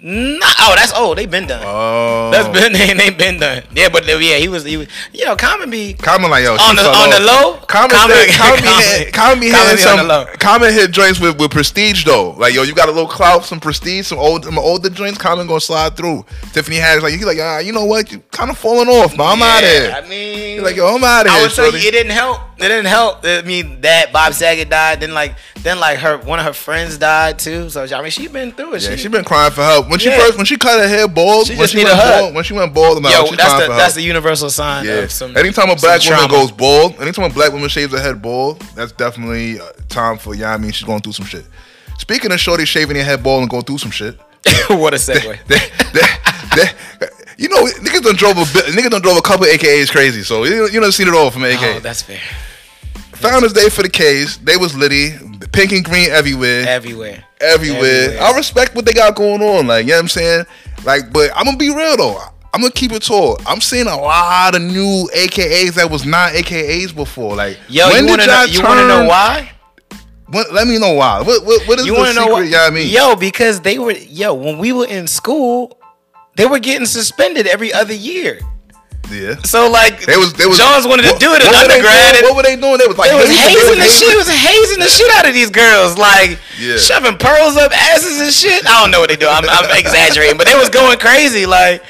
Speaker 2: Nah, oh, that's old. They been done.
Speaker 1: Oh,
Speaker 2: That's been [LAUGHS] they, they been done. Yeah, but they- yeah, he was he was you know Common be
Speaker 1: Common like yo she
Speaker 2: On the-
Speaker 1: fell
Speaker 2: on
Speaker 1: off.
Speaker 2: the low?
Speaker 1: Common
Speaker 2: Common- [LAUGHS]
Speaker 1: said- Common
Speaker 2: Common-
Speaker 1: hit- Common be
Speaker 2: Common
Speaker 1: hitting
Speaker 2: be on the
Speaker 1: some-
Speaker 2: low.
Speaker 1: Common hit joints with, with prestige though. Like yo, you got a little clout, some prestige, some old some older joints. Common gonna slide through. Tiffany Haddish like you like ah, you know what? You kind of falling off, man. I'm out of
Speaker 2: Yeah,
Speaker 1: here.
Speaker 2: I mean,
Speaker 1: You're like yo, I'm out of here.
Speaker 2: I would tell you
Speaker 1: shorty.
Speaker 2: it didn't help. It didn't help. I mean that Bob Saget died. Then like then like her one of her friends died too. So I mean she been through it.
Speaker 1: Yeah,
Speaker 2: she,
Speaker 1: she been crying for help when she
Speaker 2: Yeah.
Speaker 1: first when she cut her hair bald.
Speaker 2: She
Speaker 1: when
Speaker 2: just
Speaker 1: she
Speaker 2: need a
Speaker 1: went
Speaker 2: hug.
Speaker 1: bald, when she went bald, I'm like, oh,
Speaker 2: yo
Speaker 1: she
Speaker 2: that's
Speaker 1: crying
Speaker 2: the
Speaker 1: for
Speaker 2: that's the
Speaker 1: help.
Speaker 2: universal sign
Speaker 1: Yeah.
Speaker 2: of some.
Speaker 1: anytime a
Speaker 2: some
Speaker 1: black woman
Speaker 2: trauma.
Speaker 1: goes bald, anytime a black woman shaves her head bald, that's definitely uh, time for. Yeah, I mean, she's going through some shit. Speaking of shorty shaving her head bald and going through some shit, [LAUGHS]
Speaker 2: [LAUGHS] what a segue.
Speaker 1: that- that- that- you know, niggas done drove a bit, niggas done drove a couple AKAs crazy. So you you done seen it all from AK.
Speaker 2: Oh, that's fair.
Speaker 1: Founders Day for the K's, they was litty, pink and green everywhere
Speaker 2: Everywhere.
Speaker 1: everywhere.
Speaker 2: Everywhere.
Speaker 1: I respect what they got going on. Like, you know what I'm saying? Like, but I'm gonna be real though. I'm gonna keep it tall. I'm seeing a lot of new AKAs that was not AKAs before. Like,
Speaker 2: Yo, you wanna know,
Speaker 1: y'all
Speaker 2: you wanna know
Speaker 1: turn-
Speaker 2: why?
Speaker 1: What- let me know why. What, what, what is
Speaker 2: You
Speaker 1: the
Speaker 2: want to
Speaker 1: secret?
Speaker 2: know what?
Speaker 1: y'all mean?
Speaker 2: Yo, because they were yo when we were in school, they were getting suspended every other year.
Speaker 1: yeah.
Speaker 2: So like,
Speaker 1: They was they was
Speaker 2: Johns wanted to
Speaker 1: what-
Speaker 2: do it in
Speaker 1: what were they
Speaker 2: undergrad.
Speaker 1: doing?
Speaker 2: and
Speaker 1: What were they doing? They was like
Speaker 2: They was hazing the shit.
Speaker 1: hazing-
Speaker 2: It was hazing the shit out of these girls, like
Speaker 1: Yeah.
Speaker 2: shoving pearls up asses and shit. I don't know what they do. I'm, I'm exaggerating, but they was going crazy. Like,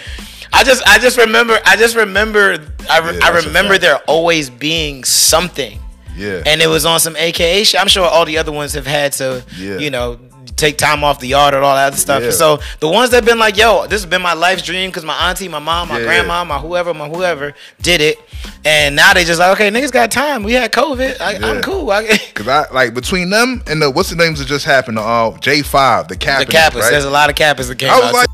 Speaker 2: I just, I just remember, I just remember, I, re-
Speaker 1: Yeah,
Speaker 2: I
Speaker 1: that's a
Speaker 2: remember
Speaker 1: fact.
Speaker 2: there always being something,
Speaker 1: Yeah.
Speaker 2: and it was on some AKA shit. I'm sure all the other ones have had to,
Speaker 1: Yeah.
Speaker 2: you know. Take time off the yard and all that other stuff.
Speaker 1: Yeah.
Speaker 2: So the ones that been like, "Yo, this has been my life's dream," because my auntie, my mom, my
Speaker 1: Yeah.
Speaker 2: grandma, my whoever, my whoever did it, and now they just like, "Okay, niggas got time. We had COVID. I,
Speaker 1: Yeah.
Speaker 2: I'm cool. I, [LAUGHS]
Speaker 1: Cause I like between them and the what's the names that just happened? Uh, J Five, the Cap,
Speaker 2: The Kappas. There's a lot of Kappas that came
Speaker 1: I
Speaker 2: out.
Speaker 1: was like,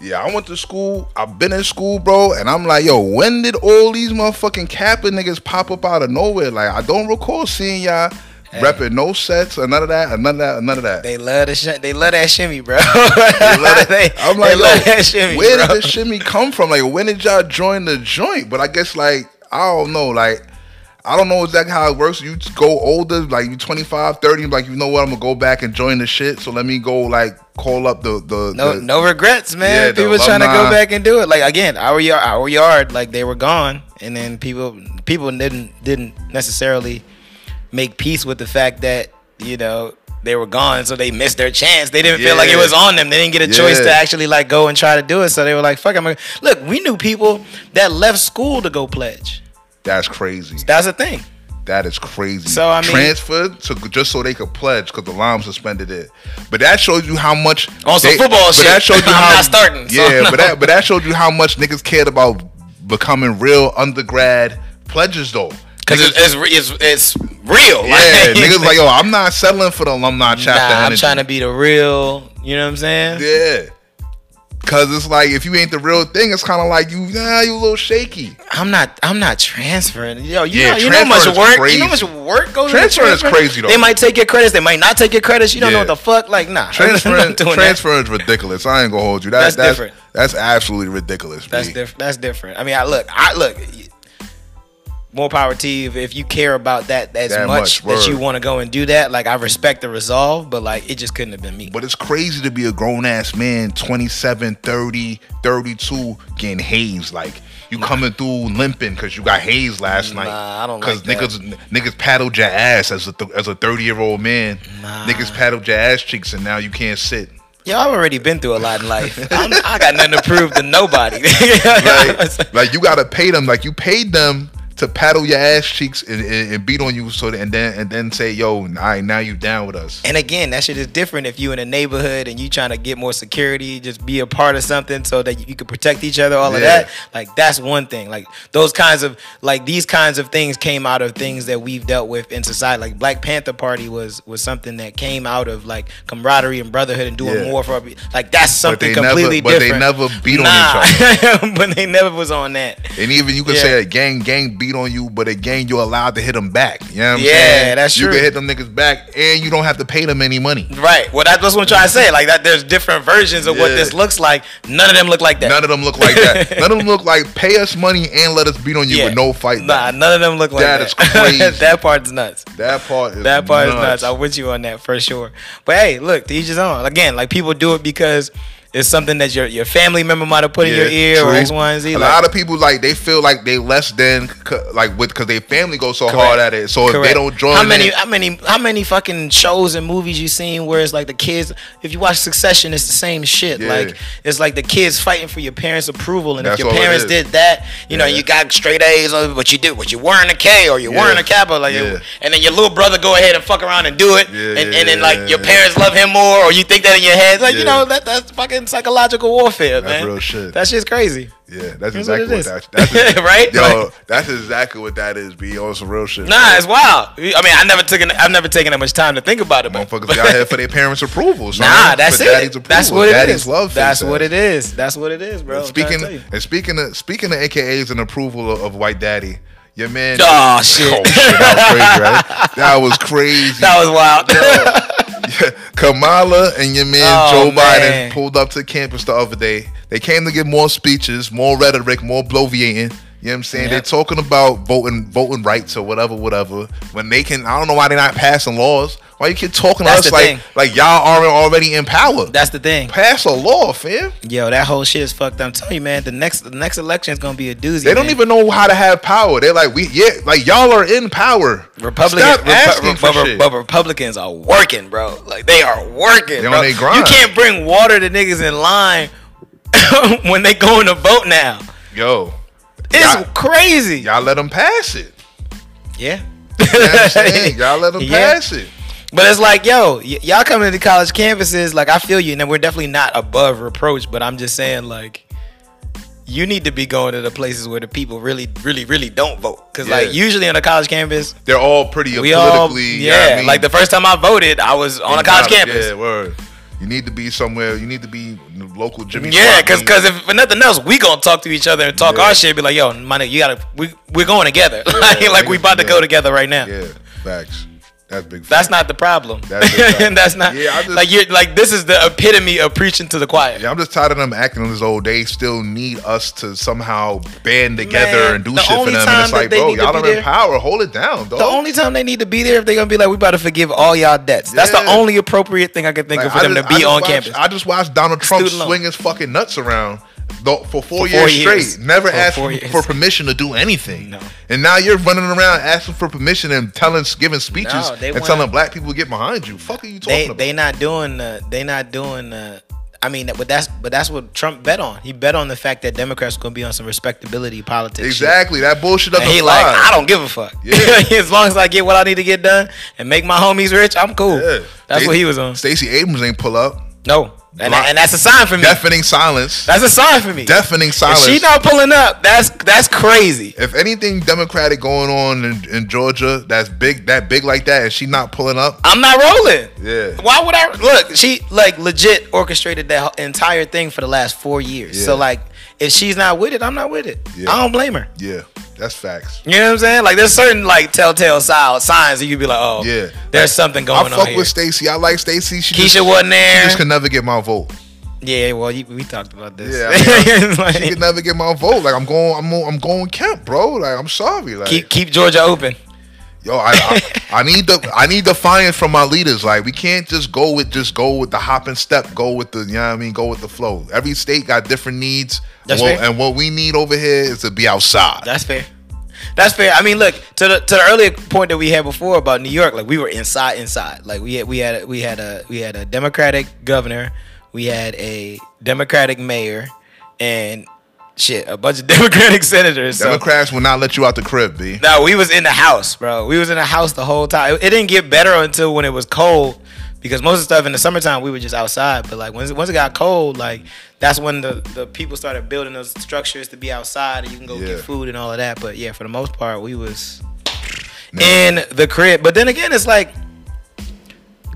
Speaker 1: yeah, I went to school. I've been in school, bro, and I'm like, yo, when did all these motherfucking Kappa niggas pop up out of nowhere? Like, I don't recall seeing y'all repping no sets or none of that, or none of that, or none of that.
Speaker 2: they love the sh- they love that shimmy, bro. [LAUGHS]
Speaker 1: They love it.
Speaker 2: They-
Speaker 1: [LAUGHS] I'm
Speaker 2: they
Speaker 1: like,
Speaker 2: love
Speaker 1: yo,
Speaker 2: that shimmy,
Speaker 1: where
Speaker 2: bro.
Speaker 1: did this shimmy come from? Like, when did y'all join the joint? But I guess like I don't know, like. I don't know exactly how it works. You just go older, like you 25, 30, like you know what, I'm gonna go back and join the shit. So let me go like call up the the
Speaker 2: no
Speaker 1: the,
Speaker 2: no regrets,
Speaker 1: Yeah,
Speaker 2: man.
Speaker 1: the
Speaker 2: people trying to go
Speaker 1: alumni.
Speaker 2: back and do it. Like again, our yard, our yard, like they were gone, and then people people didn't didn't necessarily make peace with the fact that you know they were gone, so they missed their chance. They didn't feel like it
Speaker 1: Yeah.
Speaker 2: was on them. They didn't get a choice
Speaker 1: Yeah.
Speaker 2: to actually like go and try to do it. So they were like, "Fuck, I'm gonna look." We knew people that left school to go pledge.
Speaker 1: That's crazy.
Speaker 2: That's a thing.
Speaker 1: That is crazy.
Speaker 2: So, I mean-
Speaker 1: transferred to just so they could pledge because the Lime suspended it. But that shows you how much
Speaker 2: On some Oh, football
Speaker 1: but
Speaker 2: shit.
Speaker 1: That
Speaker 2: [LAUGHS]
Speaker 1: showed you
Speaker 2: I'm
Speaker 1: how,
Speaker 2: not starting, so
Speaker 1: Yeah,
Speaker 2: no.
Speaker 1: but
Speaker 2: [LAUGHS]
Speaker 1: that but that showed you how much niggas cared about becoming real undergrad pledges though.
Speaker 2: Cause it's it's re- it's, it's [LAUGHS] real.
Speaker 1: Yeah, niggas like yo, I'm not settling for the alumni chapter.
Speaker 2: Nah, I'm
Speaker 1: energy.
Speaker 2: trying to be the real. You know what I'm saying?
Speaker 1: [LAUGHS] Yeah. Cause it's like if you ain't the real thing, it's kind of like you, nah, you a little shaky.
Speaker 2: I'm not. I'm not transferring. Yo, you
Speaker 1: Yeah,
Speaker 2: know, you know how much
Speaker 1: transfer is
Speaker 2: work.
Speaker 1: crazy.
Speaker 2: You know how much work goes.
Speaker 1: Transfer
Speaker 2: into
Speaker 1: is crazy, though.
Speaker 2: They might take your credits. They might not take your credits. You don't
Speaker 1: Yeah.
Speaker 2: know what the fuck. Like, nah. [LAUGHS] [LAUGHS] I'm
Speaker 1: Transferring,
Speaker 2: not doing that.
Speaker 1: transferring is ridiculous. I ain't gonna hold you. That's
Speaker 2: That's
Speaker 1: that's
Speaker 2: different.
Speaker 1: That's absolutely ridiculous.
Speaker 2: That's
Speaker 1: B.
Speaker 2: different. That's different. I mean, I look. I look. More power to you if- if you care about that as
Speaker 1: That much,
Speaker 2: much, that you
Speaker 1: word.
Speaker 2: want to go and do that. Like, I respect the resolve, but like, it just couldn't have been me.
Speaker 1: But it's crazy to be a grown ass man, 27, 30, 32, getting hazed. Like you coming through limping because you got hazed last night.
Speaker 2: Nah, I don't
Speaker 1: Because
Speaker 2: like that.
Speaker 1: niggas n- niggas paddled your ass as a th- as a 30 year old man.
Speaker 2: Nah.
Speaker 1: Niggas paddled your ass cheeks and now you can't
Speaker 2: [LAUGHS]
Speaker 1: sit.
Speaker 2: Yo, I've already been through a lot in life. [LAUGHS] I'm, I got nothing to prove to nobody. [LAUGHS]
Speaker 1: Like, like you gotta pay them. Like you paid them to paddle your ass cheeks and, and, and beat on you so that, and then and then say, yo, all right, now you down with us.
Speaker 2: And again, that shit is different if you in a neighborhood and you trying to get more security, just be a part of something so that you can protect each other, all of
Speaker 1: Yeah.
Speaker 2: that. Like that's one thing. Like those kinds of like these kinds of things came out of things that we've dealt with in society. Like Black Panther Party was was something that came out of like camaraderie and brotherhood and doing
Speaker 1: Yeah.
Speaker 2: more for like that's something
Speaker 1: they never-
Speaker 2: completely
Speaker 1: but they
Speaker 2: different.
Speaker 1: never beat on each
Speaker 2: other. [LAUGHS] but they never was on that.
Speaker 1: And even you could
Speaker 2: Yeah.
Speaker 1: say a gang gang beat on you, but a gang you're allowed to hit them back. You know what I'm
Speaker 2: Yeah,
Speaker 1: saying?
Speaker 2: that's
Speaker 1: You
Speaker 2: true.
Speaker 1: can hit them niggas back and you don't have to pay them any money.
Speaker 2: Right. Well, that- that's what I'm trying to say. Like that, there's different versions of what
Speaker 1: Yeah.
Speaker 2: this looks like. None of them look like that.
Speaker 1: None of them look like
Speaker 2: [LAUGHS]
Speaker 1: that. None of them look like pay us money and let us beat on you
Speaker 2: Yeah.
Speaker 1: with no fight.
Speaker 2: Nah, none of them look like
Speaker 1: That
Speaker 2: that. [LAUGHS]
Speaker 1: is crazy.
Speaker 2: that part's nuts.
Speaker 1: That part is
Speaker 2: That part
Speaker 1: nuts.
Speaker 2: is nuts. I'm with you on that for sure. But hey, look, to each his own. Again, like people do it because it's something that your your family member might have put in your ear or
Speaker 1: true.
Speaker 2: X, Y, and Z.
Speaker 1: A
Speaker 2: like-
Speaker 1: lot of people like they feel like they less than c- like with because they family goes so hard at it. So if they
Speaker 2: Correct.
Speaker 1: don't join,
Speaker 2: How many?
Speaker 1: it-
Speaker 2: How many? How many fucking shows and movies you seen where it's like the kids? If you watch Succession, it's the same shit.
Speaker 1: Yeah.
Speaker 2: Like it's like the kids fighting for your parents' approval, and
Speaker 1: That's
Speaker 2: if your
Speaker 1: all it
Speaker 2: parents
Speaker 1: is.
Speaker 2: did that, you know,
Speaker 1: Yeah.
Speaker 2: you got straight A's, uh, but you did, but you weren't a K or you
Speaker 1: Yeah.
Speaker 2: weren't a Kappa, like,
Speaker 1: Yeah.
Speaker 2: and then your little brother go ahead and fuck around and do it,
Speaker 1: Yeah,
Speaker 2: and,
Speaker 1: yeah,
Speaker 2: and then like your
Speaker 1: yeah.
Speaker 2: parents love him more, or you think that in your head, like
Speaker 1: Yeah.
Speaker 2: you know that that's fucking psychological warfare,
Speaker 1: That's
Speaker 2: man.
Speaker 1: real shit.
Speaker 2: That shit's crazy.
Speaker 1: yeah, that's
Speaker 2: Here's what
Speaker 1: exactly
Speaker 2: it
Speaker 1: what
Speaker 2: is.
Speaker 1: that.
Speaker 2: [LAUGHS]
Speaker 1: That's ex-
Speaker 2: Right?
Speaker 1: Yo,
Speaker 2: Like-
Speaker 1: that's exactly what that is. Be on some real shit.
Speaker 2: Nah, it's wild. I mean, I never took, I've never taken that much time to think about it. but-
Speaker 1: motherfuckers
Speaker 2: [LAUGHS]
Speaker 1: be out here for their parents' approval. son.
Speaker 2: Nah,
Speaker 1: For
Speaker 2: that's
Speaker 1: daddy's
Speaker 2: it.
Speaker 1: approval.
Speaker 2: That's what it is.
Speaker 1: daddy's love.
Speaker 2: That's
Speaker 1: face
Speaker 2: what
Speaker 1: ass.
Speaker 2: it is. That's what it is, bro. I'm trying to
Speaker 1: Speaking
Speaker 2: tell you.
Speaker 1: and speaking of speaking of AKAs and approval of, of white daddy, your man.
Speaker 2: Aw,
Speaker 1: [LAUGHS]
Speaker 2: shit.
Speaker 1: Oh, shit,
Speaker 2: [LAUGHS]
Speaker 1: that was crazy. Right?
Speaker 2: that was
Speaker 1: [LAUGHS]
Speaker 2: wild.
Speaker 1: That was crazy. [LAUGHS] Kamala and your man
Speaker 2: Oh,
Speaker 1: Joe
Speaker 2: man.
Speaker 1: Biden pulled up to campus the other day. They came to get more speeches, more rhetoric, more bloviating. You know what I'm saying? They're
Speaker 2: Yep.
Speaker 1: talking about voting voting rights or whatever, whatever. When they can I don't know why they're not passing laws. Why you keep talking to
Speaker 2: That's
Speaker 1: us
Speaker 2: the
Speaker 1: like
Speaker 2: thing.
Speaker 1: like y'all aren't already in power?
Speaker 2: That's the thing.
Speaker 1: pass a law, fam.
Speaker 2: Yo, that whole shit is fucked. up. I'm telling you, man. The next, the next election is gonna be a doozy.
Speaker 1: They don't
Speaker 2: man.
Speaker 1: even know how to have power. They're like, we yeah, like y'all are in power.
Speaker 2: Republican,
Speaker 1: Stop
Speaker 2: Repu-
Speaker 1: asking
Speaker 2: Repu-
Speaker 1: for
Speaker 2: Repu-
Speaker 1: shit.
Speaker 2: but Republicans are working, bro. Like they are working.
Speaker 1: They on
Speaker 2: bro.
Speaker 1: they grind.
Speaker 2: You can't bring water to niggas in line [COUGHS] when they going to vote now.
Speaker 1: Yo,
Speaker 2: It's
Speaker 1: Y'all-
Speaker 2: crazy.
Speaker 1: y'all let them pass it.
Speaker 2: Yeah.
Speaker 1: You know
Speaker 2: [LAUGHS]
Speaker 1: what I'm saying? y'all let them
Speaker 2: Yeah.
Speaker 1: pass it.
Speaker 2: But it's like, yo, y- y'all coming to college campuses, like I feel you, and we're definitely not above reproach. But I'm just saying, like, you need to be going to the places where the people really, really, really don't vote. Because
Speaker 1: Yeah.
Speaker 2: like usually on a college campus,
Speaker 1: They're all pretty
Speaker 2: we all,
Speaker 1: politically. you know
Speaker 2: yeah.
Speaker 1: what I mean?
Speaker 2: Like the first time I voted, I was on a college
Speaker 1: Yeah,
Speaker 2: campus.
Speaker 1: Yeah, word. You need to be somewhere. You need to be in the local Jimmy.
Speaker 2: Yeah,
Speaker 1: Swat
Speaker 2: because
Speaker 1: meeting.
Speaker 2: if for nothing else, we gonna talk to each other and talk
Speaker 1: Yeah.
Speaker 2: our shit. Be like, yo, my nigga, you gotta, we we're going together. [LAUGHS] like, like we
Speaker 1: niggas-
Speaker 2: about to
Speaker 1: yeah.
Speaker 2: go together right now.
Speaker 1: yeah, facts. That's big.
Speaker 2: That's
Speaker 1: Facts.
Speaker 2: not the problem.
Speaker 1: That's
Speaker 2: [LAUGHS] That's,
Speaker 1: the fact.
Speaker 2: not.
Speaker 1: Yeah, I just-
Speaker 2: like you're like this is the epitome of preaching to the choir.
Speaker 1: Yeah, I'm just tired of them acting as though they still need us to somehow band together
Speaker 2: Man,
Speaker 1: and do
Speaker 2: the
Speaker 1: shit for
Speaker 2: only
Speaker 1: them. And
Speaker 2: time
Speaker 1: it's
Speaker 2: that
Speaker 1: like,
Speaker 2: they
Speaker 1: bro,
Speaker 2: need to
Speaker 1: y'all
Speaker 2: be
Speaker 1: are in
Speaker 2: there-
Speaker 1: power. Hold it down, dog.
Speaker 2: The only time they need to be there if they're gonna be like, we about to forgive all y'all debts. That's the
Speaker 1: Yeah.
Speaker 2: only appropriate thing I can think
Speaker 1: Like,
Speaker 2: of for
Speaker 1: I
Speaker 2: them
Speaker 1: just-
Speaker 2: to
Speaker 1: I
Speaker 2: be
Speaker 1: just
Speaker 2: on
Speaker 1: watched-
Speaker 2: campus.
Speaker 1: I just watched Donald Trump
Speaker 2: Student loan.
Speaker 1: swing his fucking nuts around though, for four
Speaker 2: four
Speaker 1: years
Speaker 2: years.
Speaker 1: straight. Never
Speaker 2: For
Speaker 1: asked
Speaker 2: four
Speaker 1: for,
Speaker 2: years.
Speaker 1: for permission to do anything.
Speaker 2: No.
Speaker 1: And now you're running around asking for permission and telling, giving speeches
Speaker 2: No, they
Speaker 1: and
Speaker 2: wanna-
Speaker 1: telling black people to get behind you. Fuck are you talking
Speaker 2: they
Speaker 1: about?
Speaker 2: they not doing the they not doing the I mean, but that's but that's what Trump bet on. He bet on the fact that Democrats gonna be on some respectability politics. shit.
Speaker 1: exactly. That bullshit doesn't
Speaker 2: And he
Speaker 1: fly.
Speaker 2: like, I don't give a fuck.
Speaker 1: Yeah.
Speaker 2: [LAUGHS] as long as I get what I need to get done and make my homies rich, I'm cool.
Speaker 1: Yeah.
Speaker 2: That's
Speaker 1: Sta-
Speaker 2: what he was on.
Speaker 1: Stacey Abrams ain't pull up.
Speaker 2: No, and,
Speaker 1: Block.
Speaker 2: and that's a sign for me.
Speaker 1: Deafening silence.
Speaker 2: that's a sign for me.
Speaker 1: Deafening
Speaker 2: If
Speaker 1: silence.
Speaker 2: she not pulling up, that's that's crazy.
Speaker 1: if anything Democratic going on in, in Georgia that's big, that big like that, and she not pulling up,
Speaker 2: I'm not rolling.
Speaker 1: Yeah.
Speaker 2: Why would I look? She like legit orchestrated that entire thing for the last four years.
Speaker 1: Yeah.
Speaker 2: So like, if she's not with it, I'm not with it.
Speaker 1: Yeah.
Speaker 2: I don't blame her.
Speaker 1: yeah, that's facts.
Speaker 2: You know what I'm saying? Like, there's certain like telltale si- signs that you'd be like, oh,
Speaker 1: Yeah.
Speaker 2: there's something
Speaker 1: I
Speaker 2: going on
Speaker 1: fuck
Speaker 2: here.
Speaker 1: with Stacey. I like Stacey. She
Speaker 2: Keisha
Speaker 1: just,
Speaker 2: wasn't
Speaker 1: She
Speaker 2: there.
Speaker 1: just could never get my vote.
Speaker 2: yeah, well, you, we talked about this.
Speaker 1: Yeah, I
Speaker 2: [LAUGHS] Like,
Speaker 1: She could never get my vote. Like I'm going, I'm, on- I'm going camp, bro. Like I'm sorry. Like
Speaker 2: keep keep Georgia open.
Speaker 1: yo, I,
Speaker 2: [LAUGHS]
Speaker 1: I, I need the, I need defiance from my leaders. Like we can't just go with, just go with the hop and step. Go with the, you know what I mean. Go with the flow. Every state got different needs.
Speaker 2: That's
Speaker 1: Well,
Speaker 2: fair.
Speaker 1: and what we need over here is to be outside.
Speaker 2: That's fair. That's fair. I mean, look to the to the earlier point that we had before about New York. Like we were inside, inside. Like we had we had we had a we had a Democratic governor, we had a Democratic mayor, and shit, a bunch of [LAUGHS] Democratic senators. So.
Speaker 1: Democrats will not let you out the crib, B.
Speaker 2: No, we was in the house, bro. We was in the house the whole time. It, it didn't get better until when it was cold, because most of the stuff in the summertime we were just outside. But like once once it got cold, like that's when the, the people started building those structures to be outside and you can go
Speaker 1: Yeah.
Speaker 2: get food and all of that. But yeah, for the most part, we was
Speaker 1: No.
Speaker 2: in the crib. But then again, it's like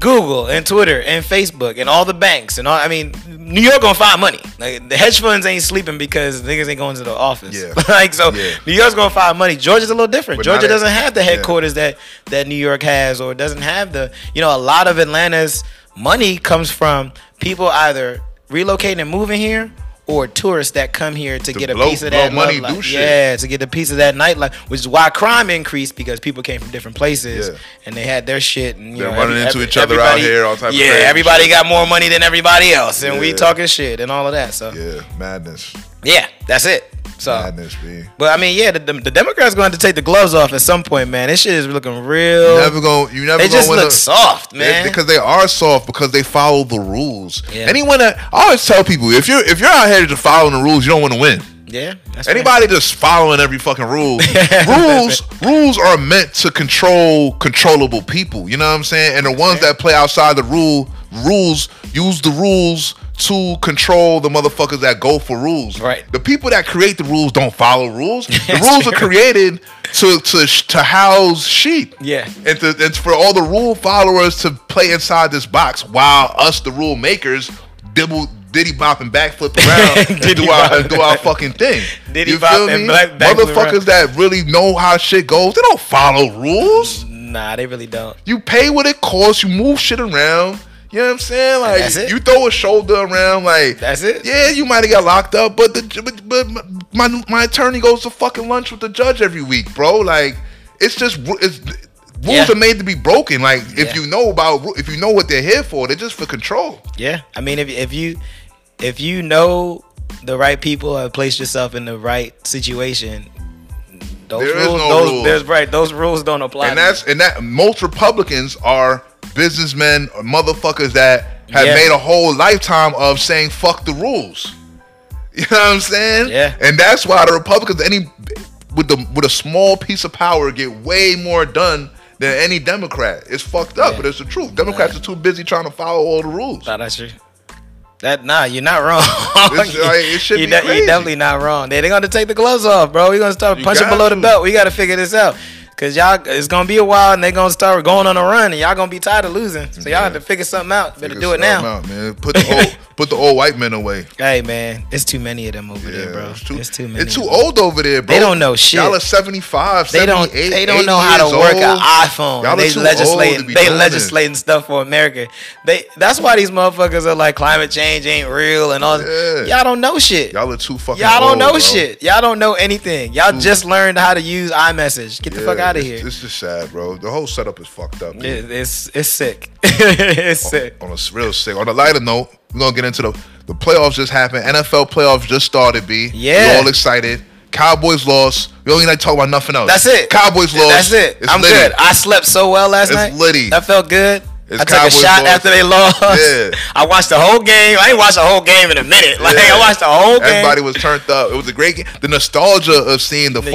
Speaker 2: Google and Twitter and Facebook and all the banks and all. I mean, New York gonna find money. Like the hedge funds ain't sleeping because niggas ain't going to the office.
Speaker 1: Yeah.
Speaker 2: [LAUGHS] like so,
Speaker 1: Yeah.
Speaker 2: New York's gonna find money. Georgia's a little different.
Speaker 1: But not
Speaker 2: Georgia
Speaker 1: at-
Speaker 2: doesn't have the
Speaker 1: yeah.
Speaker 2: headquarters that that New York has, or doesn't have the. You know, a lot of Atlanta's money comes from people either relocating and moving here. Or tourists that come here to, get a
Speaker 1: blow-
Speaker 2: piece of
Speaker 1: blow
Speaker 2: that
Speaker 1: money,
Speaker 2: love
Speaker 1: do
Speaker 2: life.
Speaker 1: shit.
Speaker 2: Yeah, yeah, to get a piece of that nightlife, which is why crime increased because people came from different places
Speaker 1: Yeah.
Speaker 2: and they had their shit and you
Speaker 1: They're
Speaker 2: know,
Speaker 1: running into each other out
Speaker 2: everybody-
Speaker 1: here, all type of
Speaker 2: Yeah,
Speaker 1: crazy
Speaker 2: everybody got more money than everybody else, and we
Speaker 1: Yeah.
Speaker 2: talking shit and all of that. So yeah,
Speaker 1: Yeah, madness,
Speaker 2: that's it. So.
Speaker 1: madness, B.
Speaker 2: But I mean, yeah, the, the, the Democrats going to have to take the gloves off at some point, man. This shit is looking real.
Speaker 1: Never gonna, you never
Speaker 2: they
Speaker 1: gonna
Speaker 2: just
Speaker 1: win
Speaker 2: look
Speaker 1: a-
Speaker 2: soft,
Speaker 1: They-
Speaker 2: man.
Speaker 1: because they are soft because they follow the rules.
Speaker 2: Yeah.
Speaker 1: Anyone that I always tell people, if you're if you're out here just following the rules, you don't want to win.
Speaker 2: yeah, that's right.
Speaker 1: Anybody just following every fucking
Speaker 2: [LAUGHS]
Speaker 1: rule. rules rules are meant to control controllable people. You know what I'm saying? And the ones that play outside the rule rules use the rules to control the motherfuckers that go for rules.
Speaker 2: Right.
Speaker 1: The people that create the rules don't follow
Speaker 2: [LAUGHS]
Speaker 1: rules. The
Speaker 2: That's
Speaker 1: rules are
Speaker 2: true.
Speaker 1: created to to sh- to house sheep.
Speaker 2: Yeah.
Speaker 1: And to, it's for all the rule followers to play inside this box while us the rule makers dibble diddy bop and
Speaker 2: [LAUGHS]
Speaker 1: backflip around and
Speaker 2: Diddy
Speaker 1: do our
Speaker 2: bop.
Speaker 1: and do our fucking thing.
Speaker 2: Diddy
Speaker 1: you
Speaker 2: bop
Speaker 1: feel
Speaker 2: and
Speaker 1: me?
Speaker 2: black- back with
Speaker 1: Motherfuckers that really know how shit goes, they don't follow rules.
Speaker 2: nah, they really don't.
Speaker 1: You pay what it costs. You move shit around. You know what I'm saying? Like
Speaker 2: that's it.
Speaker 1: you throw a shoulder around. Like
Speaker 2: That's it?
Speaker 1: Yeah, you might have got locked up, but the but, but my my attorney goes to fucking lunch with the judge every week, bro. Like it's just ru- it's. Rules
Speaker 2: Yeah.
Speaker 1: are made to be broken. Like if
Speaker 2: Yeah.
Speaker 1: you know about, ru- if you know what they're here for, they're just for control.
Speaker 2: Yeah, I mean, if if you if you know the right people and place yourself in the right situation, those
Speaker 1: There is
Speaker 2: rules,
Speaker 1: no
Speaker 2: those,
Speaker 1: rule.
Speaker 2: there's right, those rules don't apply.
Speaker 1: and
Speaker 2: to
Speaker 1: that's
Speaker 2: you.
Speaker 1: and that most Republicans are businessmen or motherfuckers that have
Speaker 2: Yeah.
Speaker 1: made a whole lifetime of saying fuck the rules. [LAUGHS] You know what I'm saying?
Speaker 2: Yeah.
Speaker 1: And that's why the Republicans, any with the with a small piece of power, get way more done than any Democrat. It's fucked up,
Speaker 2: Yeah.
Speaker 1: but it's the truth. Democrats are too busy trying to follow all the rules.
Speaker 2: Nah, that's true. That nah, you're not wrong.
Speaker 1: It's- like, it should
Speaker 2: [LAUGHS] you
Speaker 1: be
Speaker 2: de-
Speaker 1: crazy.
Speaker 2: You're definitely not wrong. They, they're gonna take the gloves off, bro. We're gonna start
Speaker 1: You
Speaker 2: punching
Speaker 1: got
Speaker 2: below
Speaker 1: to.
Speaker 2: the belt. We gotta figure this out. Cause y'all, it's gonna be a while, and they're gonna start going on a run, and y'all gonna be tired of losing. So y'all
Speaker 1: Yeah.
Speaker 2: have to figure something out. Better
Speaker 1: Figure
Speaker 2: do it now.
Speaker 1: something out, man. Put the
Speaker 2: [LAUGHS]
Speaker 1: old put the old white men away.
Speaker 2: Hey man, it's too many of them over there, bro.
Speaker 1: it's too,
Speaker 2: it's too many.
Speaker 1: It's too old over there, bro.
Speaker 2: They don't know shit.
Speaker 1: Y'all are 75,
Speaker 2: They don't.
Speaker 1: 78,
Speaker 2: They don't
Speaker 1: 80
Speaker 2: know how
Speaker 1: years
Speaker 2: to work
Speaker 1: old.
Speaker 2: an iPhone.
Speaker 1: Y'all are
Speaker 2: they
Speaker 1: too old to
Speaker 2: legislating.
Speaker 1: be
Speaker 2: They
Speaker 1: doing
Speaker 2: legislating stuff for America. They. That's why these motherfuckers are like climate change ain't real and all. that.
Speaker 1: Yeah.
Speaker 2: Y'all don't know
Speaker 1: this.
Speaker 2: shit. Y'all,
Speaker 1: Y'all are too fucking.
Speaker 2: don't
Speaker 1: old,
Speaker 2: know
Speaker 1: bro. Hmm.
Speaker 2: shit. Y'all don't know anything. Y'all just learned how to use iMessage. Get the
Speaker 1: Yeah,
Speaker 2: fuck
Speaker 1: it's-
Speaker 2: out of here.
Speaker 1: It's just sad, bro. The whole setup is fucked up. dude.
Speaker 2: It- it's it's sick. [LAUGHS] it's sick.
Speaker 1: On a s- real sick. On a lighter note, we're gonna get into the the playoffs just happened. NFL playoffs just started. B.
Speaker 2: Yeah.
Speaker 1: We're all excited. Cowboys lost. We only like to talk about nothing else.
Speaker 2: That's it.
Speaker 1: Cowboys lost.
Speaker 2: That's it.
Speaker 1: It's
Speaker 2: I'm
Speaker 1: litty.
Speaker 2: good. I slept so well last
Speaker 1: It's
Speaker 2: night.
Speaker 1: litty.
Speaker 2: That felt good.
Speaker 1: It's
Speaker 2: I took a
Speaker 1: Cowboys
Speaker 2: shot
Speaker 1: lost.
Speaker 2: after they lost.
Speaker 1: Yeah.
Speaker 2: [LAUGHS] I watched the whole game. I ain't watched the whole game in a minute. [LAUGHS] Like
Speaker 1: Yeah.
Speaker 2: I watched the whole game.
Speaker 1: Everybody was turned up. It was a great game. The nostalgia of seeing the
Speaker 2: Yeah.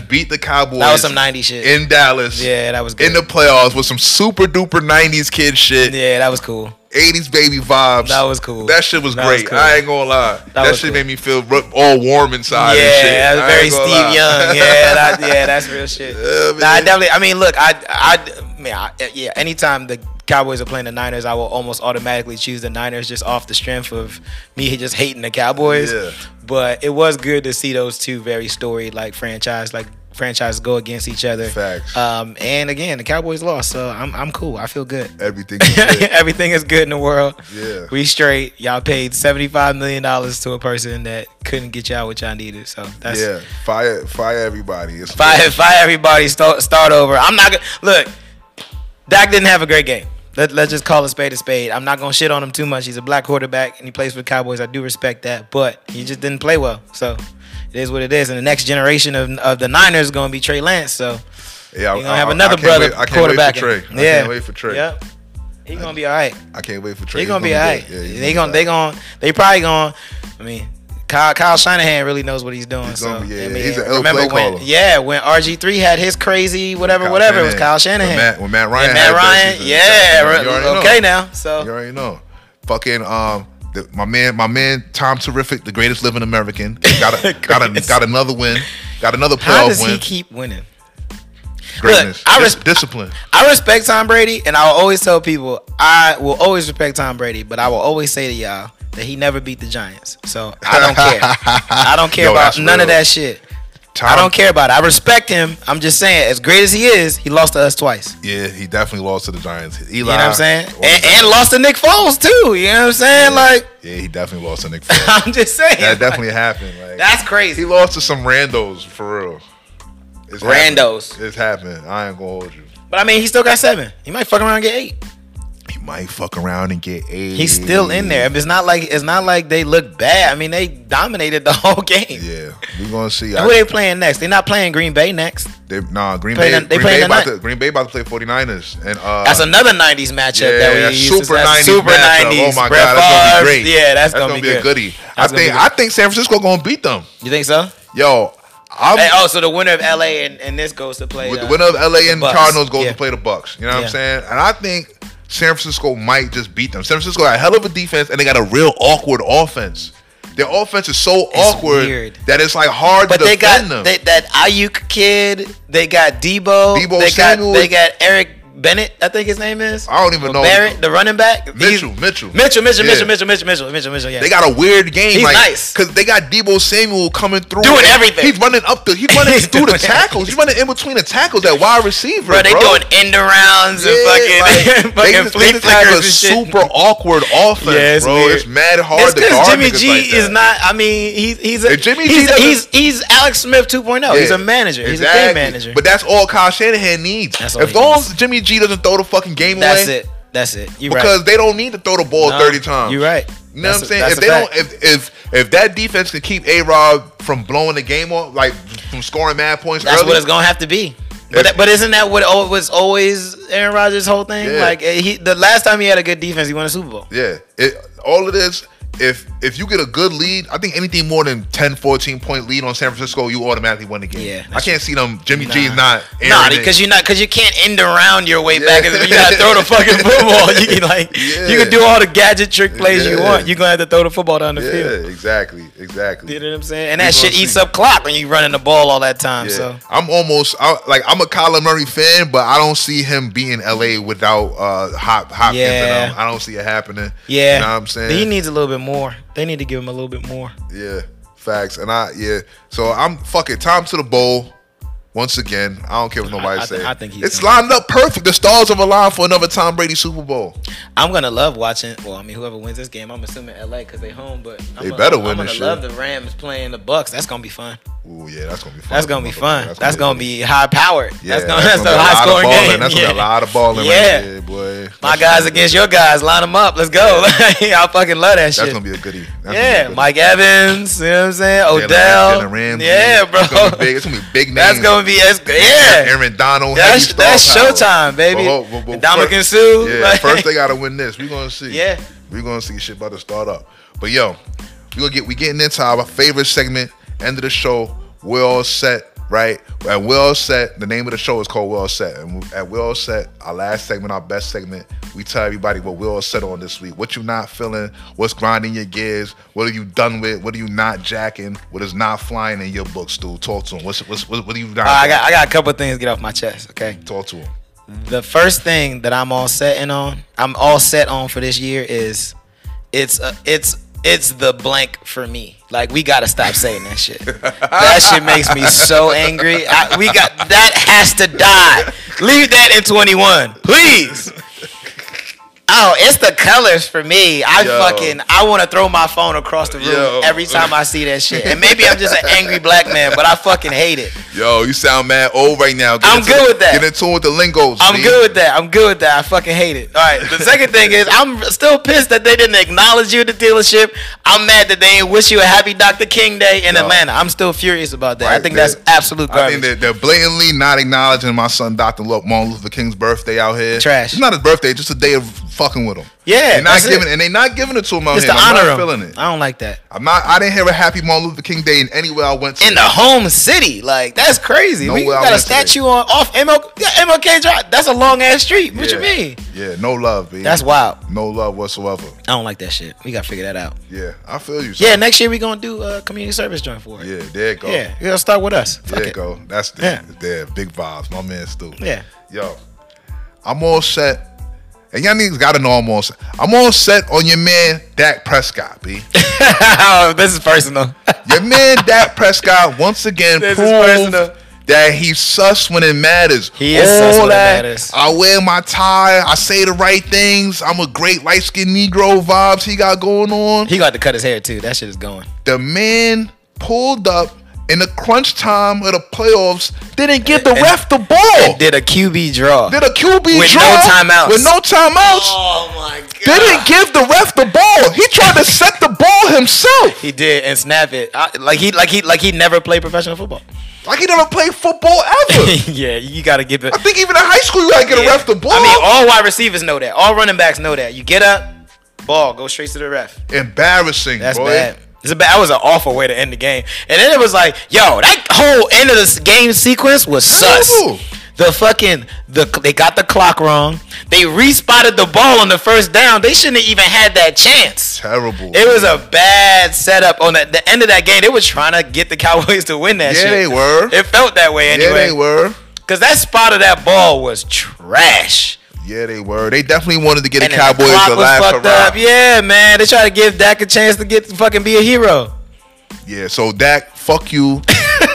Speaker 1: 49ers beat the Cowboys.
Speaker 2: That was some 90 shit.
Speaker 1: in Dallas.
Speaker 2: yeah, that was good.
Speaker 1: in the playoffs with some super duper 90s kid shit,
Speaker 2: yeah, that was cool.
Speaker 1: 80s baby vibes.
Speaker 2: That was cool.
Speaker 1: That shit was
Speaker 2: That was
Speaker 1: great.
Speaker 2: cool.
Speaker 1: I ain't gonna lie. That,
Speaker 2: was
Speaker 1: shit
Speaker 2: cool.
Speaker 1: made me feel ru- all warm inside.
Speaker 2: yeah,
Speaker 1: and shit.
Speaker 2: that
Speaker 1: I
Speaker 2: was
Speaker 1: ain't
Speaker 2: very
Speaker 1: gonna
Speaker 2: Steve
Speaker 1: lie.
Speaker 2: Young. Yeah, that, yeah, that's real
Speaker 1: [LAUGHS]
Speaker 2: shit.
Speaker 1: Yeah,
Speaker 2: nah, I
Speaker 1: man.
Speaker 2: definitely. I mean, look, I, I, man, I, yeah. Anytime the Cowboys are playing the Niners, I will almost automatically choose the Niners just off the strength of me just hating the Cowboys.
Speaker 1: Yeah.
Speaker 2: But it was good to see those two very storied like franchise like franchises go against each other.
Speaker 1: Facts.
Speaker 2: Um, and again, the Cowboys lost, so I'm I'm cool. I feel good.
Speaker 1: Everything. was
Speaker 2: [LAUGHS]
Speaker 1: good.
Speaker 2: Everything is good in the world.
Speaker 1: Yeah.
Speaker 2: We straight. Y'all paid seventy five million dollars to a person that couldn't get y'all what y'all needed. So that's
Speaker 1: yeah, fire, fire everybody. It's
Speaker 2: fire fire everybody start start over. I'm not gonna look, Dak didn't have a great game. Let, let's just call a spade a spade. I'm not gonna shit on him too much. He's a black quarterback and he plays for the Cowboys. I do respect that, but he just didn't play well. So it is what it is. And the next generation of, of the Niners is gonna be Trey Lance. So
Speaker 1: Yeah,
Speaker 2: you're gonna have another brother
Speaker 1: I can't wait
Speaker 2: quarterback.
Speaker 1: for Trey. I
Speaker 2: Yeah.
Speaker 1: can't wait for Trey.
Speaker 2: Yep. He's gonna be all right.
Speaker 1: I can't wait for Trey.
Speaker 2: They
Speaker 1: He's
Speaker 2: gonna be
Speaker 1: good.
Speaker 2: alright.
Speaker 1: Yeah, he's
Speaker 2: they gonna they
Speaker 1: be
Speaker 2: gonna they probably gonna. I mean, Kyle, Kyle Shanahan really knows what he's doing.
Speaker 1: He's
Speaker 2: so,
Speaker 1: gonna be- yeah,
Speaker 2: I mean,
Speaker 1: he's an ill
Speaker 2: remember
Speaker 1: play
Speaker 2: when,
Speaker 1: caller.
Speaker 2: Yeah, when RG3 had his crazy whatever,
Speaker 1: Kyle
Speaker 2: whatever, it was
Speaker 1: Shanahan.
Speaker 2: Kyle Shanahan.
Speaker 1: When Matt, when Matt Ryan
Speaker 2: And
Speaker 1: had that
Speaker 2: Matt Ryan,
Speaker 1: season.
Speaker 2: yeah,
Speaker 1: You already
Speaker 2: re-
Speaker 1: know.
Speaker 2: okay now. So
Speaker 1: You already know. Fucking um, the, my man, my man, Tom Terrific, the greatest living American, got
Speaker 2: [LAUGHS]
Speaker 1: a, got a, got another win, got another
Speaker 2: how does
Speaker 1: playoff win.
Speaker 2: he keep winning?
Speaker 1: Greatness,
Speaker 2: I
Speaker 1: Dis-
Speaker 2: res-
Speaker 1: discipline.
Speaker 2: I respect Tom Brady, and I'll always tell people I will always respect Tom Brady, but I will always say to y'all that he never beat the Giants. So I
Speaker 1: [LAUGHS]
Speaker 2: don't care. I don't care
Speaker 1: Yo,
Speaker 2: about
Speaker 1: that's
Speaker 2: none of
Speaker 1: real.
Speaker 2: that shit.
Speaker 1: Tom,
Speaker 2: I don't care about it. I respect him. I'm just saying, as great as he is, he lost to us twice.
Speaker 1: Yeah, he definitely lost to the Giants. Eli,
Speaker 2: You know what I'm saying?
Speaker 1: what was
Speaker 2: And,
Speaker 1: that?
Speaker 2: and lost to Nick Foles too. You know what I'm saying? Like [LAUGHS]
Speaker 1: yeah, he definitely lost to Nick. Foles.
Speaker 2: I'm just saying.
Speaker 1: that
Speaker 2: like,
Speaker 1: definitely happened. Like,
Speaker 2: [LAUGHS] that's
Speaker 1: He
Speaker 2: crazy.
Speaker 1: lost to some randos for real. It's
Speaker 2: Randos.
Speaker 1: happened. It's happened. I ain't gonna hold you.
Speaker 2: But I mean, he still got seven. He might fuck around and get eight.
Speaker 1: He might fuck around and get eight.
Speaker 2: He's still in there. It's not like it's not like they look bad. I mean, they dominated the [LAUGHS] whole game.
Speaker 1: Yeah, we gonna see.
Speaker 2: Who they playing next? They're not playing Green Bay next.
Speaker 1: They, nah, Green
Speaker 2: Play
Speaker 1: Bay.
Speaker 2: the- they
Speaker 1: Green,
Speaker 2: play
Speaker 1: Bay
Speaker 2: the
Speaker 1: about
Speaker 2: night.
Speaker 1: to, Green Bay about to play 49ers, and uh,
Speaker 2: That's another '90s matchup
Speaker 1: yeah,
Speaker 2: that we
Speaker 1: that's
Speaker 2: used
Speaker 1: super
Speaker 2: to that's
Speaker 1: 90s.
Speaker 2: Super
Speaker 1: matchup.
Speaker 2: '90s.
Speaker 1: Oh my
Speaker 2: Brett
Speaker 1: god, that's gonna
Speaker 2: Favre.
Speaker 1: be great.
Speaker 2: Yeah, that's, gonna, be,
Speaker 1: a
Speaker 2: good.
Speaker 1: goodie.
Speaker 2: That's
Speaker 1: I
Speaker 2: gonna be
Speaker 1: think
Speaker 2: good.
Speaker 1: I think San Francisco gonna beat them.
Speaker 2: You think so?
Speaker 1: Yo, I'm
Speaker 2: Hey, oh, so the winner of LA and, and this goes to play.
Speaker 1: with the
Speaker 2: uh,
Speaker 1: winner of LA and
Speaker 2: Bucks.
Speaker 1: Cardinals goes
Speaker 2: Yeah.
Speaker 1: to play the Bucks. You know what
Speaker 2: Yeah.
Speaker 1: I'm saying? And I think San Francisco might just beat them. San Francisco got a hell of a defense and they got a real awkward offense. Their offense is so awkward
Speaker 2: weird.
Speaker 1: that it's like hard
Speaker 2: But
Speaker 1: to
Speaker 2: they
Speaker 1: defend
Speaker 2: got
Speaker 1: them.
Speaker 2: they, that Ayuk kid. They got Debo.
Speaker 1: Debo
Speaker 2: they
Speaker 1: Samuel.
Speaker 2: got they got Eric Bennett. I think his name is.
Speaker 1: I don't even
Speaker 2: Or
Speaker 1: know.
Speaker 2: Barrett, the running back. He's-
Speaker 1: Mitchell, Mitchell,
Speaker 2: Mitchell, Mitchell,
Speaker 1: Yeah.
Speaker 2: Mitchell, Mitchell, Mitchell, Mitchell, Mitchell, Mitchell. Yeah.
Speaker 1: They got a weird game.
Speaker 2: He's
Speaker 1: like,
Speaker 2: nice.
Speaker 1: Cause they got Debo Samuel coming through,
Speaker 2: Doing
Speaker 1: and
Speaker 2: everything.
Speaker 1: He's running up the, he's
Speaker 2: [LAUGHS]
Speaker 1: running
Speaker 2: He's
Speaker 1: through the
Speaker 2: doing
Speaker 1: tackles. He's running in between the tackles. That wide receiver, bro.
Speaker 2: bro, they doing end arounds and fucking, [LAUGHS]
Speaker 1: like,
Speaker 2: fucking
Speaker 1: they just,
Speaker 2: flea
Speaker 1: they just have a
Speaker 2: flickers and shit.
Speaker 1: super awkward offense,
Speaker 2: Yeah, it's
Speaker 1: bro.
Speaker 2: weird.
Speaker 1: It's mad hard
Speaker 2: It's
Speaker 1: to guard
Speaker 2: because
Speaker 1: niggas
Speaker 2: Jimmy G
Speaker 1: like that.
Speaker 2: is not. I mean, he's he's a
Speaker 1: If Jimmy G
Speaker 2: he's,
Speaker 1: doesn't-
Speaker 2: he's he's Alex Smith 2.0. He's
Speaker 1: Yeah,
Speaker 2: a manager. He's a game
Speaker 1: exactly.
Speaker 2: manager.
Speaker 1: But that's all Kyle Shanahan needs.
Speaker 2: That's all
Speaker 1: if
Speaker 2: he
Speaker 1: long
Speaker 2: needs.
Speaker 1: as Jimmy G doesn't throw the fucking game
Speaker 2: that's
Speaker 1: away,
Speaker 2: it. That's it. You right.
Speaker 1: because they don't need to throw the ball
Speaker 2: No,
Speaker 1: thirty times.
Speaker 2: You right.
Speaker 1: You know what
Speaker 2: That's
Speaker 1: I'm saying?
Speaker 2: a- that's
Speaker 1: If
Speaker 2: a
Speaker 1: they
Speaker 2: fact.
Speaker 1: don't, if, if if that defense can keep A Rob from blowing the game off, like from scoring mad points,
Speaker 2: That's
Speaker 1: early,
Speaker 2: what it's gonna have to be. But,
Speaker 1: Yeah.
Speaker 2: that- but isn't that what al- was always Aaron Rodgers' whole thing?
Speaker 1: Yeah.
Speaker 2: Like eh, he, the last time he had a good defense, he won a Super Bowl.
Speaker 1: Yeah, it, all of this. If if you get a good lead, I think anything more than 10, 14 point lead on San Francisco, you automatically win the game.
Speaker 2: Yeah,
Speaker 1: I
Speaker 2: that's
Speaker 1: can't see them. Jimmy G is
Speaker 2: Nah.
Speaker 1: not. airing
Speaker 2: Nah,
Speaker 1: it.
Speaker 2: because you're not because you can't end around your way
Speaker 1: Yeah.
Speaker 2: back. You gotta throw the
Speaker 1: [LAUGHS]
Speaker 2: fucking football. You can like you
Speaker 1: Yeah.
Speaker 2: can do all the gadget trick plays you
Speaker 1: Yeah.
Speaker 2: want. You're gonna have to throw the football down the field.
Speaker 1: yeah, exactly, exactly.
Speaker 2: You know what I'm saying? And
Speaker 1: We
Speaker 2: that
Speaker 1: gonna
Speaker 2: shit
Speaker 1: see.
Speaker 2: eats up clock when you running the ball all that time.
Speaker 1: Yeah.
Speaker 2: So
Speaker 1: I'm almost I, like I'm a Kyler Murray fan, but I don't see him being LA without uh Hop Hopkins.
Speaker 2: Yeah.
Speaker 1: And um, I don't see it happening.
Speaker 2: yeah,
Speaker 1: you know what I'm saying.
Speaker 2: he needs a little bit more. They need to give him a little bit more.
Speaker 1: yeah, facts. And I yeah, so I'm fuck it. Time to the bowl. Once again, I don't care what nobody
Speaker 2: I- I
Speaker 1: say.
Speaker 2: think- I think he's
Speaker 1: it's
Speaker 2: gonna-
Speaker 1: lined up perfect. The stars have aligned for another Tom Brady Super Bowl.
Speaker 2: I'm gonna love watching. Well, I mean, whoever wins this game, I'm assuming LA because they home, but I'm
Speaker 1: They
Speaker 2: gonna,
Speaker 1: better
Speaker 2: I'm
Speaker 1: win
Speaker 2: gonna
Speaker 1: this
Speaker 2: love
Speaker 1: shit.
Speaker 2: the Rams playing the Bucks. That's gonna be fun.
Speaker 1: Ooh yeah, that's gonna be fun.
Speaker 2: That's gonna be fun. That's gonna be high powered.
Speaker 1: Yeah,
Speaker 2: that's gonna that's, a
Speaker 1: be
Speaker 2: high
Speaker 1: lot of
Speaker 2: scoring
Speaker 1: balling.
Speaker 2: game.
Speaker 1: That's gonna be a
Speaker 2: Yeah.
Speaker 1: lot of balling
Speaker 2: Yeah.
Speaker 1: right there, boy.
Speaker 2: My
Speaker 1: That's
Speaker 2: guys
Speaker 1: gonna be-
Speaker 2: against your guys, line them up. Let's go. [LAUGHS] I fucking love that shit.
Speaker 1: That's gonna be a goodie. That's gonna be a
Speaker 2: yeah,
Speaker 1: goodie.
Speaker 2: Mike Evans. You know what I'm saying?
Speaker 1: Jalen
Speaker 2: Odell.
Speaker 1: Jackson, Ramsey.
Speaker 2: yeah, bro.
Speaker 1: It's gonna be big. It's gonna be big names.
Speaker 2: [LAUGHS] that's gonna be it's, yeah.
Speaker 1: Aaron Donald. heavy
Speaker 2: That's
Speaker 1: star
Speaker 2: that's
Speaker 1: power.
Speaker 2: showtime, baby.
Speaker 1: But hold- but- but
Speaker 2: Dominican
Speaker 1: first-
Speaker 2: Sue.
Speaker 1: Yeah,
Speaker 2: like-
Speaker 1: first they gotta win this. We gonna see.
Speaker 2: Yeah.
Speaker 1: we gonna see shit about to start up. But yo, we gonna get we getting into our favorite segment. End of the show. We're all set, right? And we're all set. The name of the show is called We're All Set. And at We're All Set, our last segment, our best segment, we tell everybody what we're all set on this week. What you not feeling? What's grinding your gears? What are you done with? What are you not jacking? What is not flying in your book, Stu? Talk to him. What's, what's, what, what are you not?
Speaker 2: Uh, I got I got a couple of things to get off my chest. Okay.
Speaker 1: Talk to him.
Speaker 2: The first thing that I'm all setting on, I'm all set on for this year is, it's a, it's it's the blank for me. Like we gotta stop saying that shit. that shit makes me so angry. I, we got that has to die. Leave that in 21, please. Oh, it's the colors for me. I
Speaker 1: Yo.
Speaker 2: fucking I want to throw my phone across the room
Speaker 1: Yo.
Speaker 2: every time I see that shit. And maybe I'm just an angry black man, but I fucking hate it.
Speaker 1: Yo, you sound mad old right now. Get
Speaker 2: I'm
Speaker 1: into
Speaker 2: good
Speaker 1: the-
Speaker 2: with that.
Speaker 1: Get in tune with the lingos.
Speaker 2: I'm
Speaker 1: B.
Speaker 2: good with that. I'm good with that. I fucking hate it. All right.
Speaker 1: [LAUGHS]
Speaker 2: The second thing is, I'm still pissed that they didn't acknowledge you at the dealership. I'm mad that they ain't wish you a happy Dr. King Day in
Speaker 1: No.
Speaker 2: Atlanta. I'm still furious about that. I
Speaker 1: Right
Speaker 2: think
Speaker 1: there.
Speaker 2: that's absolute
Speaker 1: I
Speaker 2: garbage.
Speaker 1: think they're, they're blatantly not acknowledging my son Dr. Lo- Martin Luther King's birthday out here.
Speaker 2: Trash.
Speaker 1: It's not his birthday, just a day of fucking with him.
Speaker 2: Yeah,
Speaker 1: they're not
Speaker 2: that's it.
Speaker 1: giving, and they not giving it to him out
Speaker 2: It's
Speaker 1: here.
Speaker 2: to
Speaker 1: and I'm
Speaker 2: honor
Speaker 1: not
Speaker 2: him.
Speaker 1: feeling it.
Speaker 2: I don't like that.
Speaker 1: I'm not. I didn't hear a happy Martin Luther King Day in anywhere I went to.
Speaker 2: In the home city, like that's crazy. we
Speaker 1: Nowhere I
Speaker 2: got a
Speaker 1: went today.
Speaker 2: statue on off ML, yeah, MLK Drive. That's a long ass street. What you
Speaker 1: Yeah.
Speaker 2: mean?
Speaker 1: Yeah, no love, B.
Speaker 2: That's wild.
Speaker 1: no love whatsoever.
Speaker 2: I don't like that shit. We gotta figure that out.
Speaker 1: Yeah, I feel you. son.
Speaker 2: Yeah, next year we gonna do uh, community service joint for it.
Speaker 1: yeah, there it go.
Speaker 2: yeah. You gotta start with us. Fuck
Speaker 1: there
Speaker 2: it.
Speaker 1: it go. That's the,
Speaker 2: Yeah.
Speaker 1: there. Big vibes, my man Stu.
Speaker 2: Yeah.
Speaker 1: yo, I'm all set. And y'all niggas gotta know I'm all set. I'm all set on your man Dak Prescott, B. [LAUGHS]
Speaker 2: this is personal. [LAUGHS]
Speaker 1: Your man Dak Prescott once again
Speaker 2: This is personal.
Speaker 1: proved that he's sus when it matters.
Speaker 2: He is sus when it matters.
Speaker 1: I wear my tie. I say the right things. I'm a great light skinned Negro vibes he got going on.
Speaker 2: he got to cut his hair too. That shit is going.
Speaker 1: The man pulled up in the crunch time of the playoffs. Didn't give the
Speaker 2: And-
Speaker 1: ref the ball.
Speaker 2: Did a QB draw.
Speaker 1: Oh. Did a QB
Speaker 2: With
Speaker 1: draw
Speaker 2: no timeouts.
Speaker 1: With no timeouts.
Speaker 2: oh my god.
Speaker 1: Didn't give the ref the ball. He tried to set the ball himself.
Speaker 2: He did and snap it. I, like he like he like he never played professional
Speaker 1: [LAUGHS]
Speaker 2: football.
Speaker 1: Like he never played football ever.
Speaker 2: [LAUGHS] yeah, you gotta give it.
Speaker 1: I think even in high school you gotta get a
Speaker 2: Yeah.
Speaker 1: ref the ball.
Speaker 2: I mean, all wide receivers know that. All running backs know that. You get up, ball, go straight to the ref.
Speaker 1: Embarrassing,
Speaker 2: oh. That's
Speaker 1: boy.
Speaker 2: bad. It's a bad. That was an awful way to end the game. And then it was like, yo, that whole end of this game sequence was sus.
Speaker 1: Terrible.
Speaker 2: The fucking the they got the clock wrong. They respotted the ball on the first down. They shouldn't have even had that chance.
Speaker 1: Terrible.
Speaker 2: It was a bad setup on the, the end of that game. They were trying to get the [LAUGHS] Cowboys to win that
Speaker 1: Yeah,
Speaker 2: shit.
Speaker 1: they were.
Speaker 2: It felt that way
Speaker 1: yeah, they
Speaker 2: anyway.
Speaker 1: were.
Speaker 2: Because that spot of that ball was trash.
Speaker 1: Yeah, they were. They definitely wanted to get
Speaker 2: And
Speaker 1: the
Speaker 2: then
Speaker 1: Cowboys
Speaker 2: clock
Speaker 1: the
Speaker 2: was
Speaker 1: last
Speaker 2: fucked
Speaker 1: hurrah.
Speaker 2: up. Yeah, man. They try to give Dak a chance to get fucking be a hero.
Speaker 1: Yeah, so Dak, fuck you.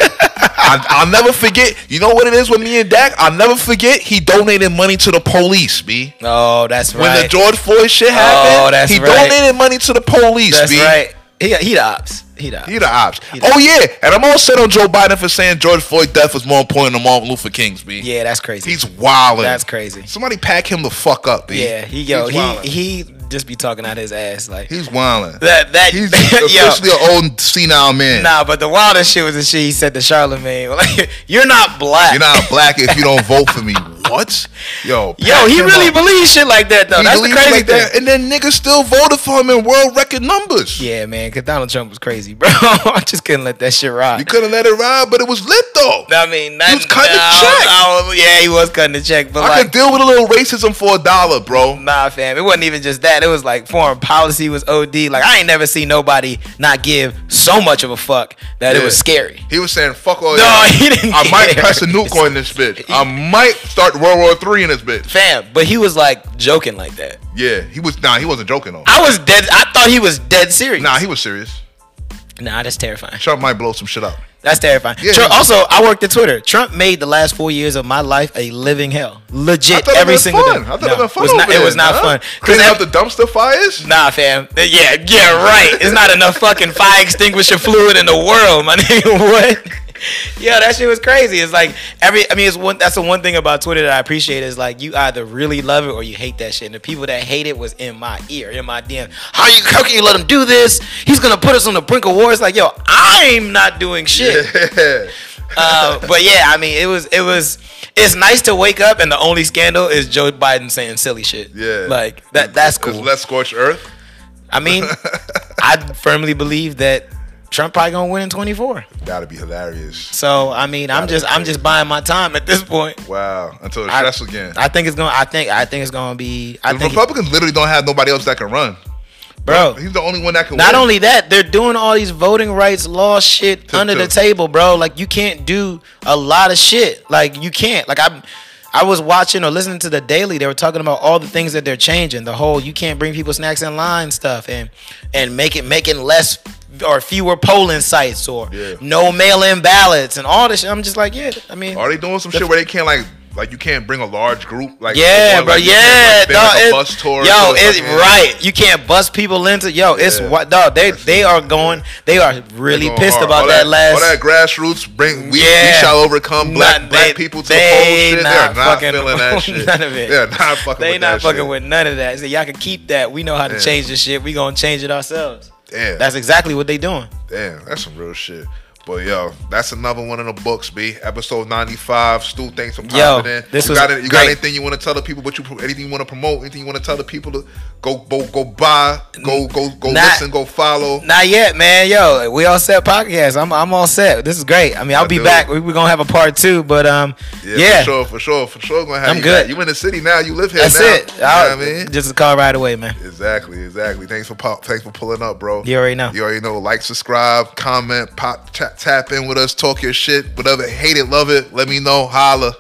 Speaker 1: I, I'll never forget. You know what it is with me and Dak? I'll never forget. He donated money to the police, B.
Speaker 2: Oh, that's
Speaker 1: When
Speaker 2: right. Oh,
Speaker 1: the George Floyd shit happened,
Speaker 2: that's
Speaker 1: he
Speaker 2: right.
Speaker 1: donated money to the police,
Speaker 2: That's
Speaker 1: B.
Speaker 2: right. He he the ops. He the ops.
Speaker 1: He the ops.
Speaker 2: the
Speaker 1: oh yeah, and I'm all set on Joe Biden for saying George Floyd death was more important than Martin Luther King's, B.
Speaker 2: yeah, that's crazy.
Speaker 1: He's wilding.
Speaker 2: That's crazy.
Speaker 1: Somebody pack him the fuck up, B.
Speaker 2: yeah, he yo
Speaker 1: He's
Speaker 2: he
Speaker 1: wildin'.
Speaker 2: he just be talking out his ass like
Speaker 1: He's wilding.
Speaker 2: that that
Speaker 1: He's
Speaker 2: [LAUGHS] yo.
Speaker 1: officially an old senile man.
Speaker 2: Nah, but the wildest shit was the shit he said to Charlemagne. [LAUGHS] Like, you're not black.
Speaker 1: You're not black if you don't vote for me. What? Yo.
Speaker 2: [LAUGHS] Yo,
Speaker 1: pack
Speaker 2: he
Speaker 1: him
Speaker 2: really
Speaker 1: up.
Speaker 2: believes shit like that though.
Speaker 1: He
Speaker 2: that's the
Speaker 1: believes
Speaker 2: crazy
Speaker 1: like
Speaker 2: thing.
Speaker 1: that, And then niggas still voted for him in world record numbers.
Speaker 2: Yeah, man, because Donald Trump was crazy, bro. [LAUGHS] I just couldn't let that shit ride.
Speaker 1: You could have let it ride, but it was lit though.
Speaker 2: I mean, that,
Speaker 1: was cutting the
Speaker 2: nah, I
Speaker 1: check.
Speaker 2: was- I was- yeah, he was cutting the check, but
Speaker 1: I
Speaker 2: like,
Speaker 1: could deal with a little racism for a dollar, bro.
Speaker 2: nah, fam, it wasn't even just that. It was like foreign policy was OD. Like, I ain't never seen nobody not give so much of a fuck that it
Speaker 1: Yeah.
Speaker 2: was scary.
Speaker 1: He was saying, fuck all
Speaker 2: No,
Speaker 1: y'all.
Speaker 2: [LAUGHS] he didn't
Speaker 1: I might
Speaker 2: care.
Speaker 1: press a nuke on this bitch. I might start World War Three in this bitch.
Speaker 2: Fam, but he was like joking like that.
Speaker 1: Yeah, he was nah, he wasn't joking though.
Speaker 2: I was dead. I thought he was dead serious.
Speaker 1: Nah, he was serious.
Speaker 2: nah, that's terrifying.
Speaker 1: Trump might blow some shit up.
Speaker 2: That's terrifying.
Speaker 1: Yeah,
Speaker 2: Trump,
Speaker 1: he-
Speaker 2: also, I worked at Twitter. Trump made the last four years of my life a living hell.
Speaker 1: I
Speaker 2: Legit,
Speaker 1: thought
Speaker 2: every
Speaker 1: it
Speaker 2: single
Speaker 1: fun.
Speaker 2: day.
Speaker 1: I thought
Speaker 2: No,
Speaker 1: it was fun.
Speaker 2: was not,
Speaker 1: over
Speaker 2: it was
Speaker 1: there,
Speaker 2: not
Speaker 1: huh?
Speaker 2: fun. 'Cause
Speaker 1: Cleaning
Speaker 2: ev-
Speaker 1: up the dumpster fires.
Speaker 2: [LAUGHS] Nah, fam. Yeah, yeah, right. It's not enough fucking fire extinguisher fluid in the world, my [LAUGHS] nigga. What? Yo, that shit was crazy. It's like every. I mean, it's one. That's the one thing about Twitter that I appreciate is like you either really love it or you hate that shit. And the people that hate it was in my ear, in my DM. How you? How can you let him do this? He's gonna put us on the brink of war. It's like, yo, I'm not doing shit. Uh, but yeah, I mean, it was it was. It's nice to wake up and the only scandal is Joe Biden saying silly shit.
Speaker 1: Yeah.
Speaker 2: like that. That's
Speaker 1: It's
Speaker 2: cool.
Speaker 1: less scorched earth. [LAUGHS]
Speaker 2: I mean, I firmly believe that Trump probably gonna win in 24.
Speaker 1: That'd be hilarious.
Speaker 2: So I mean, I'm just I'm just buying my time at this point.
Speaker 1: Wow. Until it's
Speaker 2: I-
Speaker 1: stressful again.
Speaker 2: I think it's gonna I think I think it's gonna be I
Speaker 1: the
Speaker 2: think
Speaker 1: Republicans literally don't have nobody else that can run.
Speaker 2: bro.
Speaker 1: He's the only one that can
Speaker 2: Not
Speaker 1: win.
Speaker 2: only that, they're doing all these voting rights law shit
Speaker 1: To-
Speaker 2: under
Speaker 1: to-
Speaker 2: the table, bro. Like you can't do a lot of shit. Like you can't. Like I'm I was watching or listening to the daily. They were talking about all the things that they're changing. The whole you can't bring people snacks in line stuff and and make it making less or fewer polling sites or
Speaker 1: Yeah.
Speaker 2: no mail in ballots and all this shit. I'm just like, yeah, I mean
Speaker 1: Are they doing some shit where they can't like like you can't bring a large group like
Speaker 2: yeah,
Speaker 1: one,
Speaker 2: bro.
Speaker 1: like, you
Speaker 2: yeah,
Speaker 1: can't, like, been,
Speaker 2: dawg,
Speaker 1: like, a
Speaker 2: it-
Speaker 1: bus tour to
Speaker 2: Yo,
Speaker 1: the
Speaker 2: it's
Speaker 1: fucking-
Speaker 2: right. You can't bus people into. Yo, it's
Speaker 1: Yeah.
Speaker 2: what dog. They
Speaker 1: That's
Speaker 2: they
Speaker 1: it,
Speaker 2: are
Speaker 1: yeah.
Speaker 2: going. They are really
Speaker 1: Going
Speaker 2: pissed
Speaker 1: hard.
Speaker 2: about
Speaker 1: all
Speaker 2: that, last.
Speaker 1: all that grassroots bring we, we
Speaker 2: Yeah.
Speaker 1: shall overcome black
Speaker 2: Nah,
Speaker 1: black
Speaker 2: they-
Speaker 1: people to
Speaker 2: they
Speaker 1: the polls shit.
Speaker 2: not
Speaker 1: They're not
Speaker 2: fucking-
Speaker 1: feeling that shit.
Speaker 2: [LAUGHS] none of it.
Speaker 1: They're not fucking
Speaker 2: they
Speaker 1: with
Speaker 2: not
Speaker 1: that
Speaker 2: fucking
Speaker 1: shit.
Speaker 2: with none of that. So y'all can keep that. We know how to
Speaker 1: Yeah.
Speaker 2: change this shit. We gonna change it ourselves.
Speaker 1: Damn,
Speaker 2: That's exactly what they doing.
Speaker 1: damn, that's some real shit. But yo, that's another one in the books, B. Episode 95. Stu, thanks for popping
Speaker 2: Yo,
Speaker 1: in.
Speaker 2: this
Speaker 1: you
Speaker 2: was
Speaker 1: got it, you got
Speaker 2: great.
Speaker 1: anything you want to tell the people, but you anything you want to promote, anything you want to tell the people to go go go buy, go go go
Speaker 2: Not-
Speaker 1: listen, go follow.
Speaker 2: Not yet, man. Yo, we all set podcast. I'm I'm all set. This is great. I mean, I'll
Speaker 1: I
Speaker 2: be
Speaker 1: do.
Speaker 2: back. We, we're gonna have a part two, but um, yeah,
Speaker 1: Yeah, for sure, for sure, for sure. Gonna have
Speaker 2: I'm
Speaker 1: you
Speaker 2: good.
Speaker 1: back. You in the city now, you live here
Speaker 2: that's
Speaker 1: now.
Speaker 2: it.
Speaker 1: You know
Speaker 2: I'll-
Speaker 1: what I mean?
Speaker 2: Just a call right away, man.
Speaker 1: Exactly, exactly. Thanks for pop, thanks for pulling up, bro.
Speaker 2: You already know.
Speaker 1: You already know. Like, subscribe, comment, pop, tap, tap in with us, talk your shit, whatever. Hate it, love it. Let me know. Holla.